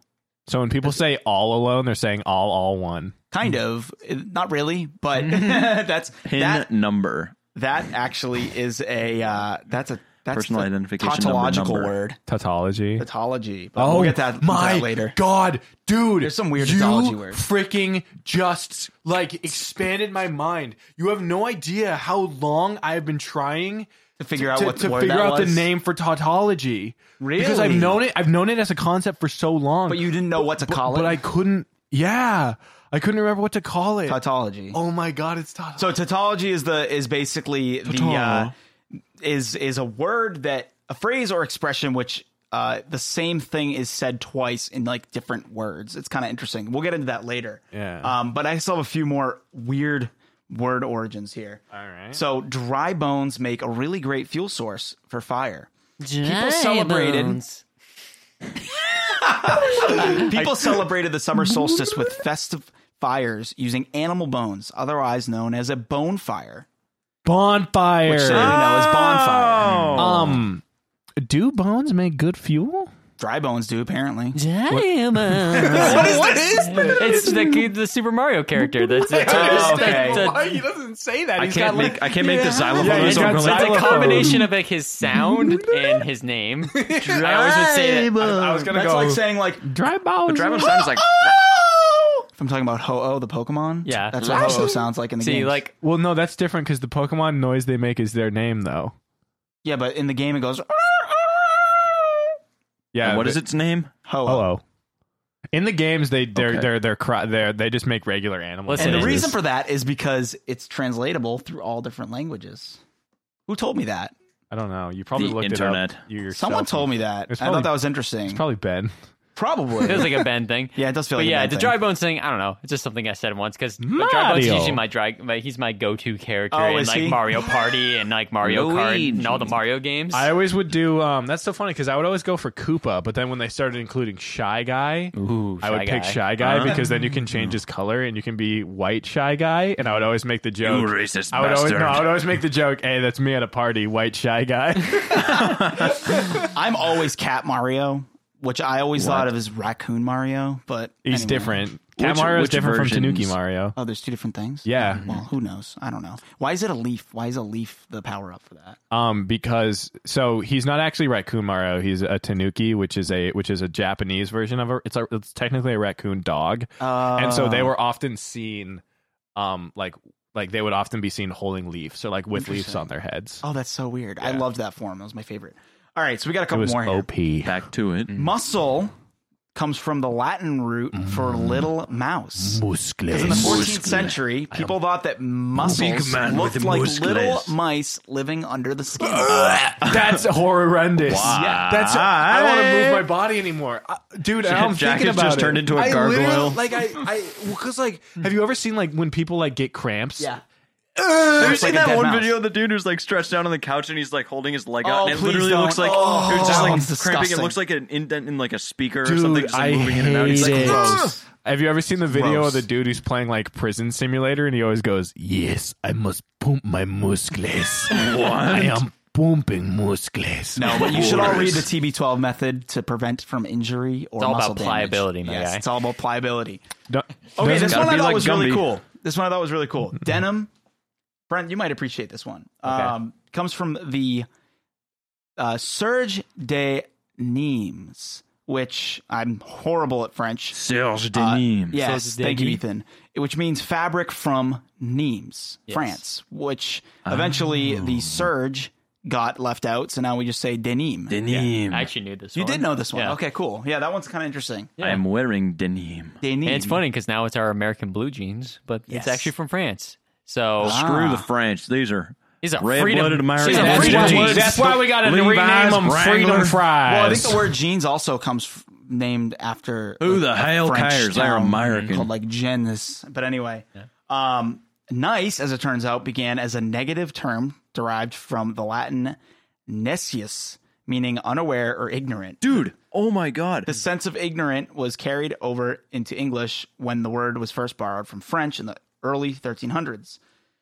[SPEAKER 3] So when people say all alone, they're saying all, all one.
[SPEAKER 1] Kind of, not really, but Hmm. <laughs> that's
[SPEAKER 4] pin
[SPEAKER 1] that.
[SPEAKER 4] number.
[SPEAKER 1] <laughs> That actually is a uh, that's a that's
[SPEAKER 4] Personal
[SPEAKER 1] the
[SPEAKER 4] identification number,
[SPEAKER 1] tautological
[SPEAKER 4] number.
[SPEAKER 1] word
[SPEAKER 3] Tautology.
[SPEAKER 1] tautology. But we'll get that, to
[SPEAKER 3] Oh my
[SPEAKER 1] that later.
[SPEAKER 3] God, dude!
[SPEAKER 1] There's some weird
[SPEAKER 3] you
[SPEAKER 1] tautology word.
[SPEAKER 3] Freaking just like expanded my mind. You have no idea how long I've been trying
[SPEAKER 1] To figure out
[SPEAKER 3] to,
[SPEAKER 1] what
[SPEAKER 3] to
[SPEAKER 1] word
[SPEAKER 3] figure
[SPEAKER 1] that
[SPEAKER 3] out
[SPEAKER 1] was.
[SPEAKER 3] the name for tautology. Because I've
[SPEAKER 1] Really?
[SPEAKER 3] known it. I've known it as a concept for so long.
[SPEAKER 1] but you didn't know what to
[SPEAKER 3] but,
[SPEAKER 1] call it.
[SPEAKER 3] but I couldn't. Yeah, I couldn't remember what to call it.
[SPEAKER 1] tautology.
[SPEAKER 3] Oh my God, it's tautology.
[SPEAKER 1] So tautology is the is basically the uh, is is a word that a phrase or expression which uh, the same thing is said twice in like different words. It's kind of interesting. We'll get into that later.
[SPEAKER 3] Yeah.
[SPEAKER 1] Um, but I still have a few more weird word origins here. All right. So dry bones make a really great fuel source for fire. People celebrated. People celebrated the summer solstice with festive fires using animal bones, otherwise known as a bonfire,
[SPEAKER 3] bonfire.
[SPEAKER 1] which they know as bonfire.
[SPEAKER 3] um, Do bones make good fuel?
[SPEAKER 1] Dry bones do apparently.
[SPEAKER 2] Diamonds.
[SPEAKER 1] What is this?
[SPEAKER 2] it's the the Super Mario character. <laughs> That's the,
[SPEAKER 1] understand
[SPEAKER 2] the-
[SPEAKER 3] he doesn't say that?
[SPEAKER 4] I can't make I can't make the xylophone
[SPEAKER 3] Yeah, he's
[SPEAKER 4] so
[SPEAKER 3] got
[SPEAKER 4] really-
[SPEAKER 2] It's a
[SPEAKER 3] Xylophone.
[SPEAKER 4] <laughs>
[SPEAKER 2] combination of like his sound and his <laughs> name. I always would say that.
[SPEAKER 3] I was gonna
[SPEAKER 1] That's
[SPEAKER 3] go
[SPEAKER 1] like saying like
[SPEAKER 3] dry bones.
[SPEAKER 4] Dragon sound is like
[SPEAKER 1] if I'm talking about Ho-Oh the Pokemon.
[SPEAKER 2] Yeah.
[SPEAKER 1] that's what Ho-Oh sounds like in the
[SPEAKER 2] See,
[SPEAKER 1] game.
[SPEAKER 2] like
[SPEAKER 3] Well, no, that's different because the Pokemon noise they make is their name, though.
[SPEAKER 1] yeah, but in the game it goes
[SPEAKER 3] <laughs> Yeah.
[SPEAKER 4] what is its name?
[SPEAKER 1] Ho-Oh.
[SPEAKER 3] Hello. In the games, they they're
[SPEAKER 4] Okay.
[SPEAKER 3] they're they're, cry, they're they just make regular animals.
[SPEAKER 2] Listen,
[SPEAKER 1] And the
[SPEAKER 2] It
[SPEAKER 1] reason for that is because it's translatable through all different languages. Who told me that?
[SPEAKER 3] I don't know. You probably
[SPEAKER 4] The
[SPEAKER 3] looked it
[SPEAKER 4] internet.
[SPEAKER 3] up. You yourself.
[SPEAKER 1] Someone told me that.
[SPEAKER 3] It's
[SPEAKER 1] I
[SPEAKER 3] probably-
[SPEAKER 1] thought that was interesting.
[SPEAKER 3] It's probably Ben.
[SPEAKER 1] Probably.
[SPEAKER 2] feels like a Ben thing.
[SPEAKER 1] <laughs> yeah, it does feel
[SPEAKER 2] But
[SPEAKER 1] like
[SPEAKER 2] yeah,
[SPEAKER 1] a bad
[SPEAKER 2] the
[SPEAKER 1] thing.
[SPEAKER 2] dry bones thing, I don't know. It's just something I said once because dry bones is
[SPEAKER 3] Mario.
[SPEAKER 2] usually my dry. My, he's my go-to character
[SPEAKER 1] Oh,
[SPEAKER 2] in
[SPEAKER 1] is
[SPEAKER 2] like
[SPEAKER 1] he?
[SPEAKER 2] Mario Party and like Mario Kart and all the
[SPEAKER 4] Luigi.
[SPEAKER 2] Mario games.
[SPEAKER 3] I always would do. Um, that's so funny because I would always go for Koopa, but then when they started including Shy Guy,
[SPEAKER 2] Ooh,
[SPEAKER 3] I would
[SPEAKER 2] Shy
[SPEAKER 3] pick
[SPEAKER 2] Guy.
[SPEAKER 3] Shy Guy because then you can change his color and you can be white Shy Guy. And I would always make the joke.
[SPEAKER 4] racist
[SPEAKER 3] I would always no,
[SPEAKER 4] bastard.
[SPEAKER 3] I would always make the joke. Hey, that's me at a party, white Shy Guy.
[SPEAKER 1] I'm always Cat Mario, which I always thought of as Raccoon Mario, but
[SPEAKER 3] He's
[SPEAKER 1] anyway.
[SPEAKER 3] different. Cat
[SPEAKER 4] Which-
[SPEAKER 3] Mario is
[SPEAKER 4] which
[SPEAKER 3] different from Tanuki
[SPEAKER 4] versions?
[SPEAKER 3] Mario.
[SPEAKER 1] Oh, there's two different things.
[SPEAKER 3] Yeah.
[SPEAKER 1] Well, who knows? I don't know. Why is it a leaf? Why is a leaf the power up for that?
[SPEAKER 3] Um, because so he's not actually raccoon Mario. He's a Tanuki, which is a which is a Japanese version of a. It's a, it's technically a raccoon dog, and so they
[SPEAKER 4] Ah.
[SPEAKER 3] were often seen, um, like like they would often be seen holding leaves or like with leaves on their heads.
[SPEAKER 1] Oh, that's so weird. I loved that form. That was my favorite. All right, so we got a
[SPEAKER 3] it
[SPEAKER 1] couple
[SPEAKER 3] was
[SPEAKER 1] more. Here.
[SPEAKER 3] OP.
[SPEAKER 4] Back to
[SPEAKER 3] Mm-hmm.
[SPEAKER 4] it.
[SPEAKER 1] Muscle comes from the Latin root for
[SPEAKER 3] Mm-hmm.
[SPEAKER 1] little mouse. In the 14th century, people thought that mussels
[SPEAKER 4] man
[SPEAKER 1] looked
[SPEAKER 4] with
[SPEAKER 1] like
[SPEAKER 4] muscles.
[SPEAKER 1] little mice living under the skin.
[SPEAKER 3] <laughs> That's horrendous.
[SPEAKER 4] Yeah.
[SPEAKER 3] That's I don't want to move my <laughs> body anymore, Uh, dude. now I'm
[SPEAKER 4] Jack
[SPEAKER 3] thinking
[SPEAKER 4] has
[SPEAKER 3] about
[SPEAKER 4] just
[SPEAKER 3] it.
[SPEAKER 4] turned into a
[SPEAKER 3] I literally-
[SPEAKER 4] gargoyle.
[SPEAKER 3] Like I, I, because like, have you ever seen like when people like get cramps?
[SPEAKER 1] yeah.
[SPEAKER 4] Have you
[SPEAKER 1] Looks
[SPEAKER 4] seen
[SPEAKER 1] like a
[SPEAKER 4] that
[SPEAKER 1] dead
[SPEAKER 4] one
[SPEAKER 1] mouse.
[SPEAKER 4] video of the dude who's like stretched out on the couch and he's like holding his leg
[SPEAKER 1] Oh,
[SPEAKER 4] out and it
[SPEAKER 1] please
[SPEAKER 4] literally
[SPEAKER 1] don't.
[SPEAKER 4] looks like
[SPEAKER 1] Oh,
[SPEAKER 4] dude,
[SPEAKER 1] that
[SPEAKER 4] just like
[SPEAKER 1] one's
[SPEAKER 4] cramping.
[SPEAKER 1] disgusting.
[SPEAKER 4] It looks like an indent in like a speaker or
[SPEAKER 3] Dude,
[SPEAKER 4] something, just like,
[SPEAKER 3] I
[SPEAKER 4] moving in and out. He's like,
[SPEAKER 3] hate it.
[SPEAKER 4] "Ugh."
[SPEAKER 1] Gross.
[SPEAKER 3] Have you ever seen the video
[SPEAKER 1] Gross.
[SPEAKER 3] of the dude who's playing like prison simulator and he always goes, "Yes, I must pump my
[SPEAKER 4] <laughs>
[SPEAKER 3] muscles. I am pumping muscles."
[SPEAKER 1] No, <laughs> but you should all read the TB12 method to prevent from injury or
[SPEAKER 2] It's all about
[SPEAKER 1] muscle damage.
[SPEAKER 2] pliability, my
[SPEAKER 1] yes,
[SPEAKER 2] guy.
[SPEAKER 1] It's all about pliability.
[SPEAKER 3] Don't-
[SPEAKER 1] Okay,
[SPEAKER 3] doesn't-
[SPEAKER 1] this one
[SPEAKER 4] gotta
[SPEAKER 1] I
[SPEAKER 4] be
[SPEAKER 1] thought
[SPEAKER 4] like
[SPEAKER 1] was really
[SPEAKER 4] Gumby.
[SPEAKER 1] cool. This one I thought was really cool. Denim, Brent, you might appreciate this one. Um, comes from the uh, Serge de Nimes, which I'm horrible at French.
[SPEAKER 4] Serge
[SPEAKER 1] Uh,
[SPEAKER 4] Denim.
[SPEAKER 1] Yes,
[SPEAKER 2] Serge de
[SPEAKER 1] thank you,
[SPEAKER 2] Nîmes.
[SPEAKER 1] Ethan. Which means fabric from Nimes, France. Which eventually the Serge got left out, so now we just say denim.
[SPEAKER 4] Denim.
[SPEAKER 2] I actually knew this.
[SPEAKER 1] You
[SPEAKER 2] one.
[SPEAKER 1] did know this one.
[SPEAKER 2] Yeah.
[SPEAKER 1] Okay, cool. Yeah, that one's kind of interesting.
[SPEAKER 4] I am wearing denim.
[SPEAKER 1] Denim.
[SPEAKER 2] And it's funny because now it's our American blue jeans, but
[SPEAKER 1] Yes.
[SPEAKER 2] it's actually from France. So
[SPEAKER 1] Ah.
[SPEAKER 4] Screw the French. These are
[SPEAKER 2] These are
[SPEAKER 4] red-blooded
[SPEAKER 2] freedom-
[SPEAKER 4] Americans.
[SPEAKER 2] These are
[SPEAKER 3] That's
[SPEAKER 2] freedom
[SPEAKER 3] why,
[SPEAKER 2] jeans.
[SPEAKER 3] that's why we got to rename
[SPEAKER 4] Levi's,
[SPEAKER 3] them Freedom
[SPEAKER 4] Wrangler.
[SPEAKER 3] Fries.
[SPEAKER 1] Well, I think the word jeans also comes f- named after
[SPEAKER 4] Who
[SPEAKER 1] like,
[SPEAKER 4] the
[SPEAKER 1] a
[SPEAKER 4] hell
[SPEAKER 1] French
[SPEAKER 4] cares? They're
[SPEAKER 1] town
[SPEAKER 4] American.
[SPEAKER 1] Called like Genis. But anyway, um, nice, as it turns out, began as a negative term derived from the Latin necius, meaning unaware or ignorant.
[SPEAKER 4] dude. Oh my god.
[SPEAKER 1] The sense of ignorant was carried over into English when the word was first borrowed from French in the early 1300s.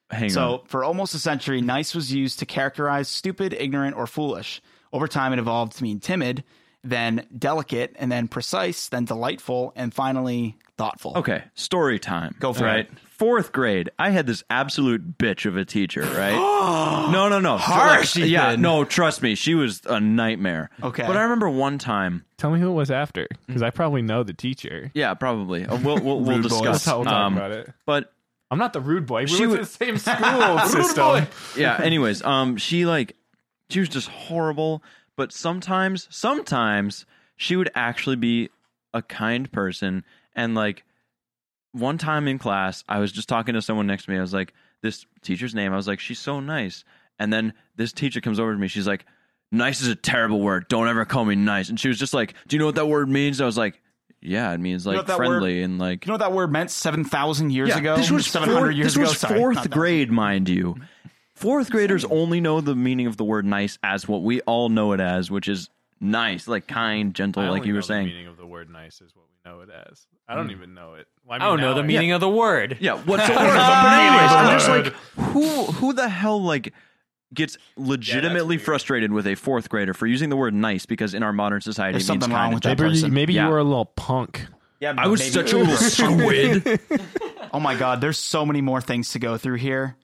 [SPEAKER 4] Hang on.
[SPEAKER 1] So, for almost a century, nice was used to characterize stupid, ignorant, or foolish. Over time, it evolved to mean timid, then delicate, and then precise, then delightful, and finally thoughtful.
[SPEAKER 4] Okay, story time. Go
[SPEAKER 1] for
[SPEAKER 4] right?
[SPEAKER 1] it.
[SPEAKER 4] Fourth grade, I had this absolute bitch of a
[SPEAKER 1] <gasps>
[SPEAKER 4] teacher, right? no, no, no.
[SPEAKER 1] Harsh,
[SPEAKER 4] Like, yeah,
[SPEAKER 1] Ethan.
[SPEAKER 4] no, trust me, she was a nightmare.
[SPEAKER 1] Okay.
[SPEAKER 4] But I remember one time,
[SPEAKER 3] Tell me who it was after, because I probably know the teacher.
[SPEAKER 4] yeah, probably. Uh, We'll, we'll,
[SPEAKER 1] <laughs>
[SPEAKER 4] we'll
[SPEAKER 1] Rude boy.
[SPEAKER 4] discuss.
[SPEAKER 3] That's how we'll talk
[SPEAKER 4] um,
[SPEAKER 3] about it.
[SPEAKER 4] But
[SPEAKER 3] I'm not the rude boy. We
[SPEAKER 4] She
[SPEAKER 3] went to
[SPEAKER 4] wa-
[SPEAKER 3] the same
[SPEAKER 4] <laughs>
[SPEAKER 3] school system.
[SPEAKER 4] yeah, anyways, um, she like, she was just horrible, but sometimes, sometimes she would actually be a kind person and like, one time in class, I was just talking to someone next to me. I was like, this teacher's name. I was like, she's so nice. And then this teacher comes over to me. She's like, nice is a terrible word. Don't ever call me nice. And she was just like, do you know what that word means? I was like, yeah, it means
[SPEAKER 1] know
[SPEAKER 4] like
[SPEAKER 1] what that
[SPEAKER 4] friendly and like.
[SPEAKER 1] You know what that word meant 7,000 years
[SPEAKER 4] yeah,
[SPEAKER 1] ago?
[SPEAKER 4] this was
[SPEAKER 1] 700
[SPEAKER 4] fourth,
[SPEAKER 1] years
[SPEAKER 4] this
[SPEAKER 1] ago.
[SPEAKER 4] was
[SPEAKER 1] Sorry, not
[SPEAKER 4] fourth
[SPEAKER 1] that.
[SPEAKER 4] grade, mind you. Fourth graders only know the meaning of the word nice as what we all know it as, which is nice, like kind, gentle, like you were saying. Hmm.
[SPEAKER 3] meaning of the word "nice" is what we know it as. I don't even know it.
[SPEAKER 2] I don't know the meaning of the word.
[SPEAKER 1] <laughs>
[SPEAKER 4] Yeah, what's the word? But anyways, I'm just like, who who the hell like gets legitimately frustrated with a fourth grader for using the word nice because in our modern society
[SPEAKER 1] There's
[SPEAKER 4] it means
[SPEAKER 1] something wrong
[SPEAKER 4] kind.
[SPEAKER 1] with that
[SPEAKER 3] Maybe you,
[SPEAKER 1] person.
[SPEAKER 3] maybe
[SPEAKER 4] Yeah.
[SPEAKER 3] you were a little punk.
[SPEAKER 1] yeah,
[SPEAKER 4] I was
[SPEAKER 1] maybe-
[SPEAKER 4] such a
[SPEAKER 3] <laughs>
[SPEAKER 4] little squid.
[SPEAKER 1] <laughs> Oh my god, there's so many more things to go through here,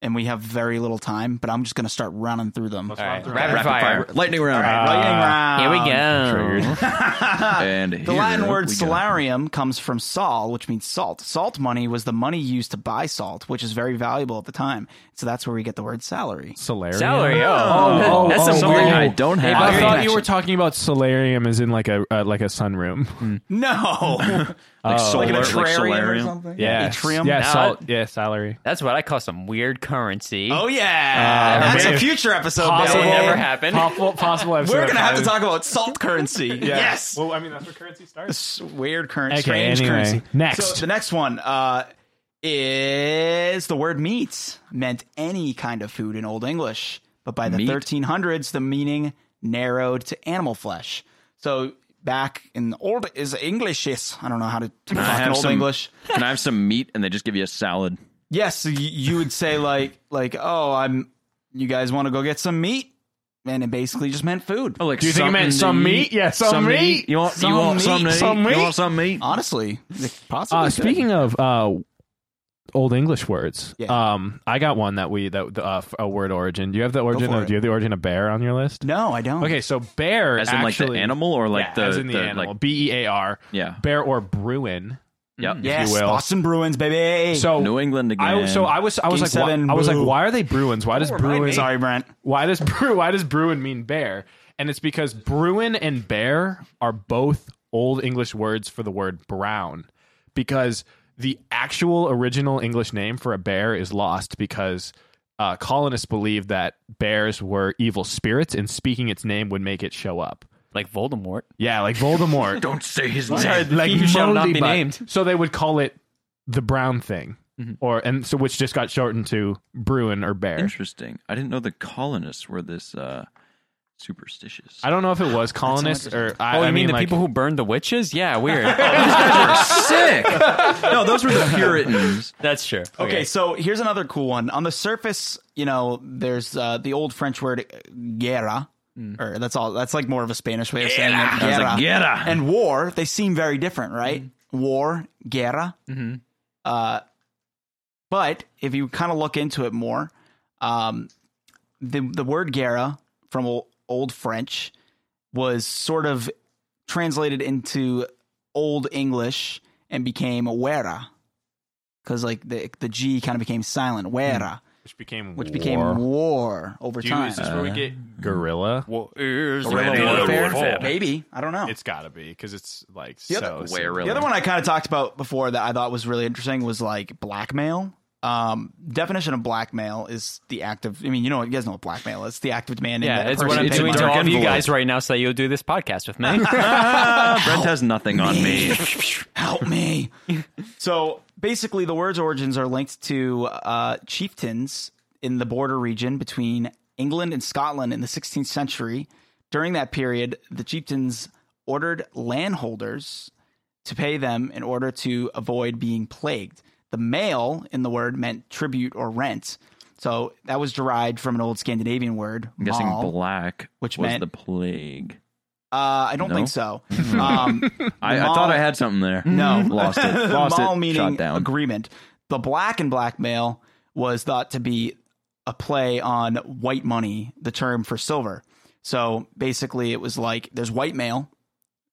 [SPEAKER 1] and we have very little time. But I'm just gonna start running through them.
[SPEAKER 2] All right, rapid,
[SPEAKER 4] Rapid
[SPEAKER 2] fire.
[SPEAKER 4] fire. Lightning round.
[SPEAKER 1] Lightning
[SPEAKER 2] Here
[SPEAKER 1] round.
[SPEAKER 2] we <laughs> go.
[SPEAKER 4] and
[SPEAKER 1] Ah, The Latin word salarium comes from sol, which means salt. Salt money was the money used to buy salt, which is very valuable at the time. So that's where we get the word salary.
[SPEAKER 3] Solarium.
[SPEAKER 2] Salary. Oh,
[SPEAKER 3] oh,
[SPEAKER 2] that's
[SPEAKER 3] oh,
[SPEAKER 2] some
[SPEAKER 3] oh.
[SPEAKER 2] weird.
[SPEAKER 4] I don't have.
[SPEAKER 3] I
[SPEAKER 1] Very
[SPEAKER 3] thought you
[SPEAKER 1] connection.
[SPEAKER 3] were talking about solarium as in like a uh, like a sunroom.
[SPEAKER 1] Hmm. No, <laughs>
[SPEAKER 4] like,
[SPEAKER 1] Oh. like an
[SPEAKER 4] solar, like
[SPEAKER 1] atrium or
[SPEAKER 4] solarium.
[SPEAKER 1] something.
[SPEAKER 3] Yeah.
[SPEAKER 1] atrium.
[SPEAKER 3] Yeah,
[SPEAKER 2] No.
[SPEAKER 3] sal- yeah, salary.
[SPEAKER 2] That's what I call some weird currency.
[SPEAKER 1] Oh yeah, that's
[SPEAKER 3] man.
[SPEAKER 1] a future episode.
[SPEAKER 2] that
[SPEAKER 1] Bill.
[SPEAKER 2] will never happen.
[SPEAKER 3] Possible, possible episode.
[SPEAKER 1] We're gonna have to
[SPEAKER 3] five.
[SPEAKER 1] talk about salt currency. <laughs> Yes.
[SPEAKER 3] Well, I mean, that's where currency starts.
[SPEAKER 1] S- weird currency,
[SPEAKER 3] Okay,
[SPEAKER 1] strange
[SPEAKER 3] anyway,
[SPEAKER 1] currency.
[SPEAKER 3] next.
[SPEAKER 1] So the next one uh, is the word meat meant any kind of food in Old English, but by the
[SPEAKER 4] Meat?
[SPEAKER 1] 1300s, the meaning narrowed to animal flesh. So back in old is English, yes. I don't know how to talk in
[SPEAKER 4] have
[SPEAKER 1] Old
[SPEAKER 4] some-
[SPEAKER 1] English.
[SPEAKER 4] Can I have some meat? And they just give you a salad.
[SPEAKER 1] Yes, so y- you would say like like oh I'm you guys want to go get some meat, and it basically just meant food.
[SPEAKER 4] Oh, like
[SPEAKER 3] Do you think it meant some meat? Yeah, some, meat.
[SPEAKER 4] You want
[SPEAKER 1] Some
[SPEAKER 4] you want
[SPEAKER 1] meat.
[SPEAKER 4] some meat?
[SPEAKER 3] Some
[SPEAKER 4] You
[SPEAKER 3] meat?
[SPEAKER 4] want some meat?
[SPEAKER 1] Honestly, it possibly
[SPEAKER 3] Uh,
[SPEAKER 1] could.
[SPEAKER 3] speaking of uh, old English words,
[SPEAKER 1] Yeah.
[SPEAKER 3] um, I got one that we that uh, f- a word origin. Do you have the origin?
[SPEAKER 1] for
[SPEAKER 3] Of,
[SPEAKER 1] it.
[SPEAKER 3] do you have the origin of bear on your list?
[SPEAKER 1] no, I don't.
[SPEAKER 3] Okay, so bear
[SPEAKER 4] As in like
[SPEAKER 3] actually,
[SPEAKER 4] the animal or like
[SPEAKER 3] yeah,
[SPEAKER 4] the
[SPEAKER 3] as in the, animal
[SPEAKER 4] Like,
[SPEAKER 3] B E A R
[SPEAKER 4] yeah.
[SPEAKER 3] bear or Bruin.
[SPEAKER 4] Yep.
[SPEAKER 1] Yes,
[SPEAKER 3] will.
[SPEAKER 1] Boston Bruins, baby.
[SPEAKER 3] So
[SPEAKER 4] New England again.
[SPEAKER 3] I so I was I was
[SPEAKER 1] Game
[SPEAKER 3] like why-
[SPEAKER 1] seven,
[SPEAKER 3] I was
[SPEAKER 1] boo.
[SPEAKER 3] like why are they Bruins? Why does Bruin
[SPEAKER 1] sorry, Brent.
[SPEAKER 3] why does <laughs> Bru- why does Bruin mean bear? And it's because Bruin and bear are both old English words for the word brown, because the actual original English name for a bear is lost because uh, colonists believed that bears were evil spirits, and speaking its name would make it show up.
[SPEAKER 2] Like Voldemort.
[SPEAKER 3] Yeah, like Voldemort.
[SPEAKER 4] don't say his name.
[SPEAKER 2] <laughs>
[SPEAKER 3] like
[SPEAKER 2] He who shall not be
[SPEAKER 3] Moldybuck.
[SPEAKER 2] named.
[SPEAKER 3] So they would call it the brown thing,
[SPEAKER 2] Mm-hmm.
[SPEAKER 3] or and so which just got shortened to Bruin or bear.
[SPEAKER 4] Interesting. I didn't know the colonists were this uh,
[SPEAKER 3] <laughs>
[SPEAKER 4] superstitious.
[SPEAKER 3] I don't know if it was colonists or I,
[SPEAKER 2] Oh, you
[SPEAKER 3] I
[SPEAKER 2] mean, the
[SPEAKER 3] like,
[SPEAKER 2] people who burned the
[SPEAKER 1] <laughs>
[SPEAKER 2] witches? Yeah, weird.
[SPEAKER 4] sick. No, those were the Puritans.
[SPEAKER 2] that's true.
[SPEAKER 1] Okay, so here's another cool one. On the surface, you know, there's uh, the old French word uh, guerra, or that's all. That's like more of a Spanish way of saying it.
[SPEAKER 4] I was like, Hmm. "Guerra."
[SPEAKER 1] and war. They seem very different, right? War, guerra. Uh, but if you kind of look into it more, um, the the word guerra from ol- old French was sort of translated into old English and became wera. Because like the the G kind of became silent, wera,
[SPEAKER 3] which became
[SPEAKER 1] which became
[SPEAKER 3] war.
[SPEAKER 1] war, over
[SPEAKER 3] Do you,
[SPEAKER 1] time.
[SPEAKER 3] is
[SPEAKER 2] Uh,
[SPEAKER 3] this where we get gorilla?
[SPEAKER 1] Guerrilla
[SPEAKER 4] Guerrilla
[SPEAKER 1] warfare?
[SPEAKER 4] warfare.
[SPEAKER 1] Maybe I don't know.
[SPEAKER 3] It's gotta be because it's like
[SPEAKER 1] The
[SPEAKER 3] so.
[SPEAKER 1] other-
[SPEAKER 3] so-
[SPEAKER 4] Guerrilla.
[SPEAKER 1] The other one I kind of talked about before that I thought was really interesting was like blackmail. Um, definition of blackmail is the act of. I mean, you know, you guys know what blackmail is. The act of demanding.
[SPEAKER 2] Yeah,
[SPEAKER 1] that a
[SPEAKER 2] that's what
[SPEAKER 1] person
[SPEAKER 2] I'm
[SPEAKER 1] pay
[SPEAKER 2] doing
[SPEAKER 1] money.
[SPEAKER 2] to all of you
[SPEAKER 4] envelope.
[SPEAKER 2] guys right now so that you'll do this
[SPEAKER 1] <laughs>
[SPEAKER 2] podcast with me.
[SPEAKER 4] Brent has nothing on me.
[SPEAKER 1] Help me. <laughs> so basically, the word's origins are linked to uh, chieftains in the border region between England and Scotland in the 16th century. During that period, the chieftains ordered landholders to pay them in order to avoid being plagued. The male in the word meant tribute or rent. So that was derived from an old Scandinavian word,
[SPEAKER 4] I'm guessing
[SPEAKER 1] mal.
[SPEAKER 4] black
[SPEAKER 1] Which
[SPEAKER 4] was
[SPEAKER 1] meant-
[SPEAKER 4] the plague.
[SPEAKER 1] uh, I don't
[SPEAKER 4] No?
[SPEAKER 1] think
[SPEAKER 4] <laughs>
[SPEAKER 1] so. Um,
[SPEAKER 4] I, I
[SPEAKER 1] Mal-
[SPEAKER 4] thought I had something there. No, <laughs> lost
[SPEAKER 1] <laughs>
[SPEAKER 4] it. Lost
[SPEAKER 1] Mal
[SPEAKER 4] it.
[SPEAKER 1] meaning
[SPEAKER 4] Shot down.
[SPEAKER 1] agreement. The black and blackmail was thought to be a play on white money, the term for silver. So basically, it was like there's white mail,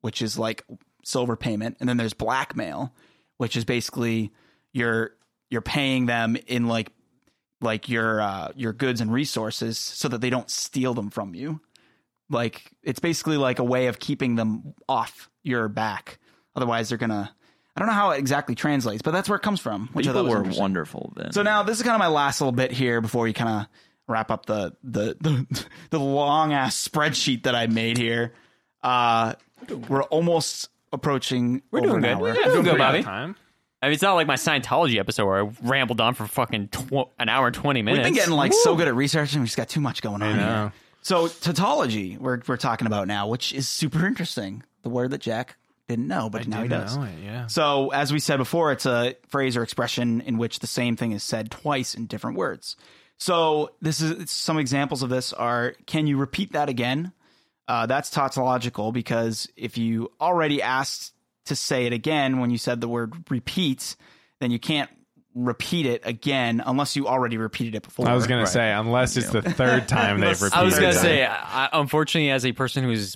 [SPEAKER 1] which is like silver payment, and then there's blackmail, which is basically you're you're paying them in like like your uh, your goods and resources so that they don't steal them from you. Like it's basically like a way of keeping them off your back. Otherwise, they're gonna. I don't know how it exactly translates, but that's where it comes from. Which I
[SPEAKER 4] People
[SPEAKER 1] thought was
[SPEAKER 4] were
[SPEAKER 1] interesting.
[SPEAKER 4] wonderful then.
[SPEAKER 1] So now this is kind of my last little bit here before we kind of wrap up the the the, <laughs> the long ass spreadsheet that I made here. Uh, we're almost approaching. We're
[SPEAKER 2] doing good.
[SPEAKER 1] Hour.
[SPEAKER 2] Yeah, we're doing good, Bobby.
[SPEAKER 3] Time.
[SPEAKER 2] I mean, it's not like my Scientology episode where I rambled on for fucking tw- an hour and 20 minutes.
[SPEAKER 1] We've been getting like so good at researching. We just got too much going on. Here. So tautology, we're we're talking about now, which is super interesting. The word that Jack didn't know, but now he
[SPEAKER 3] didn't
[SPEAKER 1] does.
[SPEAKER 3] know it, yeah.
[SPEAKER 1] So as we said before, it's a phrase or expression in which the same thing is said twice in different words. So this is some examples of this are can you repeat that again? Uh, that's tautological because if you already asked to say it again when you said the word repeat, then you can't repeat it again unless you already repeated it before.
[SPEAKER 3] I was gonna say unless it's the third time they've
[SPEAKER 2] <laughs>
[SPEAKER 3] repeated.
[SPEAKER 2] I was gonna
[SPEAKER 3] it.
[SPEAKER 2] say, I, I- unfortunately, as a person who's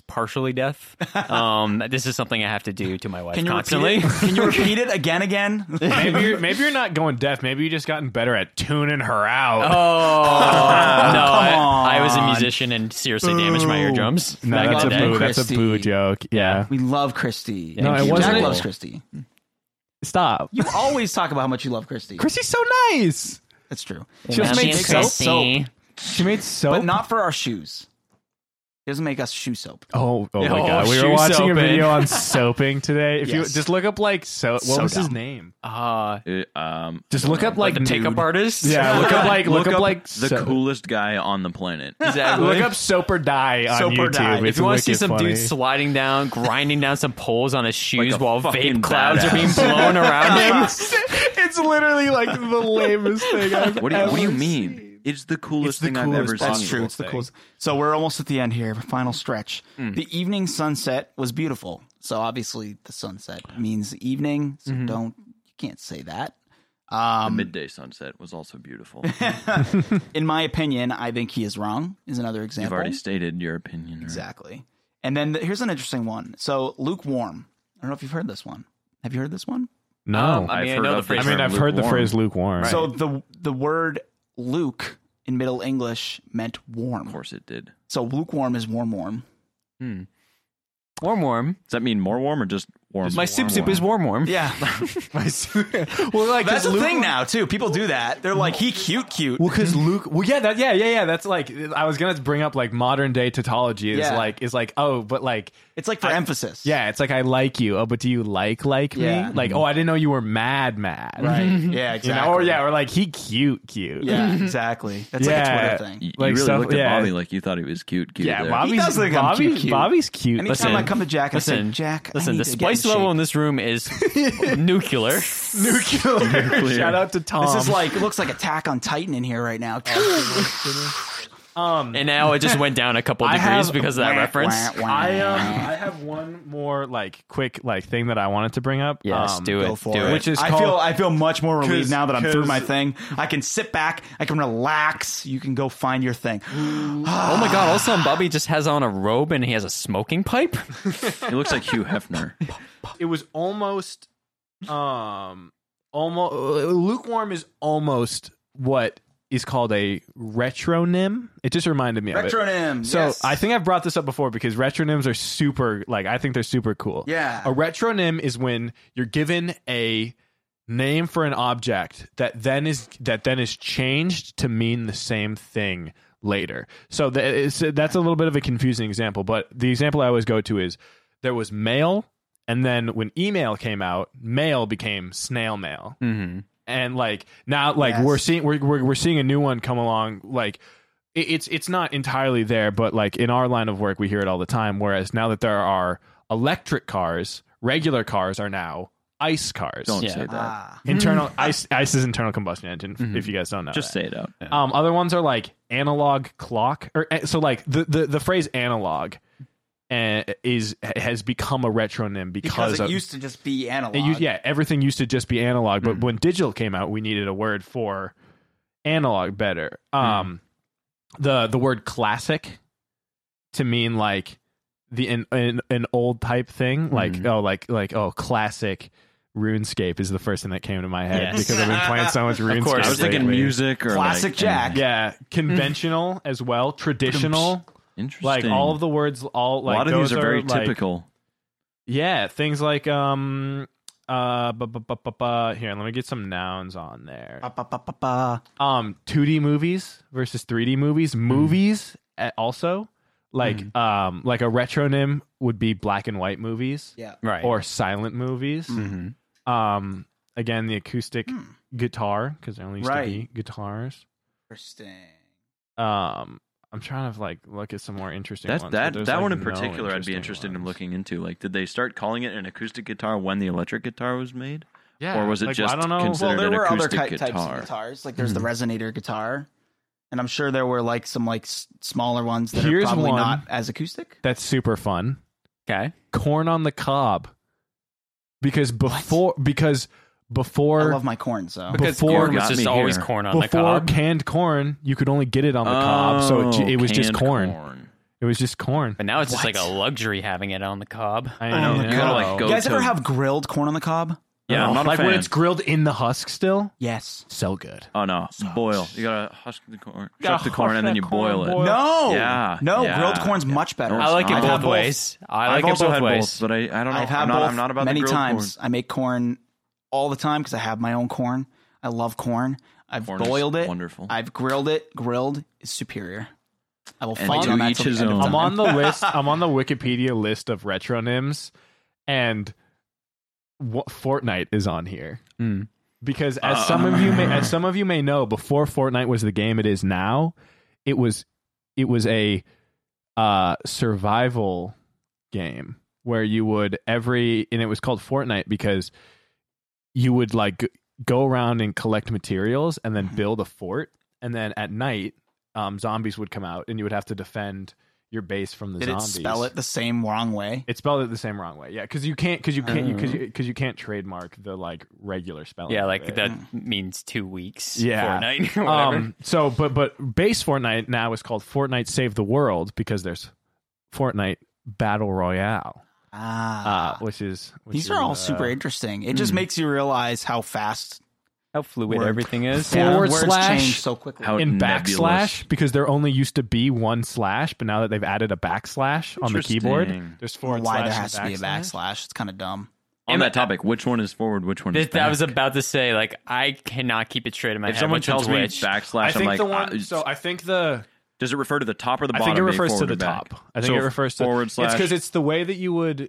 [SPEAKER 1] <laughs>
[SPEAKER 2] partially deaf, um, this is something I have to do to my wife
[SPEAKER 1] Can you
[SPEAKER 2] constantly. <laughs>
[SPEAKER 1] repeat it? <laughs> Can you repeat it again? Again?
[SPEAKER 3] <laughs> maybe you're, maybe you're not going deaf. Maybe you just gotten better at tuning her out.
[SPEAKER 2] Oh, no! I, I was a
[SPEAKER 1] on.
[SPEAKER 2] musician and seriously damaged my eardrums.
[SPEAKER 3] no,
[SPEAKER 2] back in
[SPEAKER 3] that's a
[SPEAKER 2] the day.
[SPEAKER 3] boo. That's a
[SPEAKER 1] Christy.
[SPEAKER 3] boo joke. Yeah.
[SPEAKER 1] <laughs> we love Christy.
[SPEAKER 3] No, it
[SPEAKER 1] Jack
[SPEAKER 3] wasn't-
[SPEAKER 1] loves Christy.
[SPEAKER 3] Stop.
[SPEAKER 1] You always talk about how much you love Christy.
[SPEAKER 3] Chrissy's so nice.
[SPEAKER 1] That's true,
[SPEAKER 3] She also
[SPEAKER 2] She
[SPEAKER 3] made
[SPEAKER 2] is
[SPEAKER 3] soap.
[SPEAKER 2] Christy.
[SPEAKER 3] She made soap.
[SPEAKER 1] but not for our shoes. It doesn't make us shoe soap.
[SPEAKER 3] Oh, oh my
[SPEAKER 2] Oh,
[SPEAKER 3] god! We
[SPEAKER 2] shoe
[SPEAKER 3] were watching
[SPEAKER 2] soaping.
[SPEAKER 3] a video on soaping today. If
[SPEAKER 1] Yes.
[SPEAKER 3] you just look up like so, what
[SPEAKER 1] So
[SPEAKER 3] was his
[SPEAKER 1] dumb.
[SPEAKER 3] name?
[SPEAKER 2] Uh,
[SPEAKER 4] It, um,
[SPEAKER 3] Just look up like
[SPEAKER 2] the take-up
[SPEAKER 3] nude-
[SPEAKER 2] artist.
[SPEAKER 3] Yeah,
[SPEAKER 4] <laughs>
[SPEAKER 3] look up like look, up, like
[SPEAKER 4] the
[SPEAKER 3] so-
[SPEAKER 4] coolest guy on the planet.
[SPEAKER 2] exactly.
[SPEAKER 3] Look up soap or die on
[SPEAKER 1] Soap or
[SPEAKER 3] YouTube.
[SPEAKER 1] die.
[SPEAKER 3] It's
[SPEAKER 2] if you want to see
[SPEAKER 3] wicked
[SPEAKER 2] some
[SPEAKER 3] funny.
[SPEAKER 2] dude sliding down, grinding down some poles on his shoes
[SPEAKER 4] Like a
[SPEAKER 2] while vape
[SPEAKER 4] fucking
[SPEAKER 2] clouds are being
[SPEAKER 4] badass.
[SPEAKER 2] blown around
[SPEAKER 4] <laughs>
[SPEAKER 2] him.
[SPEAKER 3] <laughs> it's literally
[SPEAKER 1] <laughs>
[SPEAKER 3] like the lamest thing. <laughs> I've
[SPEAKER 4] What do you, what do you
[SPEAKER 3] ever
[SPEAKER 4] mean? It's the coolest
[SPEAKER 3] It's the
[SPEAKER 4] thing I've
[SPEAKER 3] coolest
[SPEAKER 4] ever
[SPEAKER 3] possible
[SPEAKER 1] That's
[SPEAKER 4] seen.
[SPEAKER 1] true. It's the
[SPEAKER 3] thing.
[SPEAKER 1] coolest. So we're almost at the end here. Final stretch.
[SPEAKER 3] Mm.
[SPEAKER 1] The evening sunset was beautiful. So obviously the sunset means evening. So
[SPEAKER 3] Mm-hmm.
[SPEAKER 1] don't you can't say that. Um,
[SPEAKER 4] Midday sunset was also
[SPEAKER 3] <laughs>
[SPEAKER 4] beautiful.
[SPEAKER 1] in my opinion, I think he is wrong. Is another
[SPEAKER 4] You've
[SPEAKER 1] example.
[SPEAKER 4] already stated your opinion. Right?
[SPEAKER 1] Exactly. And then th- here's an interesting one. So lukewarm. I don't know if you've heard this one. Have you heard this one?
[SPEAKER 3] No,
[SPEAKER 2] Um,
[SPEAKER 3] I,
[SPEAKER 2] I mean, I
[SPEAKER 4] Oh, I've
[SPEAKER 2] know
[SPEAKER 4] heard
[SPEAKER 2] the
[SPEAKER 4] of the
[SPEAKER 2] phrase.
[SPEAKER 4] term
[SPEAKER 3] mean I've heard the
[SPEAKER 4] lukewarm.
[SPEAKER 3] phrase lukewarm.
[SPEAKER 1] So the the word Luke in Middle English meant
[SPEAKER 4] Of
[SPEAKER 1] warm.
[SPEAKER 4] course it did.
[SPEAKER 1] So lukewarm is warm warm.
[SPEAKER 2] Warm, warm.
[SPEAKER 4] Does that mean more warm or just warm?
[SPEAKER 2] My soup soup is warm, warm.
[SPEAKER 1] <laughs> Yeah.
[SPEAKER 3] <laughs> well, like
[SPEAKER 1] That's
[SPEAKER 3] 'cause
[SPEAKER 1] a
[SPEAKER 3] luke-
[SPEAKER 1] thing now too. People do that. They're like he cute cute.
[SPEAKER 3] Well, because Luke, well, yeah, that, yeah, yeah, yeah. That's like I was gonna bring up like modern day tautology is
[SPEAKER 1] Yeah.
[SPEAKER 3] like is like oh, but like
[SPEAKER 1] It's like for emphasis.
[SPEAKER 3] Yeah, it's like I like you. Oh, but do you like like
[SPEAKER 1] Yeah.
[SPEAKER 3] me? Like, oh, I didn't know you were mad mad.
[SPEAKER 1] Right. Yeah,
[SPEAKER 3] <laughs> You
[SPEAKER 1] exactly.
[SPEAKER 3] know, or yeah, or like he cute cute.
[SPEAKER 1] Yeah,
[SPEAKER 3] <laughs>
[SPEAKER 1] exactly. That's like a Twitter <laughs> thing.
[SPEAKER 4] You,
[SPEAKER 3] Like
[SPEAKER 4] you really
[SPEAKER 3] stuff-
[SPEAKER 4] looked at
[SPEAKER 3] yeah.
[SPEAKER 4] Bobby like you thought he was cute. cute
[SPEAKER 3] Yeah,
[SPEAKER 4] there.
[SPEAKER 3] Bobby's
[SPEAKER 1] does think I'm
[SPEAKER 3] Bobby-
[SPEAKER 1] cute, cute.
[SPEAKER 3] Bobby's cute.
[SPEAKER 1] Anytime I come to Jack, I
[SPEAKER 2] Listen,
[SPEAKER 1] say, Jack, I
[SPEAKER 2] listen.
[SPEAKER 1] need
[SPEAKER 2] The
[SPEAKER 1] to get
[SPEAKER 2] spice
[SPEAKER 1] in shape."
[SPEAKER 2] level in this room is
[SPEAKER 1] <laughs>
[SPEAKER 2] nuclear.
[SPEAKER 3] nuclear. Shout out to Tom.
[SPEAKER 1] This is
[SPEAKER 2] <laughs>
[SPEAKER 1] like it looks like Attack on Titan in here right <laughs> now.
[SPEAKER 3] um
[SPEAKER 2] And now it just went down a couple
[SPEAKER 3] I
[SPEAKER 2] degrees
[SPEAKER 3] have-
[SPEAKER 2] because of that
[SPEAKER 1] Wah,
[SPEAKER 2] reference.
[SPEAKER 1] wah, wah.
[SPEAKER 3] I um I have one more like quick like thing that I wanted to bring up.
[SPEAKER 2] Yes,
[SPEAKER 3] um,
[SPEAKER 2] do
[SPEAKER 1] Go
[SPEAKER 2] it.
[SPEAKER 1] for
[SPEAKER 2] do
[SPEAKER 1] it.
[SPEAKER 2] it.
[SPEAKER 3] Which is
[SPEAKER 1] I
[SPEAKER 3] called-
[SPEAKER 1] feel I feel much more relieved
[SPEAKER 3] 'Cause-
[SPEAKER 1] now that I'm through
[SPEAKER 3] 'cause-
[SPEAKER 1] my thing. I can sit back. I can relax. You can go find your thing.
[SPEAKER 2] oh my
[SPEAKER 1] Ah.
[SPEAKER 2] god! All of a sudden, Bobby just has on a robe and he has a smoking pipe.
[SPEAKER 4] He looks like Hugh Hefner.
[SPEAKER 3] <laughs> It was almost um almost lukewarm is almost what is called a retronym. It just reminded me of it.
[SPEAKER 1] Retronym.
[SPEAKER 3] So
[SPEAKER 1] yes.
[SPEAKER 3] I think I've brought this up before because retronyms are super like I think they're super cool.
[SPEAKER 1] Yeah.
[SPEAKER 3] A retronym is when you're given a name for an object that then is that then is changed to mean the same thing later. So that is, that's a little bit of a confusing example, but the example I always go to is there was mail and then when email came out, mail became snail mail
[SPEAKER 2] mm-hmm.
[SPEAKER 3] and like now like
[SPEAKER 1] Yes.
[SPEAKER 3] we're seeing we're, we're we're seeing a new one come along like it, it's it's not entirely there but like in our line of work we hear it all the time whereas now that there are electric cars regular cars are now ice cars
[SPEAKER 4] Don't
[SPEAKER 2] Yeah.
[SPEAKER 4] say that.
[SPEAKER 1] Ah. <laughs>
[SPEAKER 3] internal ice ice is internal combustion engine if you guys don't know
[SPEAKER 4] Mm-hmm. Just
[SPEAKER 3] that.
[SPEAKER 4] say it out.
[SPEAKER 3] um other ones are like analog clock or eh, so like the the, the phrase analog eh, is has become a retronym because,
[SPEAKER 1] because it
[SPEAKER 3] of,
[SPEAKER 1] used to just be analog.
[SPEAKER 3] it used, yeah, everything used to just be analog,
[SPEAKER 4] Mm.
[SPEAKER 3] but when digital came out, we needed a word for analog better.
[SPEAKER 4] Mm.
[SPEAKER 3] Um, the the word classic to mean like the an an, an old type thing, like
[SPEAKER 4] Mm.
[SPEAKER 3] oh, like like oh, classic. RuneScape is the first thing that came to my head
[SPEAKER 2] Yes.
[SPEAKER 3] because I've been playing so
[SPEAKER 4] <laughs>
[SPEAKER 3] much RuneScape.
[SPEAKER 2] course.
[SPEAKER 4] I was thinking
[SPEAKER 3] lately.
[SPEAKER 4] music or
[SPEAKER 1] Classic
[SPEAKER 4] like,
[SPEAKER 1] Jack.
[SPEAKER 4] <laughs>
[SPEAKER 3] Yeah, conventional as well, traditional.
[SPEAKER 4] Interesting.
[SPEAKER 3] Like all of the words, all like
[SPEAKER 4] a lot of these
[SPEAKER 3] those
[SPEAKER 4] are very
[SPEAKER 3] like-
[SPEAKER 4] typical.
[SPEAKER 3] yeah, things like um uh bu- bu- bu- bu- bu- here, let me get some nouns on there.
[SPEAKER 1] Ba, ba, ba, ba, ba.
[SPEAKER 3] Um 2D movies versus 3D
[SPEAKER 1] Hmm.
[SPEAKER 3] movies, movies eh, also like um like a retronym would be black and white movies
[SPEAKER 1] Yeah. Mm-hmm.
[SPEAKER 2] Right.
[SPEAKER 3] or silent movies. Um again the acoustic guitar cuz there only used
[SPEAKER 1] Hmm. Right.
[SPEAKER 3] to be guitars.
[SPEAKER 1] Interesting.
[SPEAKER 3] Um I'm trying to like look at some more interesting
[SPEAKER 4] That
[SPEAKER 3] ones. but
[SPEAKER 4] that
[SPEAKER 3] there's,
[SPEAKER 4] that
[SPEAKER 3] like,
[SPEAKER 4] one in
[SPEAKER 3] no
[SPEAKER 4] particular, I'd be interested in
[SPEAKER 3] ones.
[SPEAKER 4] looking into. Like, did they start calling it an acoustic guitar when the electric guitar was made?
[SPEAKER 3] Yeah,
[SPEAKER 4] or was it
[SPEAKER 3] like,
[SPEAKER 4] just
[SPEAKER 3] I don't know.
[SPEAKER 4] considered
[SPEAKER 1] Well, there
[SPEAKER 4] an
[SPEAKER 1] were other
[SPEAKER 4] acoustic
[SPEAKER 1] ki- types
[SPEAKER 4] guitar?
[SPEAKER 1] of guitars. Like there's the resonator guitar. and I'm sure there were like some like s- smaller ones that
[SPEAKER 3] Here's
[SPEAKER 1] are probably
[SPEAKER 3] one.
[SPEAKER 1] not as acoustic.
[SPEAKER 3] That's super fun.
[SPEAKER 2] Okay.
[SPEAKER 3] Corn on the cob. Because before because before
[SPEAKER 1] I love my corn, so
[SPEAKER 2] Because
[SPEAKER 3] Before-
[SPEAKER 2] corn was
[SPEAKER 4] Got
[SPEAKER 2] just
[SPEAKER 4] me
[SPEAKER 2] always
[SPEAKER 4] here.
[SPEAKER 2] corn on the
[SPEAKER 3] before
[SPEAKER 2] cob.
[SPEAKER 3] canned corn, you could only get it on the cob, so it, j- it was just
[SPEAKER 4] Oh, canned
[SPEAKER 3] corn. It was just corn.
[SPEAKER 2] But now it's just
[SPEAKER 1] What?
[SPEAKER 2] like a luxury having it on the cob.
[SPEAKER 3] I
[SPEAKER 1] Oh,
[SPEAKER 3] know.
[SPEAKER 4] my God. like
[SPEAKER 1] you
[SPEAKER 4] go
[SPEAKER 1] guys
[SPEAKER 4] to-
[SPEAKER 1] ever have grilled corn on the cob?
[SPEAKER 4] Yeah, I'm not
[SPEAKER 3] like
[SPEAKER 4] a fan.
[SPEAKER 3] when it's grilled in the husk still,
[SPEAKER 1] Yes.
[SPEAKER 3] so good.
[SPEAKER 4] oh no, boil. You gotta husk the corn, shuck the corn, and then you boil it.
[SPEAKER 1] No.
[SPEAKER 4] Yeah,
[SPEAKER 1] No,
[SPEAKER 4] yeah.
[SPEAKER 1] grilled corn's much better.
[SPEAKER 4] No,
[SPEAKER 2] I like it
[SPEAKER 4] I've had
[SPEAKER 2] both
[SPEAKER 4] both.
[SPEAKER 2] ways. I like
[SPEAKER 4] I've also
[SPEAKER 2] it both
[SPEAKER 4] had
[SPEAKER 2] ways.
[SPEAKER 4] both, but I, I don't know.
[SPEAKER 1] I've had
[SPEAKER 4] I'm,
[SPEAKER 1] both
[SPEAKER 4] not, I'm not about
[SPEAKER 1] many
[SPEAKER 4] the grilled
[SPEAKER 1] times.
[SPEAKER 4] corn.
[SPEAKER 1] I make corn all the time because I have my own corn. I love corn. I've
[SPEAKER 4] Corn is
[SPEAKER 1] boiled it.
[SPEAKER 4] wonderful.
[SPEAKER 1] I've grilled it. Grilled is superior. I will
[SPEAKER 4] And
[SPEAKER 1] fight
[SPEAKER 4] to
[SPEAKER 1] you on that
[SPEAKER 4] each
[SPEAKER 1] till
[SPEAKER 4] his
[SPEAKER 1] the end of
[SPEAKER 4] own.
[SPEAKER 3] I'm
[SPEAKER 1] time.
[SPEAKER 3] on the list. I'm on the Wikipedia list of retronyms, and what Fortnite is on here
[SPEAKER 2] Mm.
[SPEAKER 3] because as some of you may as some of you may know, before Fortnite was the game it is now, it was it was a uh, survival game where you would every and it was called Fortnite because you would like g- go around and collect materials and
[SPEAKER 1] Mm-hmm.
[SPEAKER 3] then build a fort and then at night um, zombies would come out and you would have to defend your base from the
[SPEAKER 1] Did it
[SPEAKER 3] zombies.
[SPEAKER 1] spell it the same wrong way?
[SPEAKER 3] It spelled it the same wrong way. Yeah, because you can't because you can't because
[SPEAKER 1] Oh.
[SPEAKER 3] you, cause you can't trademark the like regular spelling.
[SPEAKER 2] Yeah,
[SPEAKER 3] of
[SPEAKER 2] like
[SPEAKER 3] it.
[SPEAKER 2] that means two weeks.
[SPEAKER 3] Yeah.
[SPEAKER 2] Fortnite, <laughs>
[SPEAKER 4] <laughs>
[SPEAKER 2] whatever.
[SPEAKER 3] Um, so, but but base Fortnite now is called Fortnite Save the World because there's Fortnite Battle Royale, uh,
[SPEAKER 1] Ah.
[SPEAKER 3] which is which
[SPEAKER 1] These
[SPEAKER 3] is,
[SPEAKER 1] are all
[SPEAKER 3] uh,
[SPEAKER 1] super interesting. It
[SPEAKER 4] Hmm.
[SPEAKER 1] just makes you realize how fast
[SPEAKER 2] How fluid
[SPEAKER 1] Word.
[SPEAKER 2] everything is.
[SPEAKER 3] Yeah. Forward
[SPEAKER 1] words
[SPEAKER 3] slash-
[SPEAKER 1] change so quickly.
[SPEAKER 4] How
[SPEAKER 3] in
[SPEAKER 4] nebulous.
[SPEAKER 3] backslash because there only used to be one slash, but now that they've added a backslash on the keyboard,
[SPEAKER 4] Interesting.
[SPEAKER 3] there's forward
[SPEAKER 1] Why there
[SPEAKER 3] slash
[SPEAKER 1] has
[SPEAKER 3] and
[SPEAKER 1] to be a backslash? It's kind of dumb.
[SPEAKER 4] On that topic, which one is forward? Which one is
[SPEAKER 2] This,
[SPEAKER 4] back?
[SPEAKER 2] I was about to say, like, I cannot keep it straight in my
[SPEAKER 4] if
[SPEAKER 2] head.
[SPEAKER 4] someone
[SPEAKER 2] which one's
[SPEAKER 4] tells me
[SPEAKER 2] which.
[SPEAKER 4] backslash,
[SPEAKER 3] I think
[SPEAKER 4] am like,
[SPEAKER 3] the one.
[SPEAKER 4] I-
[SPEAKER 3] so I think the
[SPEAKER 4] does it refer to the top or the
[SPEAKER 3] I
[SPEAKER 4] bottom?
[SPEAKER 3] think it
[SPEAKER 4] being
[SPEAKER 3] refers to
[SPEAKER 4] forward
[SPEAKER 3] the
[SPEAKER 4] or back?
[SPEAKER 3] top. I think
[SPEAKER 4] So
[SPEAKER 3] it refers to
[SPEAKER 4] forward slash.
[SPEAKER 3] It's because it's the way that you would.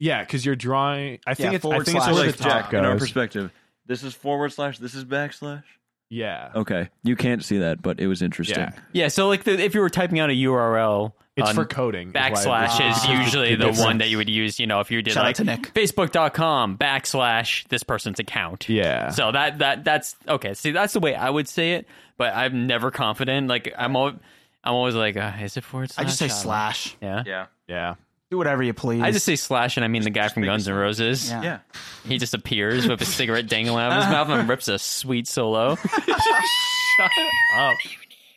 [SPEAKER 3] Yeah, because you're drawing. I think it's. I
[SPEAKER 1] forward
[SPEAKER 3] think it's
[SPEAKER 1] slash
[SPEAKER 3] where
[SPEAKER 1] is
[SPEAKER 3] the
[SPEAKER 4] like
[SPEAKER 3] top
[SPEAKER 4] Jack, in our
[SPEAKER 3] goes.
[SPEAKER 4] perspective, this is forward slash. This is backslash.
[SPEAKER 3] yeah.
[SPEAKER 4] Okay, you can't see that, but it was interesting.
[SPEAKER 3] Yeah.
[SPEAKER 2] yeah, so, like, the, if you were typing out a URL,
[SPEAKER 3] It's
[SPEAKER 2] on-
[SPEAKER 3] for coding. is why it
[SPEAKER 2] Backslash
[SPEAKER 3] was-
[SPEAKER 2] is usually the, one that you would use, you know, if you did
[SPEAKER 1] Shout out
[SPEAKER 2] like
[SPEAKER 1] to Nick.
[SPEAKER 2] Facebook.com backslash this person's account.
[SPEAKER 3] Yeah.
[SPEAKER 2] So that that that's okay. See, that's the way I would say it, but I'm never confident. Like I'm always, I'm always like, uh, is it forward
[SPEAKER 1] I
[SPEAKER 2] slash?
[SPEAKER 1] just say
[SPEAKER 2] don't know.
[SPEAKER 1] slash.
[SPEAKER 2] Yeah.
[SPEAKER 4] Yeah.
[SPEAKER 3] yeah.
[SPEAKER 1] Do whatever you please.
[SPEAKER 2] I just say slash, and I mean the guy from
[SPEAKER 4] make it
[SPEAKER 2] Guns N' Roses.
[SPEAKER 1] Yeah.
[SPEAKER 4] Yeah.
[SPEAKER 2] He just appears with a cigarette dangling out of his mouth and rips a sweet solo.
[SPEAKER 3] Oh.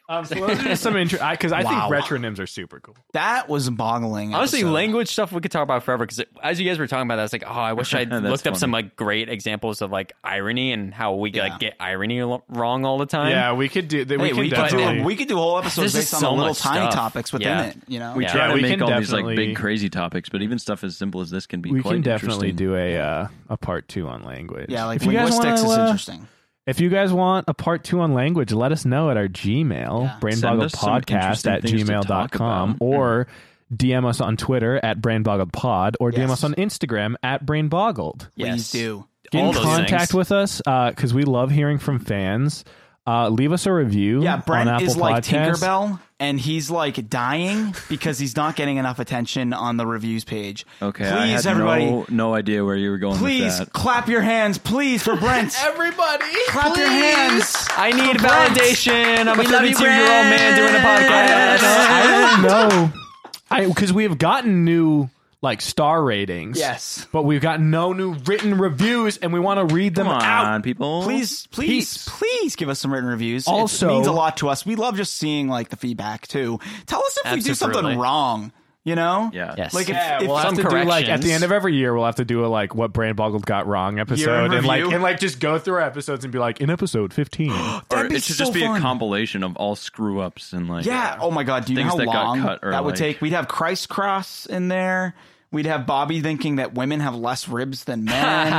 [SPEAKER 3] Um, <laughs> so those are just some intro because I,
[SPEAKER 1] Wow.
[SPEAKER 3] think retronyms are super cool.
[SPEAKER 1] that was boggling.
[SPEAKER 2] Honestly,
[SPEAKER 1] episode.
[SPEAKER 2] language stuff we could talk about forever because as you guys were talking about that, I was like, oh, I wish I
[SPEAKER 4] That's
[SPEAKER 2] looked up
[SPEAKER 4] funny.
[SPEAKER 2] some like great examples of like irony and how we like get irony lo- wrong all the time.
[SPEAKER 3] Yeah, we could do. that. we
[SPEAKER 1] Hey,
[SPEAKER 3] can
[SPEAKER 1] we could,
[SPEAKER 3] definitely.
[SPEAKER 1] do, we could do whole episodes
[SPEAKER 2] This is
[SPEAKER 1] based on
[SPEAKER 2] so
[SPEAKER 1] the little
[SPEAKER 2] much
[SPEAKER 1] tiny
[SPEAKER 2] stuff.
[SPEAKER 1] topic topics within
[SPEAKER 2] Yeah.
[SPEAKER 1] it. You know,
[SPEAKER 4] We
[SPEAKER 2] Yeah.
[SPEAKER 4] try
[SPEAKER 3] Yeah,
[SPEAKER 4] to
[SPEAKER 3] we
[SPEAKER 4] make
[SPEAKER 3] can
[SPEAKER 4] all these like
[SPEAKER 3] definitely-
[SPEAKER 4] big crazy topics, but even stuff as simple as this can be
[SPEAKER 3] we
[SPEAKER 4] quite
[SPEAKER 3] can definitely
[SPEAKER 4] interesting.
[SPEAKER 3] do a uh, a part two on language.
[SPEAKER 1] yeah, like
[SPEAKER 3] if you guys
[SPEAKER 1] linguistics
[SPEAKER 3] wanna,
[SPEAKER 1] is
[SPEAKER 3] uh,
[SPEAKER 1] interesting.
[SPEAKER 3] If you guys want a part two on language, let us know at our Gmail,
[SPEAKER 4] Send us some
[SPEAKER 3] brainboggledpodcast
[SPEAKER 4] interesting
[SPEAKER 3] at
[SPEAKER 4] things to talk
[SPEAKER 3] gmail.com,
[SPEAKER 4] about.
[SPEAKER 3] or DM us on Twitter at brainboggledpod, or DM
[SPEAKER 1] Yes.
[SPEAKER 3] us on Instagram at brainboggled.
[SPEAKER 1] Please
[SPEAKER 2] Yes.
[SPEAKER 1] do.
[SPEAKER 3] Get
[SPEAKER 2] All
[SPEAKER 3] in
[SPEAKER 2] those
[SPEAKER 3] contact
[SPEAKER 2] things.
[SPEAKER 3] with us because we love hearing from fans. Uh, leave us a review
[SPEAKER 1] Yeah,
[SPEAKER 3] on
[SPEAKER 1] Brent
[SPEAKER 3] Apple
[SPEAKER 1] is like
[SPEAKER 3] Podcasts.
[SPEAKER 1] Tinkerbell, and he's like dying because he's not getting enough attention on the reviews page.
[SPEAKER 4] Okay. I
[SPEAKER 1] please,
[SPEAKER 4] had
[SPEAKER 1] everybody,
[SPEAKER 4] No, no idea where you were going
[SPEAKER 1] please
[SPEAKER 4] with that.
[SPEAKER 1] clap your hands, please for Brent.
[SPEAKER 3] Everybody,
[SPEAKER 1] clap your hands.
[SPEAKER 2] I need
[SPEAKER 1] Brent.
[SPEAKER 2] validation. I'm a
[SPEAKER 1] We love you,
[SPEAKER 2] 32 year old man doing a podcast.
[SPEAKER 3] I don't know. I because we have gotten new like star ratings.
[SPEAKER 1] Yes.
[SPEAKER 3] but we've got no new written reviews, and we want to read them
[SPEAKER 4] Come
[SPEAKER 3] out.
[SPEAKER 4] on, people.
[SPEAKER 1] Please, please, please give us some written reviews. It's-
[SPEAKER 3] Also-
[SPEAKER 1] it means a lot to us. We love just seeing like the feedback too. Tell us if we do something
[SPEAKER 2] Absolutely.
[SPEAKER 1] wrong. You know,
[SPEAKER 4] Yeah.
[SPEAKER 2] Yes.
[SPEAKER 1] Like if,
[SPEAKER 3] Yeah,
[SPEAKER 1] if
[SPEAKER 3] we'll have
[SPEAKER 2] some
[SPEAKER 3] to do like at the
[SPEAKER 2] corrections.
[SPEAKER 3] end of every year, we'll have to do a like what Brand Boggled got wrong episode, and like
[SPEAKER 1] review.
[SPEAKER 3] and like just go through our episodes and be like in episode fifteen.
[SPEAKER 4] Or
[SPEAKER 1] <gasps> that'd be
[SPEAKER 4] it should
[SPEAKER 1] so
[SPEAKER 4] just be
[SPEAKER 1] fun.
[SPEAKER 4] a compilation of all screw ups and like
[SPEAKER 1] Yeah. Oh my God. Do you
[SPEAKER 4] Things
[SPEAKER 1] know
[SPEAKER 4] that
[SPEAKER 1] how
[SPEAKER 4] got
[SPEAKER 1] long
[SPEAKER 4] cut
[SPEAKER 1] that
[SPEAKER 4] or,
[SPEAKER 1] would
[SPEAKER 4] like-
[SPEAKER 1] take? We'd have Christ Cross in there. We'd have Bobby thinking that women have less ribs than men.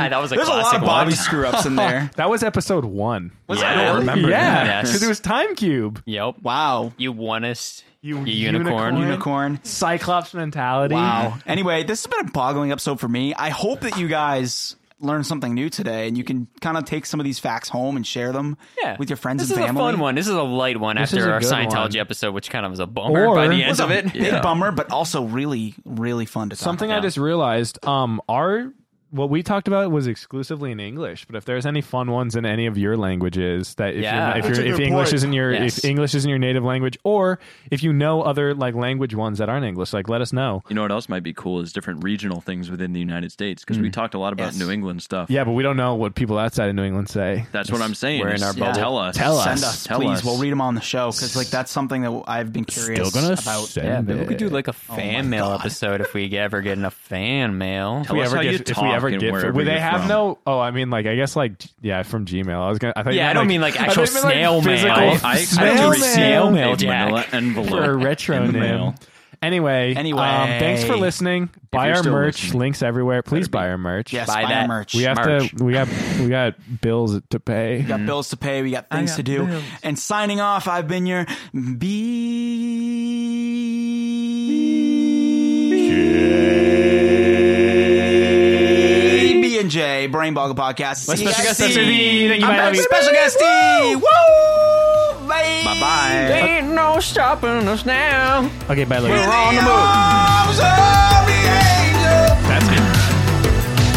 [SPEAKER 2] That was a
[SPEAKER 1] There's a lot
[SPEAKER 2] classic
[SPEAKER 1] of Bobby
[SPEAKER 2] one.
[SPEAKER 1] screw ups in there.
[SPEAKER 3] that was episode one.
[SPEAKER 1] Was
[SPEAKER 2] Yeah.
[SPEAKER 1] that
[SPEAKER 2] I
[SPEAKER 1] all?
[SPEAKER 4] remember
[SPEAKER 3] yeah,
[SPEAKER 2] that.
[SPEAKER 3] because it was Time Cube.
[SPEAKER 2] Yep.
[SPEAKER 1] Wow.
[SPEAKER 2] You won us.
[SPEAKER 3] You
[SPEAKER 2] You, unicorn.
[SPEAKER 3] unicorn.
[SPEAKER 1] Unicorn.
[SPEAKER 3] Cyclops mentality.
[SPEAKER 1] Wow. Anyway, this has been a boggling episode for me. I hope that you guys learned something new today and you can kind of take some of these facts home and share them
[SPEAKER 2] Yeah.
[SPEAKER 1] with your friends
[SPEAKER 2] this
[SPEAKER 1] and
[SPEAKER 2] is
[SPEAKER 1] family.
[SPEAKER 2] a fun one. This is a light one
[SPEAKER 3] is
[SPEAKER 2] after
[SPEAKER 3] a
[SPEAKER 2] our
[SPEAKER 3] good
[SPEAKER 2] Scientology
[SPEAKER 3] one.
[SPEAKER 2] episode, which kind of was a bummer
[SPEAKER 3] Or-
[SPEAKER 2] by the
[SPEAKER 1] It was
[SPEAKER 2] end of
[SPEAKER 1] a
[SPEAKER 2] it.
[SPEAKER 1] big bummer, but also really, really fun to talk
[SPEAKER 3] Something I
[SPEAKER 1] about.
[SPEAKER 3] just realized, um, our what we talked about was exclusively in English, but if there's any fun ones in any of your languages that if
[SPEAKER 2] Yeah.
[SPEAKER 3] you're,
[SPEAKER 2] That's
[SPEAKER 3] if,
[SPEAKER 1] a
[SPEAKER 3] you're, if
[SPEAKER 1] good
[SPEAKER 3] English
[SPEAKER 1] point.
[SPEAKER 3] isn't your
[SPEAKER 2] Yes.
[SPEAKER 3] if English isn't your native language, or if you know other like language ones that aren't English, like let us know.
[SPEAKER 4] You know what else might be cool is different regional things within the United States because we talked a lot about
[SPEAKER 1] Yes.
[SPEAKER 4] New England stuff.
[SPEAKER 3] Mm. Yeah, but we don't know what people outside of New England say.
[SPEAKER 4] That's what I'm saying.
[SPEAKER 2] we're in
[SPEAKER 4] is
[SPEAKER 2] our bubble.
[SPEAKER 4] Tell us.
[SPEAKER 3] Tell
[SPEAKER 1] Send
[SPEAKER 3] us.
[SPEAKER 1] us,
[SPEAKER 4] Tell
[SPEAKER 1] please.
[SPEAKER 4] us.
[SPEAKER 1] We'll read them on the show because like that's something that I've been curious about.
[SPEAKER 2] Yeah,
[SPEAKER 3] it.
[SPEAKER 2] maybe we could do like a fan mail
[SPEAKER 1] Oh God.
[SPEAKER 2] episode if we ever get enough fan mail.
[SPEAKER 4] Tell
[SPEAKER 3] we
[SPEAKER 4] us
[SPEAKER 3] ever
[SPEAKER 4] how
[SPEAKER 3] get,
[SPEAKER 4] you
[SPEAKER 3] if we
[SPEAKER 4] talk
[SPEAKER 3] ever
[SPEAKER 4] and
[SPEAKER 3] get,
[SPEAKER 4] wherever
[SPEAKER 3] would they
[SPEAKER 4] you're
[SPEAKER 3] have
[SPEAKER 4] from.
[SPEAKER 3] no? Oh, I mean, like I guess, like yeah, from Gmail. I was gonna. I thought you
[SPEAKER 2] Yeah, I
[SPEAKER 3] meant,
[SPEAKER 2] don't
[SPEAKER 3] like-
[SPEAKER 2] mean, like,
[SPEAKER 3] I thought
[SPEAKER 2] actual
[SPEAKER 3] you meant, like,
[SPEAKER 2] snail mail.
[SPEAKER 3] physical <laughs>
[SPEAKER 4] I, I expect to
[SPEAKER 3] snail
[SPEAKER 4] receive
[SPEAKER 2] snail mail,
[SPEAKER 4] a
[SPEAKER 2] Jack.
[SPEAKER 4] manila
[SPEAKER 3] for a
[SPEAKER 4] envelope
[SPEAKER 3] retro
[SPEAKER 4] in the
[SPEAKER 3] name.
[SPEAKER 4] mail.
[SPEAKER 3] Anyway,
[SPEAKER 1] Anyway.
[SPEAKER 3] um, thanks for listening. Buy
[SPEAKER 4] you're
[SPEAKER 3] our
[SPEAKER 4] still
[SPEAKER 3] merch.
[SPEAKER 4] listening.
[SPEAKER 3] Links everywhere. Please buy our merch.
[SPEAKER 1] Yes,
[SPEAKER 2] Buy
[SPEAKER 1] buy,
[SPEAKER 2] that.
[SPEAKER 1] our merch.
[SPEAKER 3] we
[SPEAKER 1] We
[SPEAKER 3] have
[SPEAKER 2] merch.
[SPEAKER 3] to. We got. We got bills to pay.
[SPEAKER 1] got bills to pay. We got things
[SPEAKER 4] got
[SPEAKER 1] to do.
[SPEAKER 4] bills.
[SPEAKER 1] And signing off, I've been your B. B and J Brain Boggle Podcast.
[SPEAKER 3] My special guest
[SPEAKER 1] CSC.
[SPEAKER 3] Mr. D, thank you,
[SPEAKER 1] I'm
[SPEAKER 3] bye,
[SPEAKER 1] back,
[SPEAKER 3] love you.
[SPEAKER 1] special guest D. Woo! Bye
[SPEAKER 4] Bye.
[SPEAKER 2] Ain't no stopping us now.
[SPEAKER 3] Okay, bye. Later.
[SPEAKER 1] We're on the move. Arms of the angel.
[SPEAKER 3] That's it.